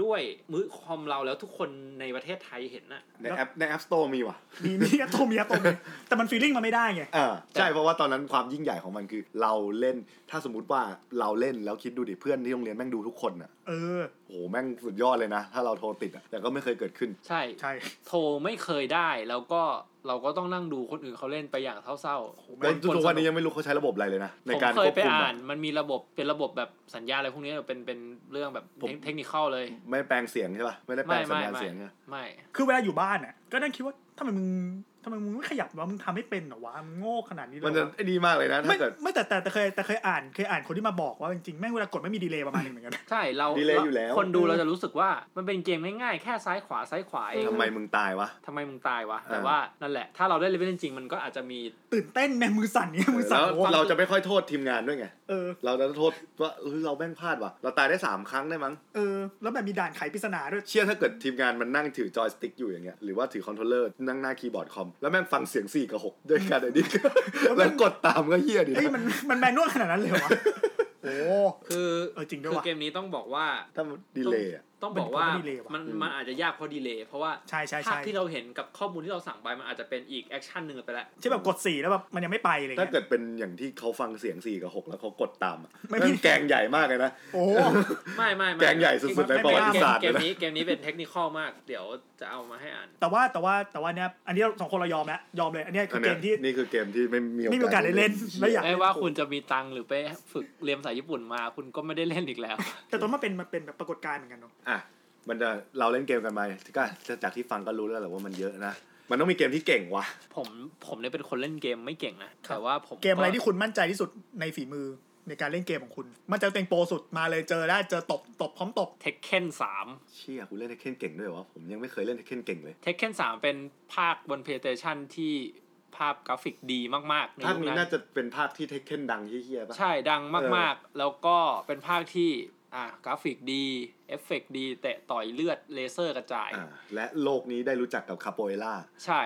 Speaker 2: ด้วยมือคอมเราแล้วทุกคนในประเทศไทยเห็นน่ะ
Speaker 1: ในแอปในแอปสโตร์มีว่ะ
Speaker 3: มีมีอะโตมีอะโตมีแต่มันฟีลลิ่งมันไม่ได้ไง
Speaker 1: อ่า
Speaker 2: ใช่
Speaker 1: ใช่เพราะว่าตอนนั้นความยิ่งใหญ่ของมันคือ เราเล่นถ้าสมมติว่าเราเล่นแล้วคิดดูดิเพื่อนที่โรงเรียนแม่งดูทุกคนอ่ะ
Speaker 3: เออ
Speaker 1: โอ้โหแม่งสุดยอดเลยนะ ถ้าเราโทรติดอ่ะแต่ก็ไม่เคยเกิดขึ้น
Speaker 2: ใช่
Speaker 3: ใช่
Speaker 2: โทรไม่เคยได้แล้วก็เราก็ต้องนั่งดูคนอื่นเขาเล่นไปอย่างเศร้า
Speaker 3: โหแม่
Speaker 1: แล้
Speaker 3: ง
Speaker 1: วทุกวันนี้ยังไม่รู้เขาใช้ระบบอะไรเลยนะ
Speaker 2: ๆ
Speaker 1: ใน
Speaker 2: ผม
Speaker 1: การ
Speaker 2: เค
Speaker 1: ค
Speaker 2: ยว
Speaker 1: บ
Speaker 2: ไป
Speaker 1: คุม
Speaker 2: อ่า
Speaker 1: อะ
Speaker 2: นมันมีระบบเป็นระบบแบบสัญญาอะไรพวกนี้เป็นเป็นเรื่องแบบ
Speaker 1: ผม
Speaker 2: เทคนิคอลเลย
Speaker 1: ไม่แปลงเสียงใช่ป่ะไม่ได้แปลงสัญ
Speaker 2: ไม่ไม่
Speaker 1: ญาณ
Speaker 2: ไม่
Speaker 1: เสียงอะ
Speaker 2: ไม่
Speaker 3: คือเวลาอยู่บ้านอ่ะ ก็นั่งคิดว่าทำไมมึงทำไมมึงไม่ขยับวะ มึงทำไม่เป็นเหรอวะ มึงโง่ขนาดนี้เลย
Speaker 1: มัน
Speaker 3: เหร
Speaker 1: จะ
Speaker 3: อวะ
Speaker 1: ไอ้นี่มากเลยนะ
Speaker 3: ไม่
Speaker 1: ถ้าเกิด
Speaker 3: ไม่แต่แต่แต่เคยแต่เคยอ่านเคยอ่านคนที่มาบอกว่าจริงๆแม่งเวลากดไม่มีดีเลย์ประมาณหนึงเหมือนกัน
Speaker 2: ใช่เรา
Speaker 1: ดีเลยอยู่แล้ว
Speaker 2: คนดูเราจะรู้สึกว่ามันเป็นเกมง่ายๆแค่ซ้ายขวาซ้ายขวาเอง
Speaker 1: ทำไมมึงตายวะ
Speaker 2: ทำไมมึงตายวะแต่
Speaker 1: อ่า
Speaker 2: ว่านั่นแหละ ถ้าเราได้เล่นจริงๆมันก็อาจจะมี
Speaker 3: ตื่นเต้นแม่งมือสั่นเนี่ยมือสั่น
Speaker 1: แล้ว
Speaker 3: โอ้โห
Speaker 1: เราจะไม่ค่อยโทษทีมงานด้วยไง
Speaker 3: เออ
Speaker 1: เราจะโทษว่าเฮ้ยเราแม่งพลาดว่ะเราตายได้สามครั้งได้มั้ง
Speaker 3: เออ แล้วแบบมีด่านไขปริศนาด้วย
Speaker 1: เชื่อถ้าเกิดทีมงานมันนั่งถือจอยสติ๊กอยู่อย่างเงี้ยหรือว่าถือคอนโทรลเลอร์นั่งหน้าคีย์บอร์ดคอมแล้วแม่งฟังเสียงสี่กับหกด้วยกันไอ้นี่ แล้วกดตามก็เฮี้ยดิ
Speaker 3: เฮ้ยมันมันแมนนวลขนาดนั้นเลยเหรอวะโอ้
Speaker 2: คือ
Speaker 3: เออจริงด้วย
Speaker 2: คื
Speaker 3: ว่ะ
Speaker 2: เกมนี้ต้องบอกว่า
Speaker 1: ถ้ามันดีเลยอะ
Speaker 2: ต้องบอกว่า
Speaker 3: เป็นเพราะว่าดีเลย์ว่ะ
Speaker 2: มัน
Speaker 1: อืม
Speaker 2: มันอาจจะยากเพราะดีเลย์เพราะว่า
Speaker 3: ใช่ใช่
Speaker 2: ภาพ
Speaker 3: ใช่
Speaker 2: ที่เราเห็นกับข้อมูลที่เราสั่งไปมันอาจจะเป็นอีกแอคชั่นหนึ่งไปแล้ว
Speaker 3: ใช่แบบกดสี่แล้วแบบมันยังไม่ไปอะไร
Speaker 1: ถ้า
Speaker 3: เงี้ย
Speaker 1: เกิดเป็นอย่างที่เขาฟังเสียงสี่กับหกแล้วเขากดตามอะ
Speaker 3: ไม่
Speaker 1: แม่
Speaker 3: มี
Speaker 1: งแกงใหญ่มากเลยนะ
Speaker 3: โอ้
Speaker 2: ไม่ไม่ไม่
Speaker 1: แกงใหญ่สุดๆในประวัติศาสตร์
Speaker 2: เกม
Speaker 1: เลยนะ
Speaker 2: นี้เกมนี้เป็นเทคนิคมาก เดี๋ยวจะเอามาให้อ่าน
Speaker 3: แต่ว่าแต่ว่าแต่ว่าเนี้ยอันนี้เราสองคนเรายอมแล้วยอมเลยอันเนี้ยคือเกมที่
Speaker 1: อันนี้ยนี่คือเกมที่ไม่มี
Speaker 3: ไม่มีโอกาสได้เล่นแล้วอยาก
Speaker 2: ไม่ว่าคุณจะมีตังค์หรือไปฝึกเรียนภาษาญี่ปุ่นมา คุณก็ไม่ได้เล่นอีกแล้ว
Speaker 3: แต่ตอนมันเป็นมันเป็นแบบปรากฏการณ์เหมือนกันเนาะ
Speaker 1: อ่ะมันจะเราเล่นเกมกันมาก็จากที่ฟังก็รู้แล้วแหละว่ามันเยอะนะ มันต้องมีเกมที่เก่งวะ
Speaker 2: ผมผมเนี่ยเป็นคนเล่นเกมไม่เก่งนะแต่ว่าผม
Speaker 3: เกมอะไรที่คุณมั่นใจที่สุดในฝีมือในการเล่นเกมของคุณ มั่นใจว่าตัวเองโปรสุดมาเลยเจอได้เจอตบตบพร้อมตบ
Speaker 2: เทคเคนสาม
Speaker 1: เชี่ยคุณเล่นเทคเคนเก่งด้วยวะผมยังไม่เคยเล่นเทคเคนเก่งเลย
Speaker 2: เทคเคนสามเป็นภาคบนเพลย์สเตชันที่ภาพกราฟิกดีมากๆใน
Speaker 1: ภาค
Speaker 2: ยุค
Speaker 1: นี้
Speaker 2: นั้น
Speaker 1: น่าจะเป็นภาคที่เทคเคนดังเฮี้ยๆปะ
Speaker 2: ใช่ดัง
Speaker 1: เอ
Speaker 2: มาก
Speaker 1: อ
Speaker 2: ๆ แล้วก็เป็นภาคที่อ่ะกราฟิกดี เอฟเฟกต์ดี แตะต่อยเลือดเลเซอร์กระจาย
Speaker 1: อ่าและโลกนี้ได้รู้จักกับคาโปเอล่า
Speaker 2: ใช่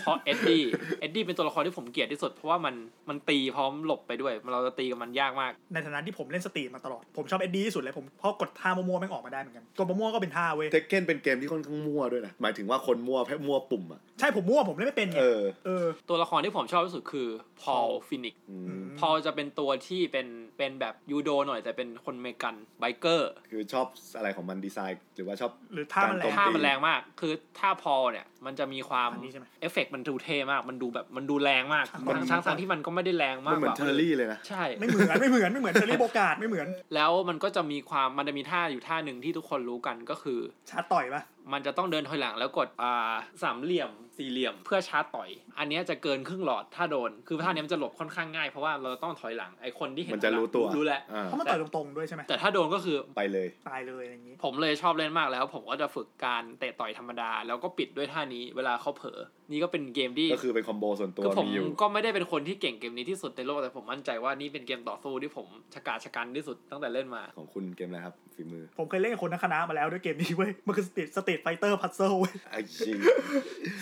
Speaker 2: เพราะเอ็ดดี้เอ็ดดี้เป็นตัวละครที่ผมเกลียดที่สุด เพราะว่ามันมันตีพร้อมหลบไปด้วย เราจะตีกับมันยากมาก
Speaker 3: ในฐานะที่ผมเล่นสตรีมมาตลอด ผมชอบเอ็ดดี้ที่สุดเลยผมเพราะกดท่ามั่วๆแม่งออกมาได้เหมือนกันกดมั่วๆก็เป็นท่าเว้ย
Speaker 1: เทคเคนเป็นเกมที่ค่อนข้างมั่วด้วยนะ หมายถึงว่าคนมั่ว แพ้มั่วปุ่มอ่ะ
Speaker 3: ใช่ผมมั่วผมเล่นไม่เป็นไง
Speaker 1: เออ
Speaker 3: เออ
Speaker 2: ตัวละครที่ผมชอบที่สุดคือพอลฟินิก
Speaker 1: อืม
Speaker 3: ม
Speaker 2: พอลจะเป็นตัวที่เป็นเป็นแบบยูโดหน่อยแต่เป็นคนเมกันไบเกอร์
Speaker 1: คือชอบอะไรของมันดีไซน์ หรือว่าชอบ
Speaker 3: หรือท่ามันแหล
Speaker 1: การตบ
Speaker 3: ม
Speaker 2: ท่ามันแรงมาก คือท่าพอเนี่ย มันจะมีความ
Speaker 3: อันนี้ใช่ไหม
Speaker 2: เอฟเฟกต์มันดูเท่มาก มันดูแบบ มันดูแรงมาก
Speaker 1: มัน
Speaker 2: ทั้งทั้งที่มันก็ไม่ได้แรงมาก
Speaker 1: มันเหมือน
Speaker 2: แบบ
Speaker 1: เทอร์รี่เลยนะ
Speaker 2: ใช่
Speaker 3: ไม่เหมือนไม่เหมือนไม่เหมือนเชอรี่โบการ์ดไม่เหมือน
Speaker 2: แล้วมันก็จะมีความ มันจะมีท่าอยู่ท่าหนึ่งที่ทุกคนรู้กันก็คือ
Speaker 3: ชาร์จต่อยปะ
Speaker 2: มันจะต้องเดินถอยหลังแล้วกดอ่าสามเหลี่ยม สี่เหลี่ยม เพื่อชาร์จต่อย อันเนี้ยจะเกินครึ่งหลอดถ้าโดน คือท่าเนี้ยมันจะหลบค่อนข้างง่ายเพราะว่าเราต้องถอยหลัง ไอคนที่เห็น
Speaker 1: มันจะรู้ตัว
Speaker 2: รู้แหละ
Speaker 1: อ่า
Speaker 3: เพราะมันต่อยตรงๆด้วยใช่ไหม
Speaker 2: แต่ถ้าโดนก็คือ
Speaker 1: ไปเลย
Speaker 3: ตายเลยอย่างนี้
Speaker 2: ผมเลยชอบเล่นมากแล้ว ผมก็จะฝึกการเตะต่อยธรรมดา แล้วก็ปิดด้วยท่านี้เวลาเขาเผลอ นี่ก็เป็นเกมที่
Speaker 1: ก็คือเป็นคอมโบส่วนตัว
Speaker 2: คือผม
Speaker 1: มีอยู่
Speaker 2: ก็ไม่ได้เป็นคนที่เก่งเกมนี้ที่สุดในโลกแต่ผมมั่นใจว่านี่เป็นเกมต่อสู้ที่ผมชะกาจชะกันที่สุดตั้งแต่เล่นมา
Speaker 1: ของคุณเกมอะไรครับฝีมือ
Speaker 3: ผมเคยเล่นกับคนทั้งคณะมาแล้วด้วยเกมนี้เว้ยมันคือสตรีทสตรีทไฟเตอร์พัซเซิลเว้ย
Speaker 1: ไอ้จริง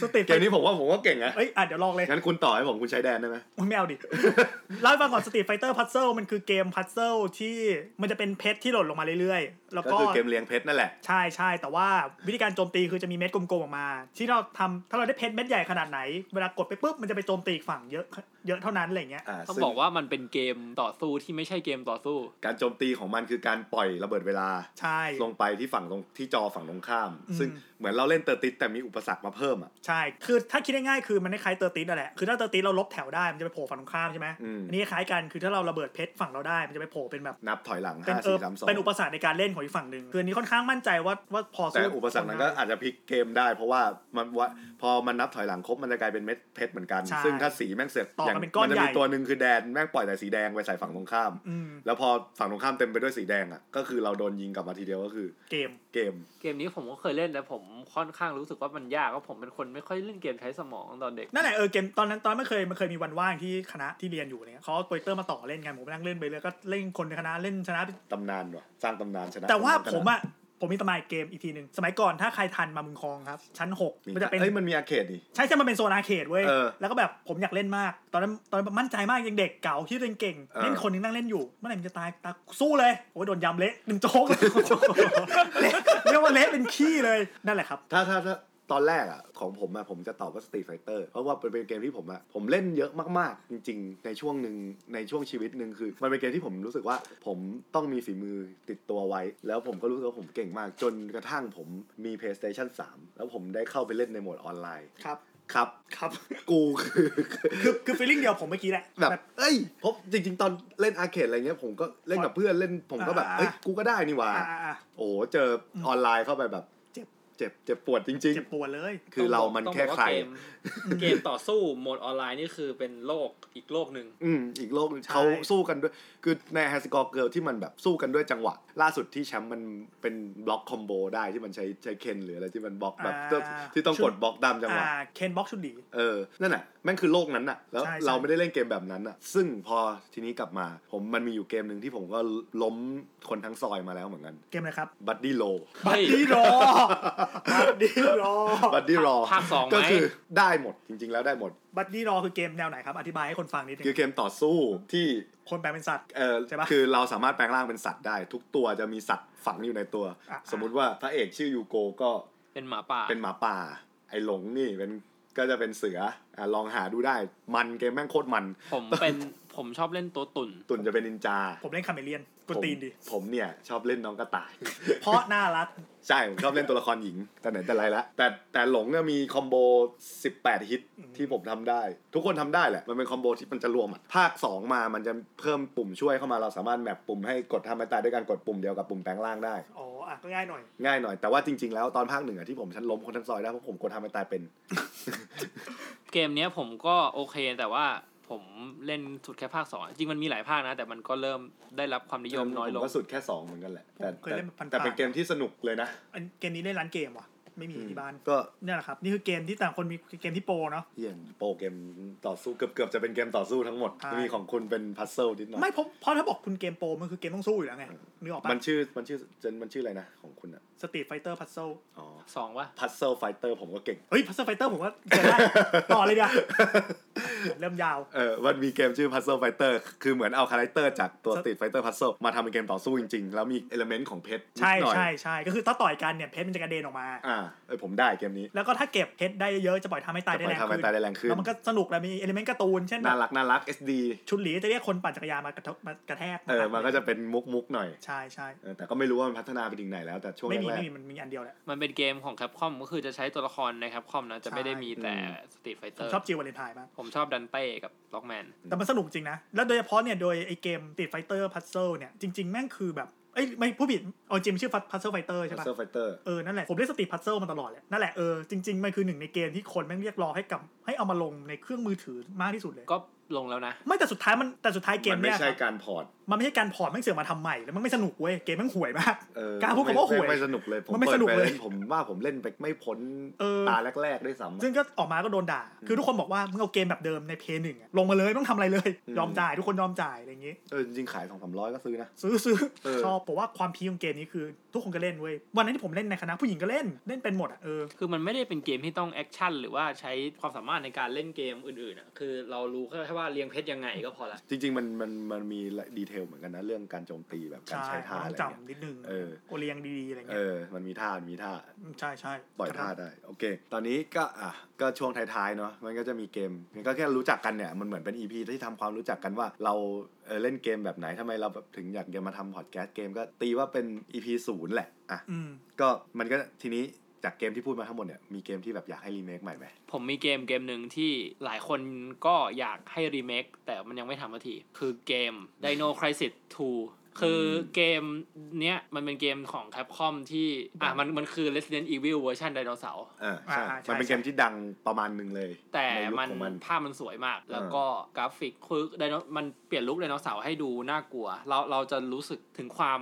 Speaker 3: สตรีท
Speaker 1: เกมนี้ผมว่าผมว่าเก่งนะ
Speaker 3: เอ้ยอ่ะเดี๋ยวลองเลย
Speaker 1: งั้นคุณต่อให้ผมคุณใช้แดนได้ไหม
Speaker 3: มึงไม่เอาดิเล่าให้ฟังก่อนสตรีทไฟเตอร์พัซเซิลมันคือเกมพัซเซิลที่มันจะเป็นเพชรที่หล่นลงมาเรื่อยๆ แล้ว
Speaker 1: ก็
Speaker 3: ก็
Speaker 1: คือเกมเลี้ยงเพชรนั่นแหละ
Speaker 3: ใช่ใช่แต่ว่าวิธีการโจมตีคือจะมีเม็ดกลมๆออกมา ที่เราทำถ้าเราได้เพชรเม็ดใหญ่ขนาดไหน เวลากดไปปุ๊บมันจะไปโจมตีอีกฝั่งเยอะเยอะเท่านั้นอะไรเงี้ย
Speaker 1: อ่า
Speaker 2: ต้อง
Speaker 1: ซึ่ง
Speaker 2: บอกว่ามันเป็นเกมต่อสู้ที่ไม่ใช่เกมต่อสู้
Speaker 1: การโจมตีของมันคือการปล่อยระเบิดเวลา
Speaker 3: ใช่
Speaker 1: ลงไปที่ฝั่งตรงที่จอฝั่งตรงข้าม
Speaker 3: อืม
Speaker 1: ซึ่ง เหมือนเราเล่นเตอร์ติสแต่มีอุปสรรคมาเพิ่มอ่ะ
Speaker 3: ใช่ คือถ้าคิดง่ายๆคือมันคล้ายๆเตอร์ติสนั่นแหละ คือถ้าเตอร์ติสเราลบแถวได้ มันจะไปโผล่ฝั่งตรงข้ามใช่ไหม
Speaker 1: อืม
Speaker 3: อันนี้คล้ายกัน คือถ้าเราระเบิดเพชรฝั่งเราได้ มันจะไปโผล่เป็นแบบ
Speaker 1: นับถอยหลัง
Speaker 3: เป็น
Speaker 1: ห้า
Speaker 3: เออ
Speaker 1: สี่สามสอง
Speaker 3: เป็นอุปสรรคในการเล่นของอีกฝั่งหนึ่งคืออันนี้ค่อนข้างมั่นใจว่าว่าพอ
Speaker 1: แต่
Speaker 3: สู้
Speaker 1: อุปสรรคนั้นก็อาจจะพลิกเกมได้ เพราะว่ามันวะพอมันนับถอยหลังครบมันจะกลายเป็นเม็ดเพชรเหมือนกัน
Speaker 3: ใช่
Speaker 1: ซึ่งถ้าสีแม่งเสร็จ
Speaker 3: ต่อกัน
Speaker 1: ย่าง
Speaker 3: เป็นก้อน
Speaker 1: มัจะมี
Speaker 3: ใหญ่
Speaker 1: ตัวหนึ่งคือแดนแม่งปล่อยแต่สีแดงไปใส่ฝั่งตรงข้าม
Speaker 3: อืม
Speaker 1: แล้วพอฝั่งตรงข้ามเต็มไปด้วยสีแดงอ่ะก็คือเราโดนยิงกลับมาทีเดียวก็คือ
Speaker 3: เกม
Speaker 1: เกม
Speaker 2: เกมนี้ผมก็เคยเล่นแต่ผมค่อนข้างรู้สึกว่ามันยากเพราะผมเป็นคนไม่ค่อยเล่นเกมใช้สมองตอนเด็ก
Speaker 3: นั่นแหละเออเกมตอนนั้นตอนนนมันเคยมันเคยมีวันว่างที่คณะที่เรียนอยู่เนี่ยเขาเอาโปรเจคเตอร์มาต่อเล่นกันผมไปนั่งเล่นไปเรื่อยก็เล่นคนในคณะเล่นชนะ
Speaker 1: ตำนานว่ะสร้างตำนานชนะ
Speaker 3: แต่ว่า
Speaker 1: ชน
Speaker 3: ผมอะผมมีตำนานเกมอีกทีหนึ่งสมัยก่อนถ้าใครทันมามุงคลองครับชั้นหก
Speaker 1: มี
Speaker 3: มันจะเป็น
Speaker 1: เอ้ยมันมีอาเขตนี่
Speaker 3: ใช่ใช่มันเป็นโซนอาเขตเว้ย
Speaker 1: เออ
Speaker 3: แล้วก็แบบผมอยากเล่นมาก ตอนนั้นตอนนั้นมั่นใจมากยังเด็กเก่าที่เล่นเก่ง
Speaker 1: เออ
Speaker 3: เล่นคนหนึงนั่งเล่นอยู่ เมื่อไหร่มันจะตายตายสู้เลยโอ้ยโดนยำเละเป็นโจ๊กเลย เละเรียกว่าเละเป็นขี้เลยนั่นแหละครับ
Speaker 1: ถ้าถ้าถ้าตอนแรกอะของผมอะผมจะตอบว่าสตรีไฟเตอร์เพราะว่าเป็นเป็นเกมที่ผมอะผมเล่นเยอะมากๆ จริง ๆ ในช่วงหนึ่งในช่วงชีวิตหนึ่งคือ มันเป็นเกมที่ผมรู้สึกว่า ผมต้องมีฝีมือติดตัวไว้ แล้วผมก็รู้สึกว่าผมเก่งมาก จนกระทั่งผมมี PlayStation 3 แล้วผมได้เข้าไปเล่นในโหมดออนไลน์
Speaker 3: ครับ
Speaker 1: ครับ
Speaker 3: ครับ
Speaker 1: กู คือ
Speaker 3: คือคือฟีลลิ่งเดียวผมเมื่อกี้แหละ
Speaker 1: แบบเอ้ยเพราะจริง ๆ ตอนเล่นอาร์เคดอะไรเงี้ยผมก็เล่นกับเพื่อนเล่นผมก็แบบ
Speaker 3: อ่า
Speaker 1: เอ้ยกูก็ได้นี่หว่า
Speaker 3: อ่าอ่าอ่า
Speaker 1: โอ้โหเจอออนไลน์เข้าไปแบบ
Speaker 3: เจ็บ
Speaker 1: เจ็บเจ็บปวดจริง
Speaker 3: เจ็บปวดเลย
Speaker 1: ๆ คือเรามัน
Speaker 2: ต้อง
Speaker 1: แค่
Speaker 2: บอก
Speaker 1: ใคร
Speaker 2: ว่าเกมเกมต่อสู้โหมดออนไลน์นี่คือเป็นโลกอีกโลกหนึ่ง
Speaker 1: อืมอีกโลกหนึ่ง
Speaker 3: ใช่
Speaker 1: เขาสู้กันด้วย คือในแฮสกอร์เกิลที่มันแบบสู้กันด้วยจังหวะ ล่าสุดที่แชมป์มันเป็นบล็อกคอมโบได้ที่มันใช้ใช้เคนหรืออะไรที่มันบล็อกแบบ
Speaker 3: อ่า
Speaker 1: ที่ต้องกดบล็อกตามจังหวะ
Speaker 3: อ่าเคนบ็อกชุดดี
Speaker 1: เออ นั่นแหละแม่งคือโลกนั้นน่ะ แล้ว
Speaker 3: ใช่ใช่
Speaker 1: เราไม่ได้เล่นเกมแบบนั้นน่ะ ซึ่งพอทีนี้กลับมา ผมมันมีอยู่เกมหนึ่งที่ผมก็ล้มคนทั้งซอยมาแล้วเหมือนกัน
Speaker 3: เกมอะไรครับ
Speaker 1: บัดดี้โล
Speaker 3: บัดดี้รอบัดดี้รอ
Speaker 1: บัดดี้รอ
Speaker 2: ภาคสองไหม
Speaker 1: ก็คือได้หมดจริง ๆ แล้วได้หมด
Speaker 3: บัดดี้รอคือเกมแนวไหนครับอธิบายให้คนฟังนิดนึ
Speaker 1: คือง เกมต่อสู้ที่
Speaker 3: คนแปลเป็นสัตว์
Speaker 1: เออ
Speaker 3: ใช่ปะ
Speaker 1: คือเราสามารถแปลงร่างเป็นสัตว์ได้ ทุกตัวจะมีสัตว์ฝังอยู่ในตัว
Speaker 3: อ่ะ
Speaker 1: สมมุติว่าพระเอกชื่อยูโกก็
Speaker 2: เป็นหมาป่า
Speaker 1: เป็นหมาป่า ไอ้หลงนี่เป็นก็จะเป็นเสืออ่ะลองหาดูได้ มันเกมแม่งโคตรมัน
Speaker 2: ผมเป็นผมชอบเล่นตัวตุ่น
Speaker 1: ตุ่นจะเป็นนินจา
Speaker 3: ผมเล่นคาเมเลียนกด
Speaker 1: ผม
Speaker 3: ตีนดิ
Speaker 1: ผมเนี่ยชอบเล่นน้องกระต่าย
Speaker 3: เพราะน่ารัก
Speaker 1: ใช่ผมชอบเล่นตัวละครหญิง แต่ไหนแต่ไรละแต่แต่หลงเนี่ยมีคอมโบ 18 ฮิตที่ผมทำได้ ทุกคนทำได้แหละ มันเป็นคอมโบที่มันจะรวมอะภาค 2 มามันจะเพิ่มปุ่มช่วยเข้ามาเราสามารถแมปปุ่มให้กดทำให้ตายด้วยการกดปุ่มเดียวกับปุ่มแปลงร่างได้
Speaker 3: อ๋ออ่ะก็ง่ายหน่อย
Speaker 1: ง่ายหน่อยแต่ว่าจริงๆแล้วตอนภาคหนึ่งอะที่ผมฉันล้มคนทั้งซอยได้เพราะผมกดทำให้ตายเป็น
Speaker 2: เกมเนี้ยผมก็โอเคแต่ว่าผมเล่นสุดแค่ภาคสองจริงมันมีหลายภาคนะ แต่มันก็เริ่มได้รับความนิยมน้อยล
Speaker 1: ผ
Speaker 2: ง
Speaker 1: ก็สุดแค่สองเหมือนกันแหละแต่
Speaker 3: ผมเคยเล่นพันๆ
Speaker 1: แต่เป็นเกมที่สนุกเลยนะ
Speaker 3: อันเกมนี้เล่นร้านเกมว่ะ ไม่มีที่บ้าน
Speaker 1: ก็
Speaker 3: เนี่ยแหละครับ นี่คือเกมที่ต่างคนมีเกมที่โปรเนาะ
Speaker 1: เยี่ยมโปรเกมต่อสู้เกือบเกือบจะเป็นเกมต่อสู้ทั้งหมด
Speaker 3: ใช่
Speaker 1: มีของคุณเป็นพัซเซิลนิดหน่อย
Speaker 3: ไม่เพราะเพราะถ้าบอกคุณเกมโปรมันคือเกมต้องสู้อยู่แล้วไงนึกออกปะ
Speaker 1: มันชื่อมันชื่อเจนมันชื่ออะไรนะของคุณอะ
Speaker 3: สตรีทไฟเตอร์พัซเซิล
Speaker 1: อ๋อ
Speaker 2: สองวะ
Speaker 1: พัซเซิลไฟเตอร์ผมก็เก่ง
Speaker 3: เฮ้ยพัซเซิลไฟเตอร์ผมว่าเกิด ได้ ต่อเลยเดียวเริ่มยาว
Speaker 1: เออมันมีเกมชื่อ Puzzle Fighter คือเหมือนเอาคาแรคเตอร์จากตัว
Speaker 3: ส
Speaker 1: Street Fighter Puzzle มาทำเป็นเกมต่อสู้จริงๆ แล้วมีเอลเมนต์ของเพชรนิ
Speaker 3: ใช่
Speaker 1: ดหน่อย
Speaker 3: ใช่ใช่ก็คือถ้าต่อยกันเนี่ยเพชรมันจะกระเด็นออกมา
Speaker 1: อ่าเออผมได้เกมนี้
Speaker 3: แล้วก็ถ้าเก็บเพชรได้เยอะๆจะปล่อยทำให้ตายได้
Speaker 1: จะปล่อ
Speaker 3: แร
Speaker 1: ง ยทำ
Speaker 3: ขึ้
Speaker 1: ให้
Speaker 3: น
Speaker 1: ตายได้แรงขึ้น
Speaker 3: แล้วมันก็สนุกแล้วมีเอลิเมนต์การ์ตูนเช่นแบ
Speaker 1: น่า
Speaker 3: บ
Speaker 1: รักน่ารัก SD
Speaker 3: ชุดหลีจะเรียกคนปั่นจักรยานมากระทบมากระแทก
Speaker 1: เออมันก็จะเป็นมุกมุกๆหน่อย
Speaker 3: ใช่ใช่
Speaker 1: เออแต่ก็ไม่รู้ว่ามันพัฒนาไปถึงไหนแล้วแต่ช่วง
Speaker 3: ไม่มี
Speaker 1: แรก
Speaker 3: ไม่มีมันมีอันเดียวแหละ
Speaker 2: มันเป็นเกมของแคปคอมก็คือจะใช้ตัวละครในแคปคอมนะจะไม่ได้มีแต่สตรีทไฟเตอร์
Speaker 3: ชอบจิววาเลนไทน์มาก
Speaker 2: ผมชอบดันเต้กับล็อกแมน
Speaker 3: แต่มันสนุกจริงนะ แล้วโดยเฉพาะเนี่ย โดยไอเกมติดไฟเตอร์พั z เซิลเนี่ย จริง ๆ แม่งคือแบบ เอ้ย ไม่ผู้ผิดเอาจริงชื่อพั z เซิลไฟเตอร์
Speaker 1: ๆ
Speaker 3: ใช่ปะ
Speaker 1: Puzzle Fighter
Speaker 3: เออ นั่นแหละ ผมเล่นสตรีทพั z เซิลมาตลอดแหละ นั่นแหละ เออ จริง ๆ มันคือหนึ่งในเกมที่คนแม่งเรียกร้องให้กลับให้เอามาลงในเครื่องมือถือมากที่สุดเลย
Speaker 2: ก็ลงแล้วนะ
Speaker 3: ไม่แต่สุดท้ายมันแต่สุดท้ายเก
Speaker 1: มั
Speaker 3: ม
Speaker 1: นไม่
Speaker 3: เนี่ย
Speaker 1: ใช่การพอร์ต
Speaker 3: มันไม่ใช่การพอร์ตแม่งเสือกมาทำใหม่แล้วมันไม่สนุกเว้ยเกมแม่งห่วยมาก
Speaker 1: เออก
Speaker 3: ล้าพูดคำว่า
Speaker 1: ไม่
Speaker 3: ห่วย
Speaker 1: ไม่สนุกเลยผม
Speaker 3: มันไม่
Speaker 1: ปิด
Speaker 3: สนุก
Speaker 1: ป
Speaker 3: เลย
Speaker 1: นผมว่าผมเล่นไปไม่พ้น
Speaker 3: เออ
Speaker 1: ตาแรกๆด้วยซ้ำ
Speaker 3: ซึ่งก็ออกมาก็โดนด่า คือทุกคนบอกว่ามึงเอาเกมแบบเดิมในเพย์หนึ่งลงมาเลยไม่ต้องทำอะไรเลย ยอมจ่ายทุกคนยอมจ่ายอะไรอย่างงี้
Speaker 1: เออจริงๆขายสองสามร้อยก็ซื้อนะ
Speaker 3: ซื้อซื้อ
Speaker 1: เออ
Speaker 3: ชอบผมว่าความพีคของเกมนี้คือ ทุกคนก็เล่นเว้ยวันนั้นที่ผมเล่นในคณะผู้หญิงก็เล่นเล่นเป็นหมดอ่ะเออ
Speaker 2: คือมันไม่ได้เป็นเกมที่ต้องแอคชั่นหรือว่าใช้ความสามารถในการเล่นเกมอื่นๆอ่ะคือเรารู้แค่ว่าเรียงเพชรยังไงก็พอละ
Speaker 1: จริง ๆ มันมันมันมีดีเทลเหมือนกันนะ เรื่องการโจมตีแบบการใช้ท่า
Speaker 3: ต้
Speaker 1: อะ
Speaker 3: อง
Speaker 1: ไรเนี่ย
Speaker 3: จำนิดนึง
Speaker 1: เออ
Speaker 3: โอเลียงดีๆอะไร
Speaker 1: เอ
Speaker 3: เงี้ย
Speaker 1: อมันมีท่ามีท่า
Speaker 3: มใช่ใช่
Speaker 1: ปล่อยท่าได้ โอเค ตอนนี้ก็อ่ะก็ช่วงท้ายๆเนาะมันก็จะมีเกม มันก็แค่รู้จักกันเนี่ยมันเหมือนเป็น EP ที่ทำความรู้จักกันว่าเราเออเล่นเกมแบบไหนทำไมเราแบบถึงอยากจะมาทำพอดแคสต์เกมก็ตีว่าเป็น EP ศูนย์แหละอ่ะ
Speaker 3: อืม
Speaker 1: ก็มันก็ทีนี้ จากเกมที่พูดมาทั้งหมดเนี่ยมีเกมที่แบบอยากให้รีเมคใหม่ไหม
Speaker 2: ผมมีเกมเกมหนึ่งที่หลายคนก็อยากให้รีเมคแต่มันยังไม่ทำสักที คือเกม Dino Crisis 2 คือเกมเนี้ยมันเป็นเกมของ Capcom ที่อ่ะมันมันคือ Resident Evil เวอร์ชันไดโนเสาร์
Speaker 1: อ่าใช่
Speaker 3: อ่าใช่
Speaker 1: มันเป็นเกมที่ดังประมาณหนึงเลย
Speaker 2: แต่
Speaker 1: ในยุค
Speaker 2: มัน
Speaker 1: ของมัน
Speaker 2: ภาพมันสวยมาก แล้วก็กราฟิกคือไดโนมันเปลี่ยนลุคไดโนเสาร์ให้ดูน่ากลัว เราเราจะรู้สึกถึงความ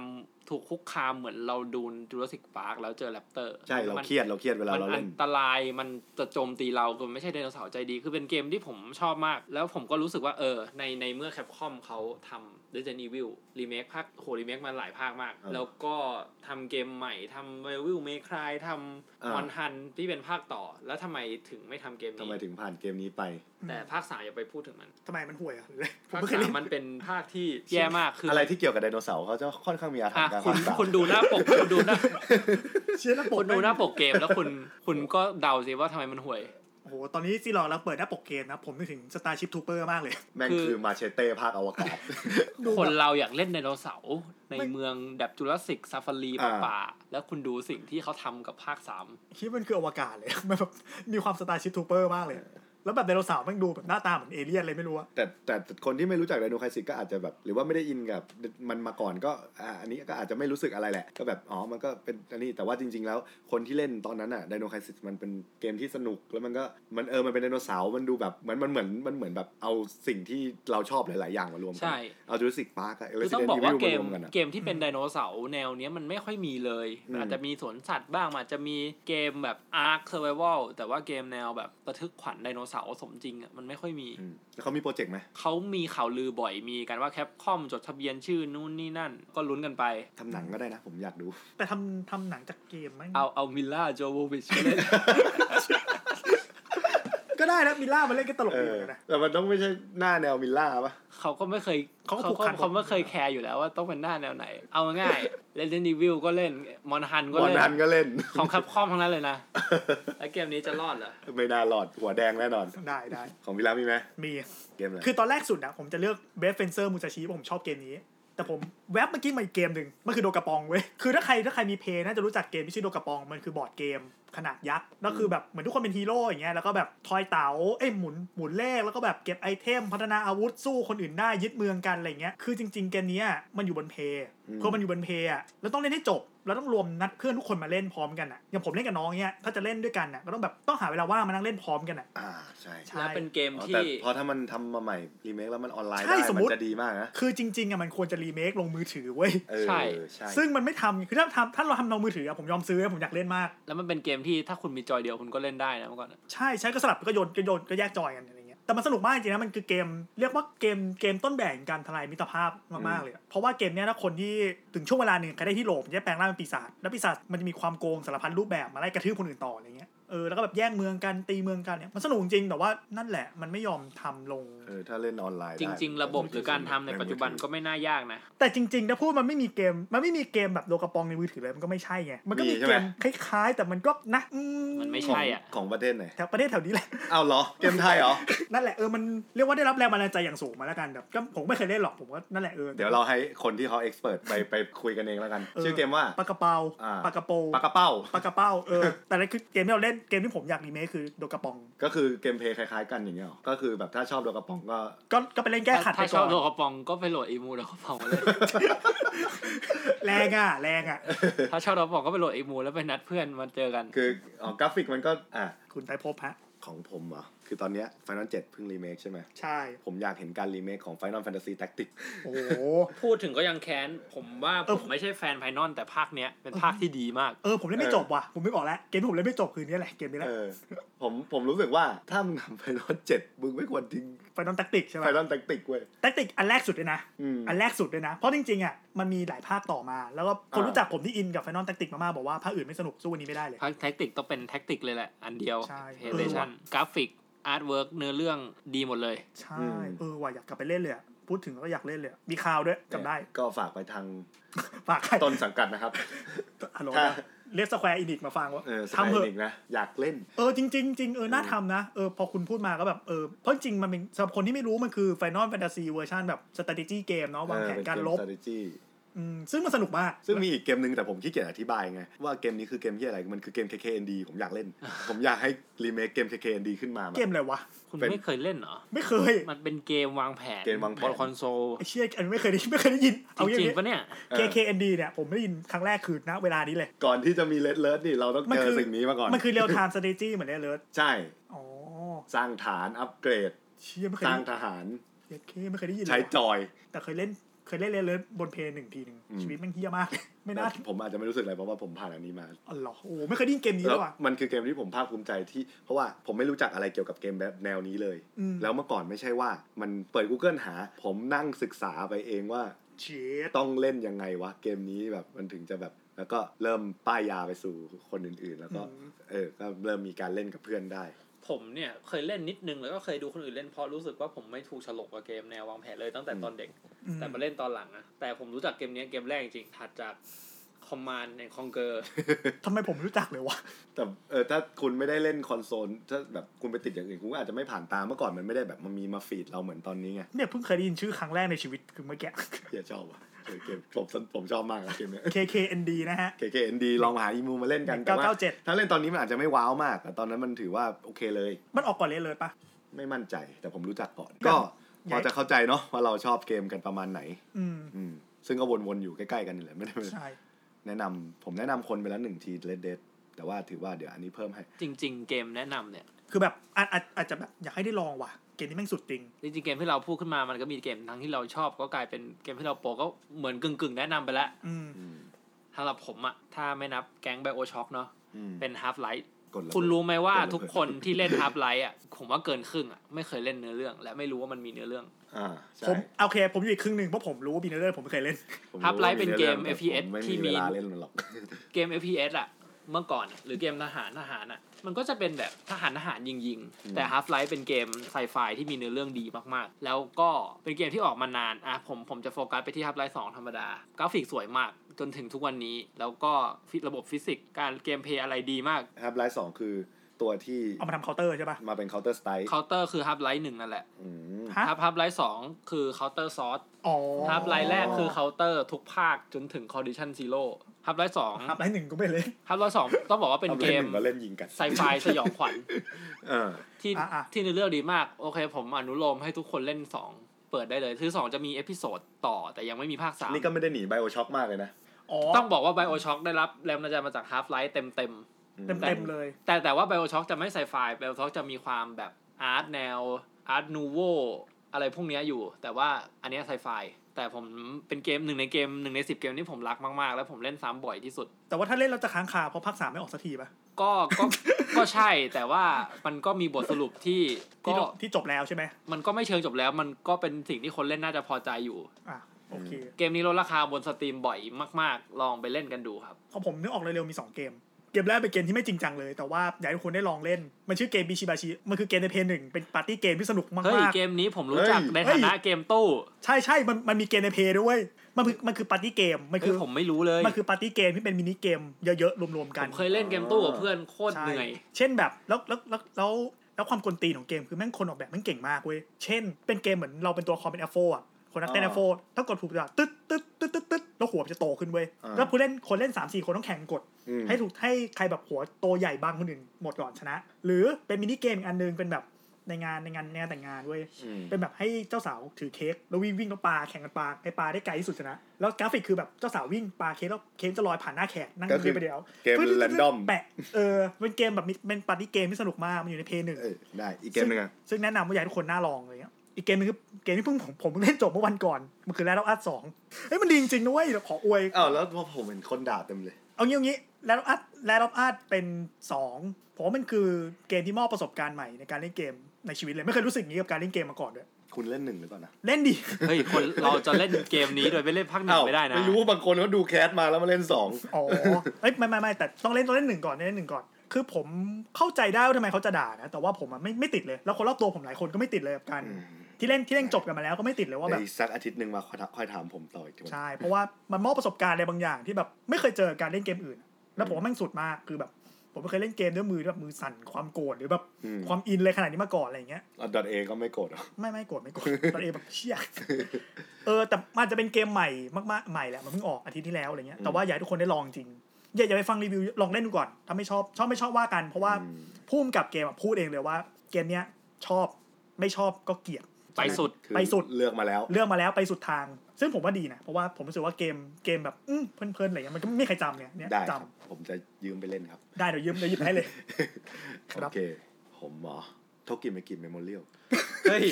Speaker 2: ถูกคุกคามเหมือนเราดูจูราสสิกพาร์คแล้วเจอแรปเตอร์
Speaker 1: ใช่เรา
Speaker 2: มัน
Speaker 1: เครียดเราเครียดเวลา
Speaker 2: มัน
Speaker 1: เรา
Speaker 2: อั
Speaker 1: เล่น
Speaker 2: นตรายมันจะโจมตีเราคือมันไม่ใช่ไดโนเสาร์ใจดี คือเป็นเกมที่ผมชอบมาก แล้วผมก็รู้สึกว่าเออ ในในเมื่อแคปคอมเขาทำ Resident Evil Remake ภาคโห Remake มันหลายภาคมาก
Speaker 1: เออ
Speaker 2: แล้วก็ทำเกมใหม่ทำ Devil May Cry ท
Speaker 1: เออ
Speaker 2: ำ Mon Hunt ที่เป็นภาคต่อ แล้วทำไมถึงไม่ทำเกม
Speaker 1: ทำไม
Speaker 2: นี้
Speaker 1: ถึงผ่านเกมนี้ไป
Speaker 2: แต่ภาคสามอย่าไปพูดถึงมัน
Speaker 3: ทำไมมันห่วยอ่ะผม
Speaker 2: ภาค
Speaker 3: ไม่เคย
Speaker 2: สา
Speaker 3: เล่
Speaker 2: ม
Speaker 3: น
Speaker 2: มันเป็นภาคที่แย่มากคือ
Speaker 1: อะไร
Speaker 2: อ่ะ
Speaker 1: ที่เกี่ยวกับไดโนเสาร์เขาจะค่อนข้างมีอาถรรพ์การ
Speaker 2: คุณ
Speaker 1: ภาษา
Speaker 2: คุณดูหน้าปกคุณดูหน้า
Speaker 3: เชียร์หน้าป
Speaker 2: คุ
Speaker 3: ก
Speaker 2: ณดูห
Speaker 3: แม่
Speaker 2: น้าง ปกเกมแล้วคุณคุณก็เดาสิว่าทำไมมันห่วย
Speaker 3: โอ้โห ตอนนี้ซีหลอกเราเปิดหน้าปกเกมนะ ผมนึกถึง Starship Trooper มากเลย
Speaker 1: แม่ง
Speaker 2: คือ
Speaker 1: คือมาเชเต้ภาคอวกาศ
Speaker 3: ดู
Speaker 2: คน
Speaker 3: แบบ
Speaker 2: เราอยากเล่นไดโนเสาร์ใน
Speaker 3: ไม่
Speaker 2: เมืองแบบจุลศิกซาฟารี
Speaker 1: อ่า
Speaker 2: ป่าๆแล้วคุณดูสิ่งที่เขาทำกับภาคสาม
Speaker 3: คิดว่ามันคืออวกาศเลย มันแบบมีความ Starship Trooper มากเลย แล้วแบบไดโนเสาร์แม่งดูแบบหน้าตาเหมือนเอเลี่ยนเลยไม่รู้อะ
Speaker 1: แต่แต่คนที่ไม่รู้จักไดโนไคซิสก็อาจจะแบบ หรือว่าไม่ได้อินกับมันมาก่อนก็อ่าอันนี้ก็อาจจะไม่รู้สึกอะไรแหละ ก็แบบอ๋อมันก็เป็นอันนี้แต่ว่าจริง ๆ แล้วคนที่เล่นตอนนั้นอ่ะไดโนไคซิสมันเป็นเกมที่สนุกแล้วมันก็มันเออมันเป็นไดโนเสาร์มันดูแบบมันมันเหมือนมันเหมือนแบบเอาสิ่งที่เราชอบหลาย ๆ อย่างมารวมกั
Speaker 2: ใช่
Speaker 1: เอาจูริสิกพาร์กอะ
Speaker 2: คือต้องบอกว่าเกม
Speaker 1: กันอะ
Speaker 2: เกมที่เป็นไดโนเสาร์แนวเนี้ยมันไม่ค่อยมีเลย
Speaker 1: อืม
Speaker 2: อาจจะมีสวนสัตว์บ้างมันอาจจะมีเกมแบบอาร์คเซอร์ไววัลแต่ว่าเกมแนวแบบระทึกขวัญไดโนเสาร์สมจริงอ่ะมันไม่ค่อยมี
Speaker 1: อืมแล้วเขามีโปรเจกต์ไหม
Speaker 2: เขามีข่าวลือบ่อยมีกันว่าแคปคอมจดทะเบียนชื่อนู่นนี่นั่น ก็ลุ้นกันไป
Speaker 1: ทำหนังก็ได้นะผมอยากดู
Speaker 3: แต่ทำทำหนังจากเกมแม่ง
Speaker 2: เอาเอามิลล่าโจโววิชมาเล่น
Speaker 3: ก็ได้นะมิลล่ามันเล่นก็ตลก
Speaker 1: เอ
Speaker 3: ดี
Speaker 1: อ
Speaker 3: เหมือนกันนะ
Speaker 1: แต่มันต้องไม่ใช่หน้าแนวมิลล่าปะ
Speaker 2: เขาก็ไม่เคย
Speaker 3: เขาก็ผูกพัน
Speaker 2: เขาไม่เคยแคร์อยู่แล้วว่าต้องเป็นหน้าแนวไหน เอาง่ายๆ Resident Evil ก็เล่น Mon Hunt ก็
Speaker 1: บอล
Speaker 2: เล่
Speaker 1: ทัน
Speaker 2: น
Speaker 1: ก็เล่น
Speaker 2: ของคับคอมทั้งนั้นเลยนะ แล้วเกมนี้จะรอดเหรอ
Speaker 1: ไม่น่ารอดหัวแดงแน่นอน
Speaker 3: ได้ได้
Speaker 1: ของวิลามีไหม
Speaker 3: มี
Speaker 1: เกมอะไร
Speaker 3: คือตอนแรกสุดอะผมจะเลือกเบฟเฟนเซอร์มูซาชิผมชอบเกมนี้ แต่ผมแวบเมื่อกี้มาอีกเกมหนึ่งมันคือโดกาปองเว้ยคือถ้าใครถ้าใครมีเพย์น่าจะรู้จักเกมที่ชื่อโดกาปองมันคือบอร์ดเกมขนาดยักษ์แล้วคือแบบเหมือนทุกคนเป็นฮีโร่อย่างเงี้ยแล้วก็แบบทอยเต๋าเอ้ยหมุนหมุนเลขแล้วก็แบบเก็บไอเทมพัฒนาอาวุธสู้คนอื่นได้ยึดเมืองกันอะไรเงี้ยคือจริง ๆเกมเนี้ยมันอยู่บนเพย์เพราะมันอยู่บนเพย์อะแล้วต้องเล่นให้จบ เราต้องรวมนัดเพื่อนทุกคนมาเล่นพร้อมกันอะอย่างผมเล่นกับน้องเนี้ยถ้าจะเล่นด้วยกันอะก็ต้องแบบต้องหาเวลาว่างมานั่งเล่นพร้อมกันอะ
Speaker 1: อ่าใช่
Speaker 3: ใช่
Speaker 2: แล้วเป็นเกม
Speaker 1: อ๋อแต่
Speaker 2: ที่
Speaker 1: พอถ้ามันทำมาใหม่ รีเมคแล้วมันออนไลน์
Speaker 3: ใช่
Speaker 1: ได้
Speaker 3: สม
Speaker 1: มั
Speaker 3: มุ
Speaker 1: น
Speaker 3: ติ
Speaker 1: จะดีมากนะ
Speaker 3: คือจริงๆอะมันควรจะรีเมคลงมือถือเว้ย
Speaker 1: เออใช่
Speaker 3: ซึ่งมันไม่ทำคือถ้าทำถ้าเราทำเอามือถืออะผมยอมซื้อนะผมอยากเล่นมาก
Speaker 2: แล้วมันเป็นเกมที่ถ้าคุณมีจอยเดียวคุณก็เล่นได้นะเมื่อก่อนอะ
Speaker 3: ใช่ใช้ก็สลับก็โยนก็โยนก็แยกจอยกันอะไรเงี้ยแต่มันสนุกมากจริงๆนะมันคือเกมเรียกว่าเกมเกมต้นแบบของการทลายมิตรภาพมากๆเลยอะเพราะว่าเกมเนี้ยถ้าคนที่ถึงช่วงเวลาหนึ่งใครได้ที่โหลมันจะแปลงร่างเป็นปีศาจแล้วปีศาจมันจะมีความโกงสารพัดรูปแบบมาไล่กระทืบคนอื่นต่ออะไรเงี้ยเออแล้วก็แบบแย่งเมืองกันตีเมืองกันเนี่ยมันสนุกจริงแต่ว่านั่นแหละมันไม่ยอมทำลง
Speaker 1: เออถ้าเล่นออนไลน์
Speaker 2: จริง ๆ ระบบหรือการทำในปัจจุบันก็ไม่น่ายากนะ
Speaker 3: แต่จริงๆ ถ้าพูดมันไม่มีเกม มันไม่มีเกมแบบโลกระปองในมือถือเลยมันก็ไม่ใช่ไงมันก็มีเกมคล้ายๆ แต่มันก็นะอื
Speaker 2: มันไม่
Speaker 1: ของ
Speaker 2: ใช่อ่ะ
Speaker 1: ของประเทศไหน
Speaker 3: แถวประเทศแถวนี้แหละ
Speaker 1: อ้าวเหรอ เกมไทยเหรอ
Speaker 3: นั่นแหละเออมันเรียกว่าได้รับแรงบันดาลใจอย่างสูงมาแล้วกันแบบก็ผมไม่เคยเล่นหรอกผมก็นั่นแหละเออ
Speaker 1: เดี๋ยวเราให้คนที่เขาเอ็กซ์เพรสไปไปคุยกันเองแล้วกัน ชื่อเกมว่า
Speaker 3: ปากกระเป๋า
Speaker 1: อ่า
Speaker 3: ปากกระโปรง
Speaker 1: ปากกระเป้า
Speaker 3: ปากกระเป้าเออ แต่นั่นคือเกมที่เราเล่นเกมที่ผมอยากรีเมคคือโดกระปอง
Speaker 1: ก็คือเกมเพลย์คล้ายๆกันอย่างเงี้ยหรอก็คือแบบถ้าชอบโดกระป๋องก็
Speaker 3: ก็ก็ไปเล่นแก้ขัดไป
Speaker 2: ถ้าช
Speaker 3: ก่
Speaker 2: อ
Speaker 3: อบ น
Speaker 2: โลกระปองก็ไปโหลดอีมูโลกระปองมาเลย
Speaker 3: แรงอ่ะแรงอ่ะ
Speaker 2: ถ้าชอบโลกระปองก็ไปโหลดอีมูแล้วไปนัดเพื่อนมาเจอกัน
Speaker 1: คืออ๋อกราฟิกมันก็อ่ะ
Speaker 3: คุณไตรภพบฮะ
Speaker 1: ของผมเหรอคือตอนเนี้ย Final 7เพิ่งรีเมคใช่ไหม
Speaker 3: ใช่
Speaker 1: ผมอยากเห็นการรีเมคของ Final Fantasy Tactics
Speaker 3: โอ้โห
Speaker 2: พูดถึงก็ยังแค้น ผมว่า
Speaker 3: เอ
Speaker 2: ผ
Speaker 3: อ
Speaker 2: มไม่ใช่แฟนไพนอนแต่ภาคเนี้ยเป็นภาคที่ดีมาก
Speaker 3: เออผมเล่นไม่จบว่ะผมไม่บอกแล้วเกมที่ผมเล่นไม่จบคือเนี่ยแหละเกมนี้แห
Speaker 1: เอ
Speaker 3: ละ
Speaker 1: อ ผมผมรู้สึกว่าถ้ามึงทำ Final 7มึงไม่ควรทิ้ง
Speaker 3: ไฟนอลแท็กติกใช่ไหม
Speaker 1: Final Tactics เว้ย
Speaker 3: แท็กติกอันแรกสุดเลยนะ
Speaker 1: อืม
Speaker 3: อันแรกสุดเลยนะ เพราะจริงๆอ่ะมันมีหลายภาคต่อมา แล้วก็คน
Speaker 1: อ่า
Speaker 3: รู้จักผมที่อินกับไฟนอลแท็กติกมากๆบอกว่าภาคอื่นไม่สนุกสู้อันนี้ไม่ได้เลย
Speaker 2: พาคแท็กติกต้องเป็นแท็กติกเลยแหละ อันเดียว
Speaker 3: ใช่
Speaker 2: PlayStation กราฟิกอาร์ตเวิร์กเนื้อเรื่องดีหมดเลย
Speaker 3: ใช่
Speaker 1: อืม
Speaker 3: เออว่ะอยากกลับไปเล่นเลยอะพูดถึงแล้วก็อยากเล่นเลยอะมีข่าวด้วยจำได้
Speaker 1: ก็ฝากไปทาง
Speaker 3: ฝากใคร
Speaker 1: ต้นสังกัดนะครับ
Speaker 3: ฮัลโหล
Speaker 1: ถ้า
Speaker 3: เรียกสแควร์อินิกมาฟังว่า
Speaker 1: เออส
Speaker 3: ทำ
Speaker 1: มัย
Speaker 3: เถอะ
Speaker 1: เด็กนะ อยากเล่น
Speaker 3: เออจริงๆจริงๆเออน่าทำนะเออพอคุณพูดมาก็แบบเออเพราะจริงๆมันเป็นสำหรับคนที่ไม่รู้มันคือ Final Fantasy เวอร์ชันแบบ strategy เกมเนาะวางแผนการรบ
Speaker 1: strategy
Speaker 3: อืมซึ่งมันสนุกมาก
Speaker 1: ซึ่งมีอีกเกมหนึ่งแต่ผมขี้เกียจอธิบายไง ว่าเกมนี้คือเกมที่อะไรมันคือเกม KKND ผมอยากเล่ น ผมอยากให้รีเมคเกม KKND ขึ้นมา
Speaker 3: เกมอะไรวะ
Speaker 2: คุณ
Speaker 1: เป็น
Speaker 2: ไม่เคยเล่นเหรอ
Speaker 3: ไม่เคย
Speaker 2: มันเป็นเกมวางแผน
Speaker 1: เกมวางแผน
Speaker 2: บนคอนโซล
Speaker 3: ไอ้เชี่ยอันนี้ไม่เคยได้ไม่เคยได้ยิน เอาอ
Speaker 2: จ
Speaker 3: ย่าง
Speaker 2: ริง
Speaker 3: นี้
Speaker 2: ๆปะเนี่ย
Speaker 1: เออ
Speaker 3: KKND เนี่ยผมได้ยินครั้งแรกคือณเวลานี้เลย
Speaker 1: ก่อนที่จะมีเลดเลิศนี่เราต้อง
Speaker 3: มัน
Speaker 1: เจ
Speaker 3: คือ
Speaker 1: อสิ่งนี้มาก่อน
Speaker 3: มันคือ real time strategy เหมือนได้เลย
Speaker 1: ใช่
Speaker 3: อ๋อ
Speaker 1: สร้างฐานอัปเกรด
Speaker 3: เชี่ยไม่เคย
Speaker 1: สร้า
Speaker 3: ได้
Speaker 1: ง
Speaker 3: ยิน
Speaker 1: ทหาร
Speaker 3: เย็ดเคไม่เคยได้ยินเล
Speaker 1: ใช้
Speaker 3: ย
Speaker 1: จ
Speaker 3: ว่ะ
Speaker 1: อย
Speaker 3: แต่เคยเล่นเคยเล่นเลยเลยบนเพย์หนึ่งทีหนึ่ง
Speaker 1: อืม
Speaker 3: ชีวิตแมันเฮี้ยมาก ไม่น่า
Speaker 1: แต่ผมอาจจะไม่รู้สึกอะไรเพราะว่าผมผ่านอันนี้มา
Speaker 3: อ๋อเหรอโอ้โหไม่เคยได้ยินเกมนี้
Speaker 1: แล้
Speaker 3: เล
Speaker 1: วย
Speaker 3: ว่ะ
Speaker 1: มันคือเกมที่ผมภาคภูมิใจที่ เพราะว่าผมไม่รู้จักอะไรเกี่ยวกับเกมแบบแนวนี้เลย
Speaker 3: อืม
Speaker 1: แล้วเมื่อก่อนไม่ใช่ว่า มันเปิด Google หา ผมนั่งศึกษาไปเองว่า
Speaker 3: เชีด
Speaker 1: ต้องเล่นยังไงวะ เกมนี้แบบมันถึงจะแบบ แล้วก็เริ่มป้ายยาไปสู่คนอื่นๆ แล้วก็ เออ ก็เริ่มมีการเล่นกับเพื่อนได้
Speaker 2: ผมเนี่ยเคยเล่นนิดนึงแล้วก็เคยดูคนอื่นเล่นเพราะรู้สึกว่าผมไม่ถูกโฉลกกับเกมแนววางแผนเลยตั้งแต่ตอนเด็ก แต่มาเล่นตอนหลังนะแต่ผมรู้จักเกมเนี้ยเกมแรกจริงๆถัดจาก Command and Conquer
Speaker 3: ทำไมผมไม่รู้จักเลยวะ
Speaker 1: แต่เออถ้าคุณไม่ได้เล่นคอนโซลถ้าแบบคุณไปติดอย่างอื่นคุณก็อาจจะไม่ผ่านตามเมื่อก่อนมันไม่ได้แบบมันมีมาฟีดเราเหมือนตอนนี้ไง
Speaker 3: เนี่ยเพิ่งเคยได้ยินชื่อครั้งแรกในชีวิตคือเมื่อกี้
Speaker 1: อย่าชอบว่ะเออเกมผมผมชอบมากอะเกมเนี้ย
Speaker 3: KKND นะฮะ
Speaker 1: KKND ลองหาอีมูมาเล่นกันแต่ว่า
Speaker 3: 997
Speaker 1: ถ้าเล่นตอนนี้มันอาจจะไม่ว้าวมากแต่ตอนนั้นมันถือว่าโอเคเลย
Speaker 3: มันออกก่อนเลยเลยปะ
Speaker 1: ไม่มั่นใจ แต่ผมรู้จักก่อน
Speaker 3: แบบ
Speaker 1: ก็
Speaker 3: ใหญ่
Speaker 1: พอจะเข้าใจเนาะว่าเราชอบเกมกันประมาณไหน
Speaker 3: อืม
Speaker 1: อืมซึ่งก็วนๆอยู่ใกล้ๆกันนี่แหละไม่ได้
Speaker 3: ใช่
Speaker 1: แนะนำผมแนะนำคนไปแล้วหนึ่งทีเลดเดแต่ว่าถือว่าเดี๋ยวอันนี้เพิ่มให้
Speaker 2: จริง ๆ เกมแนะนำเนี่ย
Speaker 3: คือแบบอาจอาจอาจจะแบบอยากให้ได้ลองว่ะ เกมนี้แม่งสุดจริง
Speaker 2: จริงๆเกมที่เราพูดขึ้นมามันก็มีเกมทั้งที่เราชอบก็กลายเป็นเกมที่เราโปรก็เหมือนกึ่งๆ แนะนำไปแล้ว
Speaker 3: อืม
Speaker 1: อืม
Speaker 2: สำหรับผมอะถ้าไม่นับแก๊งไบโอช็อคเนาะ
Speaker 1: อืม
Speaker 2: เป็น Half Life
Speaker 1: กดระเบิด
Speaker 2: คุณรู้ไหมว่า
Speaker 1: เกินเลย
Speaker 2: ทุกคนที่เล่น Half Life อะผมว่าเกินครึ่งอะไม่เคยเล่นเนื้อเรื่อง และไม่รู้ว่ามันมีเนื้อเรื่อง
Speaker 1: อ่าใช่
Speaker 3: ผมโอเค ผมอยู่อีกครึ่งหนึ่งเพราะผมรู้ว่าบีเนเดอร์ผมไม่เคยเล่น
Speaker 1: ผมรู้
Speaker 2: Half-Life เป็นเกม
Speaker 1: แต่
Speaker 2: FPS
Speaker 1: ผไ
Speaker 2: ที่มี
Speaker 1: เวลาเล่นมันหรอก
Speaker 2: เกม FPS อะเมื่อก่อนอะหรือเกมทหารทหารอะมันก็จะเป็นแบบทหารทหารยิงยิงๆ แต่ Half Life เป็นเกมไซไฟที่มีเนื้อเรื่องดีมากๆ แล้วก็เป็นเกมที่ออกมานานอะผมผมจะโฟกัสไปที่ Half Life 2 ธรรมดา กราฟิกสวยมากจนถึงทุกวันนี้ แล้วก็ฟิระบบฟิสิกส์การเกมเพลย์อะไรดีมาก
Speaker 1: Half-Life 2 คือตัวที่
Speaker 3: เอามาทำเคาน์เตอร์ใช่ปะ
Speaker 1: มาเป็น Counter Strike
Speaker 2: เคาน์เตอร์คือ Half Life 1 นั่นแหละ
Speaker 1: อืม
Speaker 3: ฮะ
Speaker 2: ครับ Half Life 2 คือเคาน์เตอร์ซอส
Speaker 3: อ๋อ
Speaker 2: Half Life แรกคือเคาน์เตอร์ทุกภาคจนถึง Condition Zero Half Life
Speaker 3: ฮับ
Speaker 2: 2
Speaker 3: ไลน์หนึ่งก็ไม่เล่น
Speaker 2: Half Life 2 ต้องบอกว่าเป็นเกม
Speaker 1: อาล่หงมาเล่นยิงกัน
Speaker 2: ไซไฟสยองขวัญ
Speaker 1: เออ
Speaker 2: ที่
Speaker 3: อ่ะอ่ะ
Speaker 2: ที่เนื้อเรื่องดีมาก โอเคผมอนุโลมให้ทุกคนเล่น 2 เปิดได้เลยคือ 2 จะมีเอพิโซดต่อแต่ยังไม่มีภาค
Speaker 1: นี่ก็ไม่ได้หนีไบโอช็อ k มากเลยนะ
Speaker 3: อ๋อ
Speaker 2: 3 ต้องบอกว่า BioShock ได้รับแรงบันดาลใจมาจาก Half-Life เต็ม
Speaker 1: อื
Speaker 3: เต็มเต็มๆเลย
Speaker 2: ๆ แต่แต่ว่า BioShock จะไม่ไซไฟ BioShock จะมีความแบบอาร์ตแนวอาร์ตนูโวอะไรพวกเนี้ยอยู่ แต่ว่าอันเนี้ไซไฟแต่ผมเป็นเกมหนึ่งในเกมหนึ่งใน 10 เกมที่ผมรักมาก ๆ แล้วผมเล่นซ้ำบ่อยที่สุด
Speaker 3: แต่ว่าถ้าเล่นเราจะค้างคาเพราะภาคสามไม่ออกสักทีปะ
Speaker 2: ก็ก็ก็ใช่แต่ว่ามันก็มีบทสรุปที่
Speaker 3: ที่
Speaker 2: ก็
Speaker 3: จบที่จบแล้วใช่ไหม
Speaker 2: มันก็ไม่เชิงจบแล้ว มันก็เป็นสิ่งที่คนเล่นน่าจะพอใจอยู่
Speaker 3: อ่ะโอเค
Speaker 2: เกมนี้ลดราคาบนสตรีมบ่อยมาก ๆ ลองไปเล่นกันดูครับ
Speaker 3: ของผมนึกออกเร็วๆมีสองเกม เกมแรกเป็นเกมที่ไม่จริงจังเลย แต่ว่าอยากให้ทุกคนได้ลองเล่น มันชื่อเกมบิชิบาชิมันคือเกมในเพย์หนึ่งเป็นปาร์ตี้เกมที่สนุกมากๆ
Speaker 2: เฮ้ย เกมนี้ผมรู้จักในฐานะเกมตู้
Speaker 3: ใช่ใช่ มันมันมีเกมในเพย์ด้วย มันคือมันคือปาร์ตี้เกม มัน
Speaker 2: คื
Speaker 3: คือ อ
Speaker 2: ผมไม่รู้เลย
Speaker 3: มันคือปาร์ตี้เกมที่เป็นมินิเกมเยอะๆรวมๆ
Speaker 2: ผ
Speaker 3: กัน
Speaker 2: มเคยเล่นเกมตู้กับเพื่อนโคตร
Speaker 3: ใช่
Speaker 2: เหนื่อย
Speaker 3: เช่นแบบแล้วแล้วแล้วแล้วแล้วความกลตีนของเกมคือแม่งคนออกแบบแม่งเก่งมากเว้ย เช่น เป็นเกมเหมือนเราเป็นตัวละคอมเป็นแอฟโฟอ่ะ คนนักเต้นแอฟโฟถ้ากดถูกจะตึ๊ดตึ๊ดตึ๊ดตึ๊ดตึ๊ดแล้วหัวมันจะโตขึ้นเว้ย
Speaker 1: อ่า
Speaker 3: แล้วผู้เล่นคนเล่น 3 4 คนต้องแข่งกด
Speaker 1: อืม
Speaker 3: ให้ถูกให้ใครแบบหัวโตใหญ่บ้างคนอื่นหมดก่อนชนะ หรือเป็นมินิเกมอีกอันนึงเป็นแบบในงานในงานในงานแต่งงานเว้ย
Speaker 1: อืม
Speaker 3: เป็นแบบให้เจ้าสาวถือเค้กแล้ววิ่งวิ่งแล้วปลาแข่งกันปลาให้ปลาได้ไกลที่สุดชนะ แล้วกราฟิกคือแบบเจ้าสาววิ่งปลาเค้กแล้วเค้กจะลอยผ่านหน้าแขกนั่งเล่นไปเดียว
Speaker 1: เกมแรนดอม
Speaker 3: แปะเออเป็นเกมแบบมีเป็นปาร์ตี้เกมที่สนุกมากมันอยู่ในเพย์หนึ่ง
Speaker 1: เอ้ยได้อีกเกมหนึงอ่ะ
Speaker 3: ซึ่งแนะนำว่าอยากให้ทุกคนน่าลองเลยอะอีกเกมหนึงคือเกมที่เพิ่งผมผมเพิ่งเล่นจบเมื่อวันก่อนมันคือแรดอัสสองเฮ้ยมันดีจริงๆนะเว้ยเดี๋ยวขออวย
Speaker 1: อ้าวแล้วพอผมเห็นคนด่าเต็มเลย
Speaker 3: เอางี้เอางี้แรดออฟอาร์ตแรดออฟอาร์ตเป็นสองผมว่ามันคือเกมที่มอบประสบการณ์ใหม่ในการเล่นเกมในชีวิตเลยไม่เคยรู้สึกอย่างนี้กับการเล่นเกมมาก่อนด้วย
Speaker 1: คุณเล่นหนึ่งหรือเปล่านะ
Speaker 3: เล่นดิ
Speaker 2: เฮ้ย คน เราจะเล่นเกมนี้โดยไม่เล่นภาคหนึ่งไม่ได้นะ
Speaker 1: ไม่รู้ว่าบางคนเขาดูแคสมาแล้วมาเล่นสอง
Speaker 3: อ๋อเอ้ยไม่ไม่ไม่แต่ต้องเล่นต้องเล่นหนึ่งก่อนเล่นหนึ่งก่อน คือผมเข้าใจได้ว่าทำไมเขาจะด่านะ แต่ว่าผมอะไม่ไม่ติดเลย แล้วคนรอบตัวผมหลายคนก็ไม่ติดเลยกับการที่เล่นที่เล่นจบกันมาแล้วก็ไม่ติดเลยว่าแบบ
Speaker 1: อีกสักอาทิตย์หนึ่งมาค่อยถามผมต่ออีกที
Speaker 3: ใช่เพราะว่ามันมอบประสบการณ์อะไรบางอย่างที่แบบไม่เคยเจอการเล่นเกมอื่น แล้วผมว่าแม่งสุดมากคือแบบ ผมไม่เคยเล่นเกมด้วยมือที่แบบมือสั่นความโกรธหรือแบบ
Speaker 1: อืม
Speaker 3: ความอินเลยขนาดนี้มาก่อนอะไรอย่างเงี้ย
Speaker 1: อ่ะดอทเอก็ไม่โกรธหรอ
Speaker 3: ไม่ไม่โกรธไม่ โกรธ ตอนเองแบบเชี่ยเออแต่มันอาจจะเป็นเกมใหม่มากๆใหม่แหละมันเพิ่งออกอาทิตย์ที่แล้วอะไรเงี้ยแต่ว่าอยากให้ทุกคนได้ลองจริงอย่าอย่าไปฟังรีวิวลองเล่นดูก่อนถ้าไม่ชอบชอบไม่ชอบว่ากัน เพราะว่า
Speaker 1: อืม
Speaker 3: พุ่มกับเกมอะพูดเองเลยว่า เกมเนี้ยชอบไม่ชอบก็เกลียด
Speaker 2: ไปสุด
Speaker 1: คือ
Speaker 3: ไปสุด
Speaker 1: เลือกมาแล้ว
Speaker 3: เลือกมาแล้วไปสุดทาง ซึ่งผมว่าดีนะเพราะว่าผมรู้สึกว่าเกมเกมแบบอื้อเพลินๆอะไรเงี้ยมันก็ไม่มีใครจำเนี่ยเนี่ย
Speaker 1: ได้ค
Speaker 3: จ
Speaker 1: รับผมจะยืมไปเล่นครับ
Speaker 3: ำได้เดี๋ยวยืมเดี๋ยวหยิบให้ เลย ครับ
Speaker 1: โอเค ผมหมอโทกิเมกิเมโมเรียล
Speaker 2: เฮ้ย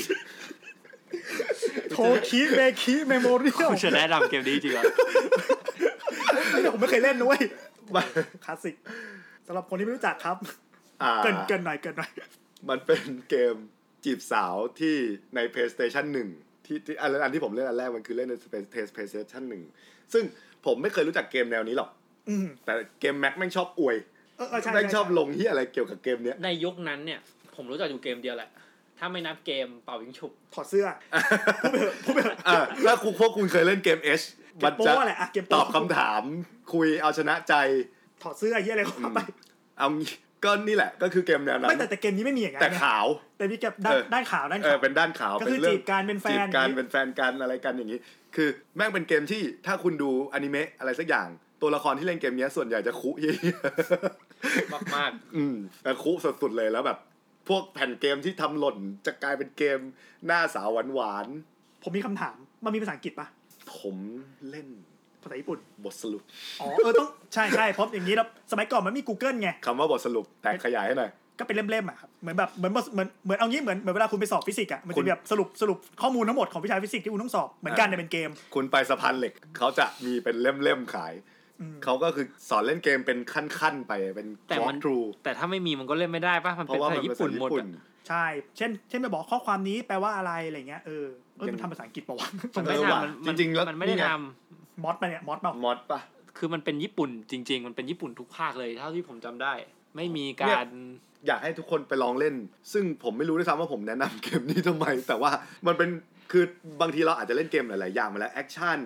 Speaker 3: โทคิเมคิเมโมเรียล
Speaker 2: คุณจะแนะนำเกมนี้จริงเหร อ
Speaker 3: ผมไม่เคยเล่นนะเว้ยคลาสสิกสำหรับคนที่ไม่รู้จักครับ
Speaker 1: อ่า
Speaker 3: เกินเกินหน่อยเกินหน่อย
Speaker 1: มันเป็นเกมจีบสาวที่ใน PlayStation 1 ที่ที่อันอันที่ผมเล่นอันแรกมันคือเล่นใน Space- PlayStation 1 ซึ่งผมไม่เคยรู้จักเกมแนวนี้หรอก
Speaker 3: อืม
Speaker 1: แต่เกมแม็กแม่งชอบอวย
Speaker 3: เออเออใช่
Speaker 1: แม่ง
Speaker 3: ใช่
Speaker 1: ชอบลงที่อะไรเกี่ยวกับเกมเนี้ย
Speaker 2: ในยุคนั้นเนี่ย ผมรู้จักอยู่เกมเดียวแหละ ถ้าไม่นับเกมเป่ายิงฉุบ
Speaker 3: ถอดเสื้ อพูดไปเถอะพูดไปเถอะ
Speaker 1: อ่าแล้วคุณพวกคุณเคยเล่นเกมเอช
Speaker 3: เก็
Speaker 1: มั
Speaker 3: บ
Speaker 1: น
Speaker 3: โป้
Speaker 1: จะ
Speaker 3: แหละอะเก็บ
Speaker 1: ต
Speaker 3: โป๊ะ
Speaker 1: อบคำถามคุยเอาชนะใจ
Speaker 3: ถอดเสื้อเฮียอะไรเข้าไป
Speaker 1: เอางี้ก็นี่แหละ ก็คือเกมแนวนั้
Speaker 3: ไม่
Speaker 1: น
Speaker 3: แต่แต่เกมนี้ไม่มีอย่างนั้น
Speaker 1: แต่
Speaker 3: ไง
Speaker 1: ขาว
Speaker 3: แต่มีเก็บด้าน
Speaker 1: เออ
Speaker 3: ด้านขาวด้าน
Speaker 1: เอ
Speaker 3: ขา
Speaker 1: อ
Speaker 3: ว
Speaker 1: เป็นด้านขาว
Speaker 3: ก็คือ
Speaker 1: เเรื่
Speaker 3: จีบกันเป็นแฟน
Speaker 1: จีบกันเป็นแฟนกันอะไรกันอย่างนี้ คือแม่งเป็นเกมที่ถ้าคุณดูอนิเมะอะไรสักอย่าง ตัวละครที่เล่นเกมเนี้ยส่วนใหญ่จะคุเหี้ย
Speaker 2: มาก
Speaker 1: อืมแต่คุสุดๆเลยแล้วแบบ พวกแผ่นเกมที่ทำหล่นจะกลายเป็นเกมหน้าสาวหวาน
Speaker 3: ผมมีคำถามมันมีภาษาอังกฤษปะ
Speaker 1: ๆผมเล่น
Speaker 3: ภาษาญี่ปุ่น
Speaker 1: บทสรุป
Speaker 3: อ๋อเออต้องใช่ใช่เพราะอย่างนี้แล้วสมัยก่อนมันมี Google ไง
Speaker 1: คำว่าบทสรุปแต่ขยายให้หน่อย
Speaker 3: ก็เป็นเล่มๆอะครับเหมือนแบบเหมือนเหมือนเหมือนเอางี้เหมือนเหมือนเวลาคุณไปสอบฟิสิกส์อะมัน
Speaker 1: คุ
Speaker 3: จะ
Speaker 1: ณ
Speaker 3: แบบสรุปสรุปข้อมูลทั้งหมดของวิชาฟิสิกส์ที่คุณต้องสอบเหมือนกันในเป็นเกม
Speaker 1: คุณไปสะพานเหล็กเขาจะมีเป็นเล่มๆขาย
Speaker 3: อืม
Speaker 1: เขาก็คือสอนเล่นเกมเป็นขั้นๆไปเป็น
Speaker 2: ๆแต่มัน
Speaker 1: walkthrough
Speaker 2: แต่ถ้าไม่มีมันก็เล่นไม่ได้ป่ะ มัน
Speaker 1: เพ
Speaker 2: เป็น
Speaker 1: ราะว่า
Speaker 2: ภา
Speaker 1: มัน
Speaker 2: ษา
Speaker 1: เป็น
Speaker 2: ญี่
Speaker 1: ภา
Speaker 2: ปุ่
Speaker 1: ษาน
Speaker 2: หม
Speaker 1: ญี่
Speaker 2: ด
Speaker 1: ปุ่น
Speaker 2: อะ
Speaker 3: ใช่ เช่น เช่นไปบอกข้อความนี้แปลว่าอะไรอะไรเงี้ยเออเออ
Speaker 1: ยัง
Speaker 3: มันทำภาษาอังกฤษปะวะ
Speaker 2: มันไม่
Speaker 1: เออว่ะ
Speaker 2: ทำมันมัน
Speaker 1: จริงๆแล้ว
Speaker 2: มันไม่ได้
Speaker 1: นี่ไง
Speaker 2: ท
Speaker 3: มอสปะเนี่ยมอสเปล่าม
Speaker 1: อดปะ
Speaker 2: ำคือมันเป็นญี่ปุ่นจริง ๆ มันเป็นญี่ปุ่นทุกภาคเลยเท่าที่ผมจำได้ ไม่มี
Speaker 1: เนี่
Speaker 2: กาย ร
Speaker 1: อยากให้ทุกคนไปลองเล่น ซึ่งผมไม่รู้ด้วยซ้ำว่าผมแนะนำเกมนี้ทำไม แต่ว่ามันเป็นคือบางทีเราอาจจะเล่นเกมหลาย ๆ อย่างมาแล้วแอคชั่น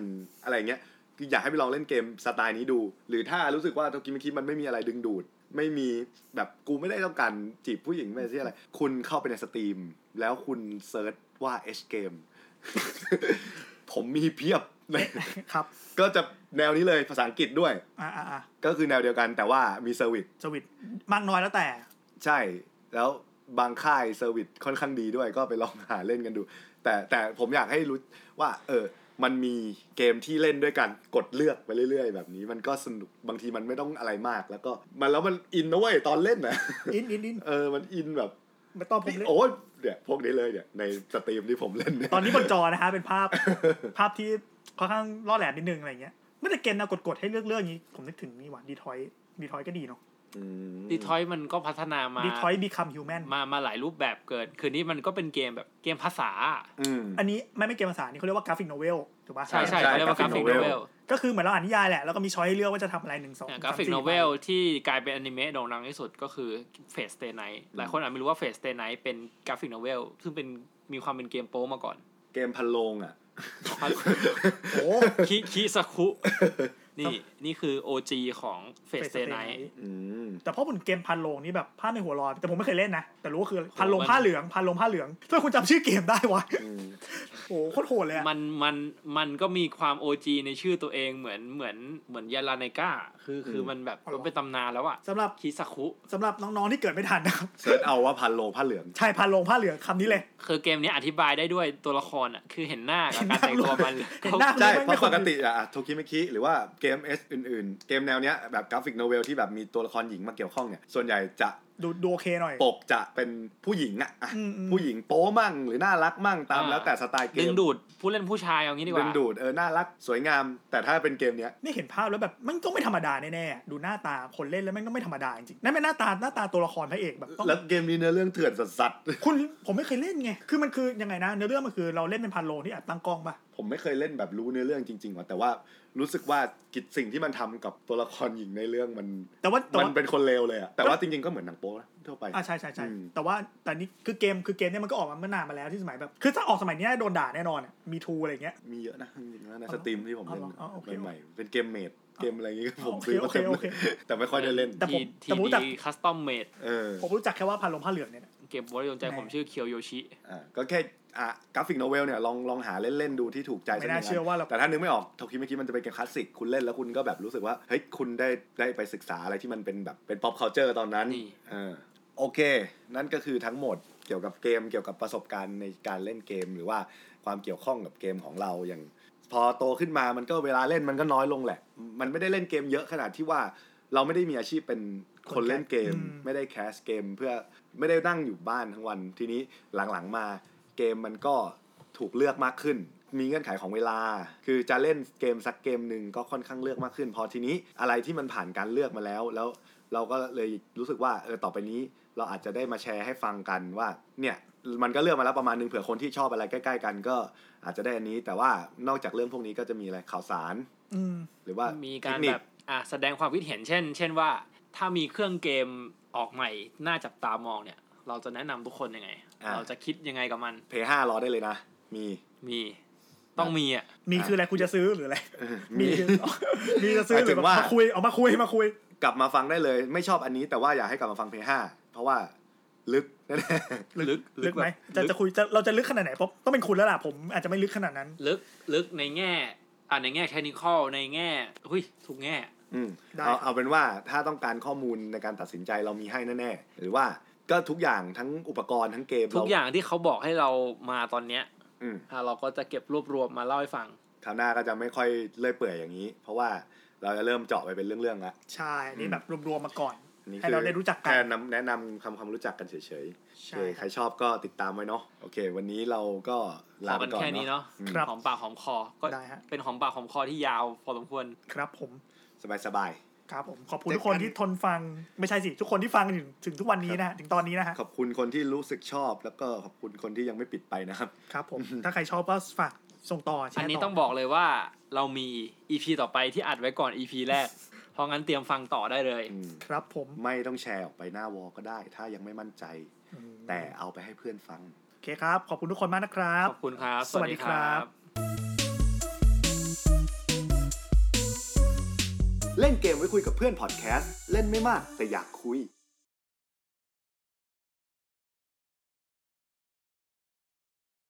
Speaker 1: อะไรเงี้ยคืออยากให้ไปลองเล่นเกมสไตล์นี้ดู หรือถ้ารู้สึกว่าโทกิมิคิมันไม่มีอะไรดึงดูด ไม่มีแบบกูไม่ได้ต้องการจีบผู้หญิงไม่ใช่อะไร คุณเข้าไปในสตรีม แล้วคุณเซิร์ชว่า H game ผมมีเพียบ
Speaker 3: ครับ
Speaker 1: ก็จะแนวนี้เลยภาษาอังกฤษด้วย
Speaker 3: อ่าอ่าอ่า
Speaker 1: ก็คือแนวเดียวกันแต่ว่ามีเซอร์วิส
Speaker 3: สวิตช์มากน้อยแล้วแต่
Speaker 1: ใช่ แล้วบางค่ายเซอร์วิสค่อนข้างดีด้วยก็ไปลองหาเล่นกันดู แต่แต่ผมอยากให้รู้ว่า เออ มันมีเกมที่เล่นด้วยกันกดเลือกไปเรื่อย ๆ แบบนี้ มันก็สนุกบางทีมันไม่ต้องอะไรมาก แล้วก็มันแล้วมันอินนะเว้ยตอนเล่นนะ
Speaker 3: อินอินอิน
Speaker 1: เออมันอินแบบ
Speaker 3: ไม่ต้องผมเล่น
Speaker 1: โอ้ยเนี่ยพวกนี้เลยเนี่ยในสตรีมที่ผมเล่นเนี่ย
Speaker 3: ตอนนี้บนจอนะฮะ เป็นภาพ ภาพที่ค่อนข้างล่อแหลมนิดนึงอะไรเงี้ยเมื่อตะเกนนะกดๆให้เลือกเรื่องนี้ ผมนึกถึงนี่หว่าดีทอยดีทอยก็ดีเนาะ
Speaker 1: อืม
Speaker 2: ดีทอยมันก็พัฒนามา
Speaker 3: ดีทอยบีคัมฮิวแมน
Speaker 2: มามาหลายรูปแบบเกิน คืนนี้มันก็เป็นเกมแบบเกมภาษา
Speaker 1: อืม
Speaker 3: อันนี้ไม่ไม่เกมภาษานี่เขาเรียกว่ากราฟิกโนเวลถูกปะ
Speaker 2: ใช่ใช่
Speaker 1: ใช่
Speaker 2: เขาเรียกว่ากราฟิก
Speaker 1: graphic
Speaker 2: โนเว
Speaker 1: novel
Speaker 2: ล
Speaker 3: ก็คือเหมือนเราอ่านนิยายแหละ แล้วก็มีช้อยให้เลือกว่าจะทำอะไรหนึ่งสอง
Speaker 2: กราฟิกโนเวลที่กลายเป็นอนิเมะโด่งดังที่สุดก็คือเฟสเต y n ไนท์หลายคนอาจไม่รู้ว่าเฟสเต y n ไนท์เป็นกราฟิกโนเวลซึ่งเป็นมีความเป็นเกมโป๊มาก่อน
Speaker 1: เกมพันโลงอ่ะ
Speaker 3: โอ้
Speaker 2: คิคิสคุ นี่นี่คือ OG ของเฟสเต y n ไนท์
Speaker 1: อืม
Speaker 3: แต่เพราะบนเกมพันโลงนี่แบบภาพในหัวร้อนแต่ผมไม่เคยเล่นนะแต่รู้ว่าคืออะไร
Speaker 2: โอ้โห
Speaker 3: พันโลง
Speaker 2: มัน
Speaker 3: ผ้าเหลืองพันโลงผ้าเหลืองถ้าคุณจำชื่อเกมได้วะ
Speaker 1: อืม
Speaker 3: โอ้โหโคตรโหดเลยอะ
Speaker 2: มันมันมันก็มีความ OG ในชื่อตัวเองเหมือนเหมือนเหมือนยาลาเนก้าคือคือมันแบบ
Speaker 3: อ๋อเหรอ
Speaker 2: ก็เป็นตำนานแล้วอะ
Speaker 3: สำหรับ
Speaker 2: คิสคุ
Speaker 3: สำหรับน้องๆที่เกิดไม่ทันนะครับ
Speaker 1: เซิร์ชเอาว่าพันโลงผ้าเหลือง
Speaker 3: ใช่พันโลงผ้าเหลืองคำนี้เลย
Speaker 2: คือเกมเนี้ยอธิบายได้ด้วยตัวละครอ่ะ คือเห็นหน้ากับการแต่งตัวมัน
Speaker 3: เห็นหน้า
Speaker 1: ใช่เพ
Speaker 3: ไม่ไม่
Speaker 1: ราะ
Speaker 3: ค
Speaker 1: ป
Speaker 3: วร
Speaker 1: กติอะโทคิเมคิหรือว่าเกมเอสอื่นๆ เกมแนวเนี้ยแบบกราฟิกโนเวลที่แบบมีตัวละครหญิงมาเกี่ยวข้องเนี่ย ส่วนใหญ่จะ
Speaker 3: ดูดูโอเคหน่อย
Speaker 1: ปกจะเป็นผู้หญิงอะอะ
Speaker 3: อืมอืม
Speaker 1: ผู้หญิงโป๊มั่งหรือน่ารักมั่งตามแล้วแต่สไตล์เก
Speaker 2: ดึ
Speaker 1: ม
Speaker 2: งดูดผู้เล่นผู้ชายเอางี้ดีก
Speaker 1: ดึ
Speaker 2: ว่า
Speaker 1: งดูดเออน่ารักสวยงาม แต่ถ้าเป็นเกมเนี้ย
Speaker 3: นี่เห็นภาพแล้วแบบมันก็ไม่ธรรมดาแน่ๆ ดูหน้าตาคนเล่นแล้วมันก็ไม่ธรรมดาจริงๆนั่นเป็นหน้าตาหน้าตาตัวละครพระเอกแบบต้อง
Speaker 1: แล้วเกมนี้เนื้อเรื่องเถื่อนสัส
Speaker 3: คุณผมไม่เคยเล่นไง คือมันคือยังไงนะเนื้อเรื่องมันคือเราเล่นเป็นพันโลที่อัดตั้งกล้องปะ
Speaker 1: ๆผมไม่เคยเล่นแบบรู้เนื้อเรื่องจริงๆว่ะแต่ว่ารู้สึกว่ากิจสิ่งที่มันทำกับตัวละครหญิงในเรื่องมัน
Speaker 3: แต่ว่าแต่
Speaker 1: มัน
Speaker 3: ว่า
Speaker 1: เป็นคนเลวเลยอะแต่ว่าจริงๆก็เหมือนหนังโป๊นะทั่วไป
Speaker 3: อ่าใช่ใช่ใช่
Speaker 1: อืม
Speaker 3: แต่ว่าแต่นี่คือเกมคือเกมเนี่ยมันก็ออกมาเมื่อนานมาแล้วที่สมัยแบบ คือถ้าออกสมัยเนี้ยโดนด่าแน่นอนอะมีทูอะไรเงี้ย
Speaker 1: มีเยอะนะจริงๆแล้วในสตรีมที่ผมเล่น
Speaker 3: อ๋อเหรออ๋อโอเค
Speaker 1: ใหม่ๆเป็นเกมเมด เกมอะไรอย่างงี้ก็ผม
Speaker 3: โอเค
Speaker 1: ซื้อมาเต็ม
Speaker 3: โอเค
Speaker 1: เลยแต่ไม่ค่อยได้เล่น
Speaker 3: แต่ผม
Speaker 2: ที
Speaker 3: แต่ผมรู้จัก
Speaker 2: ดีคัสตอมเมด
Speaker 1: เออ
Speaker 3: ผมรู้จักแค่ว่าพันลมผ้าเหลืองเนี่ยนะ
Speaker 2: เก็บบริยนใจ
Speaker 3: แน่
Speaker 2: ผมชื่อเคียวโยชิ
Speaker 1: อ่ะก็แค่อ่ะกราฟิกโนเวลเนี่ยลองลองหาเล่น ๆ ดูที่ถูกใจสัก
Speaker 3: ไม่
Speaker 1: ห
Speaker 3: น่า
Speaker 1: นึ่ง
Speaker 3: เชื่อ
Speaker 1: อัน
Speaker 3: ว่าเรา
Speaker 1: แต่ถ้านึกไม่ออกทคิเมื่อกี้มันจะเป็นเกมคลาสสิกคุณเล่นแล้วคุณก็แบบรู้สึกว่า เฮ้ย คุณได้ได้ไปศึกษาอะไรที่มันเป็นแบบเป็น pop culture ตอนนั้น
Speaker 2: นี่
Speaker 1: เออโอเค นั่นก็คือทั้งหมดเกี่ยวกับเกมเกี่ยวกับประสบการณ์ในการเล่นเกม หรือว่าความเกี่ยวข้องกับเกมของเราอย่าง พอโตขึ้นมามันก็เวลาเล่นมันก็น้อยลงแหละ มันไม่ได้เล่นเกมเยอะขนาดที่ว่า เราไม่ได้มีอาชีพเป็นคนเล่นเกม
Speaker 3: อืม
Speaker 1: ไม่ได้แคสเกมเพื่อไม่ได้นั่งอยู่บ้านทั้งวัน ทีนี้หลังๆมาเกมมันก็ถูกเลือกมากขึ้น มีเงื่อนไขของเวลา คือจะเล่นเกมสักเกมหนึ่งก็ค่อนข้างเลือกมากขึ้น พอทีนี้อะไรที่มันผ่านการเลือกมาแล้ว แล้วเราก็เลยรู้สึกว่าเออต่อไปนี้ เราอาจจะได้มาแชร์ให้ฟังกันว่าเนี่ยมันก็เลือกมาแล้วประมาณหนึงเผื่อคนที่ชอบอะไรใกล้ ๆ กันก็ อาจจะได้อันนี้แต่ว่านอกจากเรื่องพวกนี้ก็จะมีอะไรข่าวสาร
Speaker 3: อืม
Speaker 1: หรือว่า
Speaker 2: มี
Speaker 1: มี
Speaker 2: การแบบอ่ะแสดงความคิดเห็นเช่น เช่นว่า ถ้ามีเครื่องเกมออกใหม่ น่าจับตามองเนี่ย เราจะแนะนำทุกคนยังไง
Speaker 1: ะ
Speaker 2: เราจะคิดยังไงกับมัน
Speaker 1: เพย์ห้ารอได้เลยนะ มี
Speaker 2: มีต้องมีอ่ะ
Speaker 3: มีคืออะไรคุณจะซื้อหรืออะไร
Speaker 1: มี
Speaker 3: มี มีจะซื้อ
Speaker 1: หมาย
Speaker 3: ห
Speaker 1: ถึ
Speaker 3: รือง แบบ
Speaker 1: ว่า
Speaker 3: มาคุยเอามาคุยมาคุย
Speaker 1: กลับมาฟังได้เลย ไม่ชอบอันนี้แต่ว่าอยากให้กลับมาฟังเพย์ห้าเพราะว่าลึก แน่
Speaker 2: ลึก
Speaker 3: ลึกไหม
Speaker 2: แบบลึก
Speaker 3: จะจะคุยจะเราจะลึกขนาดไหนเพราะต้องเป็นคุณแล้วล่ะผมอาจจะไม่ลึกขนาดนั้น
Speaker 2: ลึกลึกในแง่อ่าในแง่เทคนิคอลในแง่หุยทุกแง่
Speaker 1: ๆอืม
Speaker 3: ได้
Speaker 1: เอา
Speaker 3: ครับ
Speaker 1: เอาเป็นว่าถ้าต้องการข้อมูลในการตัดสินใจเรามีให้แน่ๆหรือว่าก็ทุกอย่างทั้งอุปกรณ์ทั้งเกม
Speaker 2: ทุกอ
Speaker 1: เร
Speaker 2: ย่างที่เขาบอกให้เรามาตอนเนี้ย
Speaker 1: อืม
Speaker 2: อ่ะเราก็จะเก็บรวบรวมมาเล่าให้ฟัง
Speaker 1: คราวหน้าก็จะไม่ค่อยเลื่อยเปื่อยอย่างนี้ เพราะว่าเราจะเริ่มเจาะไปเป็นเรื่องๆละ
Speaker 3: ใช่อันนี่แบบรวมๆมาก่อน
Speaker 1: อันนี้
Speaker 3: ให้เราได้รู้จักกัน
Speaker 1: แค่นำแนะนำคำความรู้จักกันเฉยๆ โอ
Speaker 3: ใช่
Speaker 1: เค
Speaker 3: ค
Speaker 1: ใค
Speaker 3: รั
Speaker 1: ร
Speaker 3: บ
Speaker 1: ชอบก็ติดตามไว้เนาะโอเค วันนี้เราก็
Speaker 2: พ
Speaker 1: ลา
Speaker 2: อ
Speaker 1: ไป
Speaker 2: กัน
Speaker 1: ก่อน
Speaker 2: แค่นี้
Speaker 1: เนาะ
Speaker 2: เนาะ
Speaker 3: ครับ
Speaker 2: หอมปากหอมคอก็
Speaker 3: ได้ฮะ
Speaker 2: เป็นหอมปากหอมคอที่ยาวพอสมควร
Speaker 3: ครับผม
Speaker 1: สบายสบาย
Speaker 3: ครับผมขอบคุณ
Speaker 1: เจอกัน
Speaker 3: ทุกคนที่ทนฟังไม่ใช่สิทุกคนที่ฟังถึงถึงทุกวันนี้นะฮะถึงตอนนี้นะฮะ
Speaker 1: ๆขอบคุณคนที่รู้สึกชอบ แล้วก็ขอบคุณคนที่ยังไม่ปิดไปนะครับ
Speaker 3: ครับผมถ้าใครชอบก็ฝากส่งต่อแช
Speaker 2: อัน
Speaker 3: ร์
Speaker 2: นี้
Speaker 3: ต่
Speaker 2: ต้องบอกเลยว่าเรามี EP ต่อไปที่อัดไว้ก่อน EP แรก เพราะงั้นเตรียมฟังต่อได้เลย
Speaker 1: อืม
Speaker 3: ครับผม
Speaker 1: ไม่ต้องแชร์ออกไปหน้าวอลก็ได้ ถ้ายังไม่มั่นใจ แต่เอาไปให้เพื่อนฟัง
Speaker 3: โอเคครับ ขอบคุณทุกคนมากนะครับ
Speaker 2: ขอบคุณครับ
Speaker 3: สวัสดีครับ
Speaker 1: เล่นเกมไว้คุยกับเพื่อนพอดแคสต์เล่นไม่มากแต่อยากคุย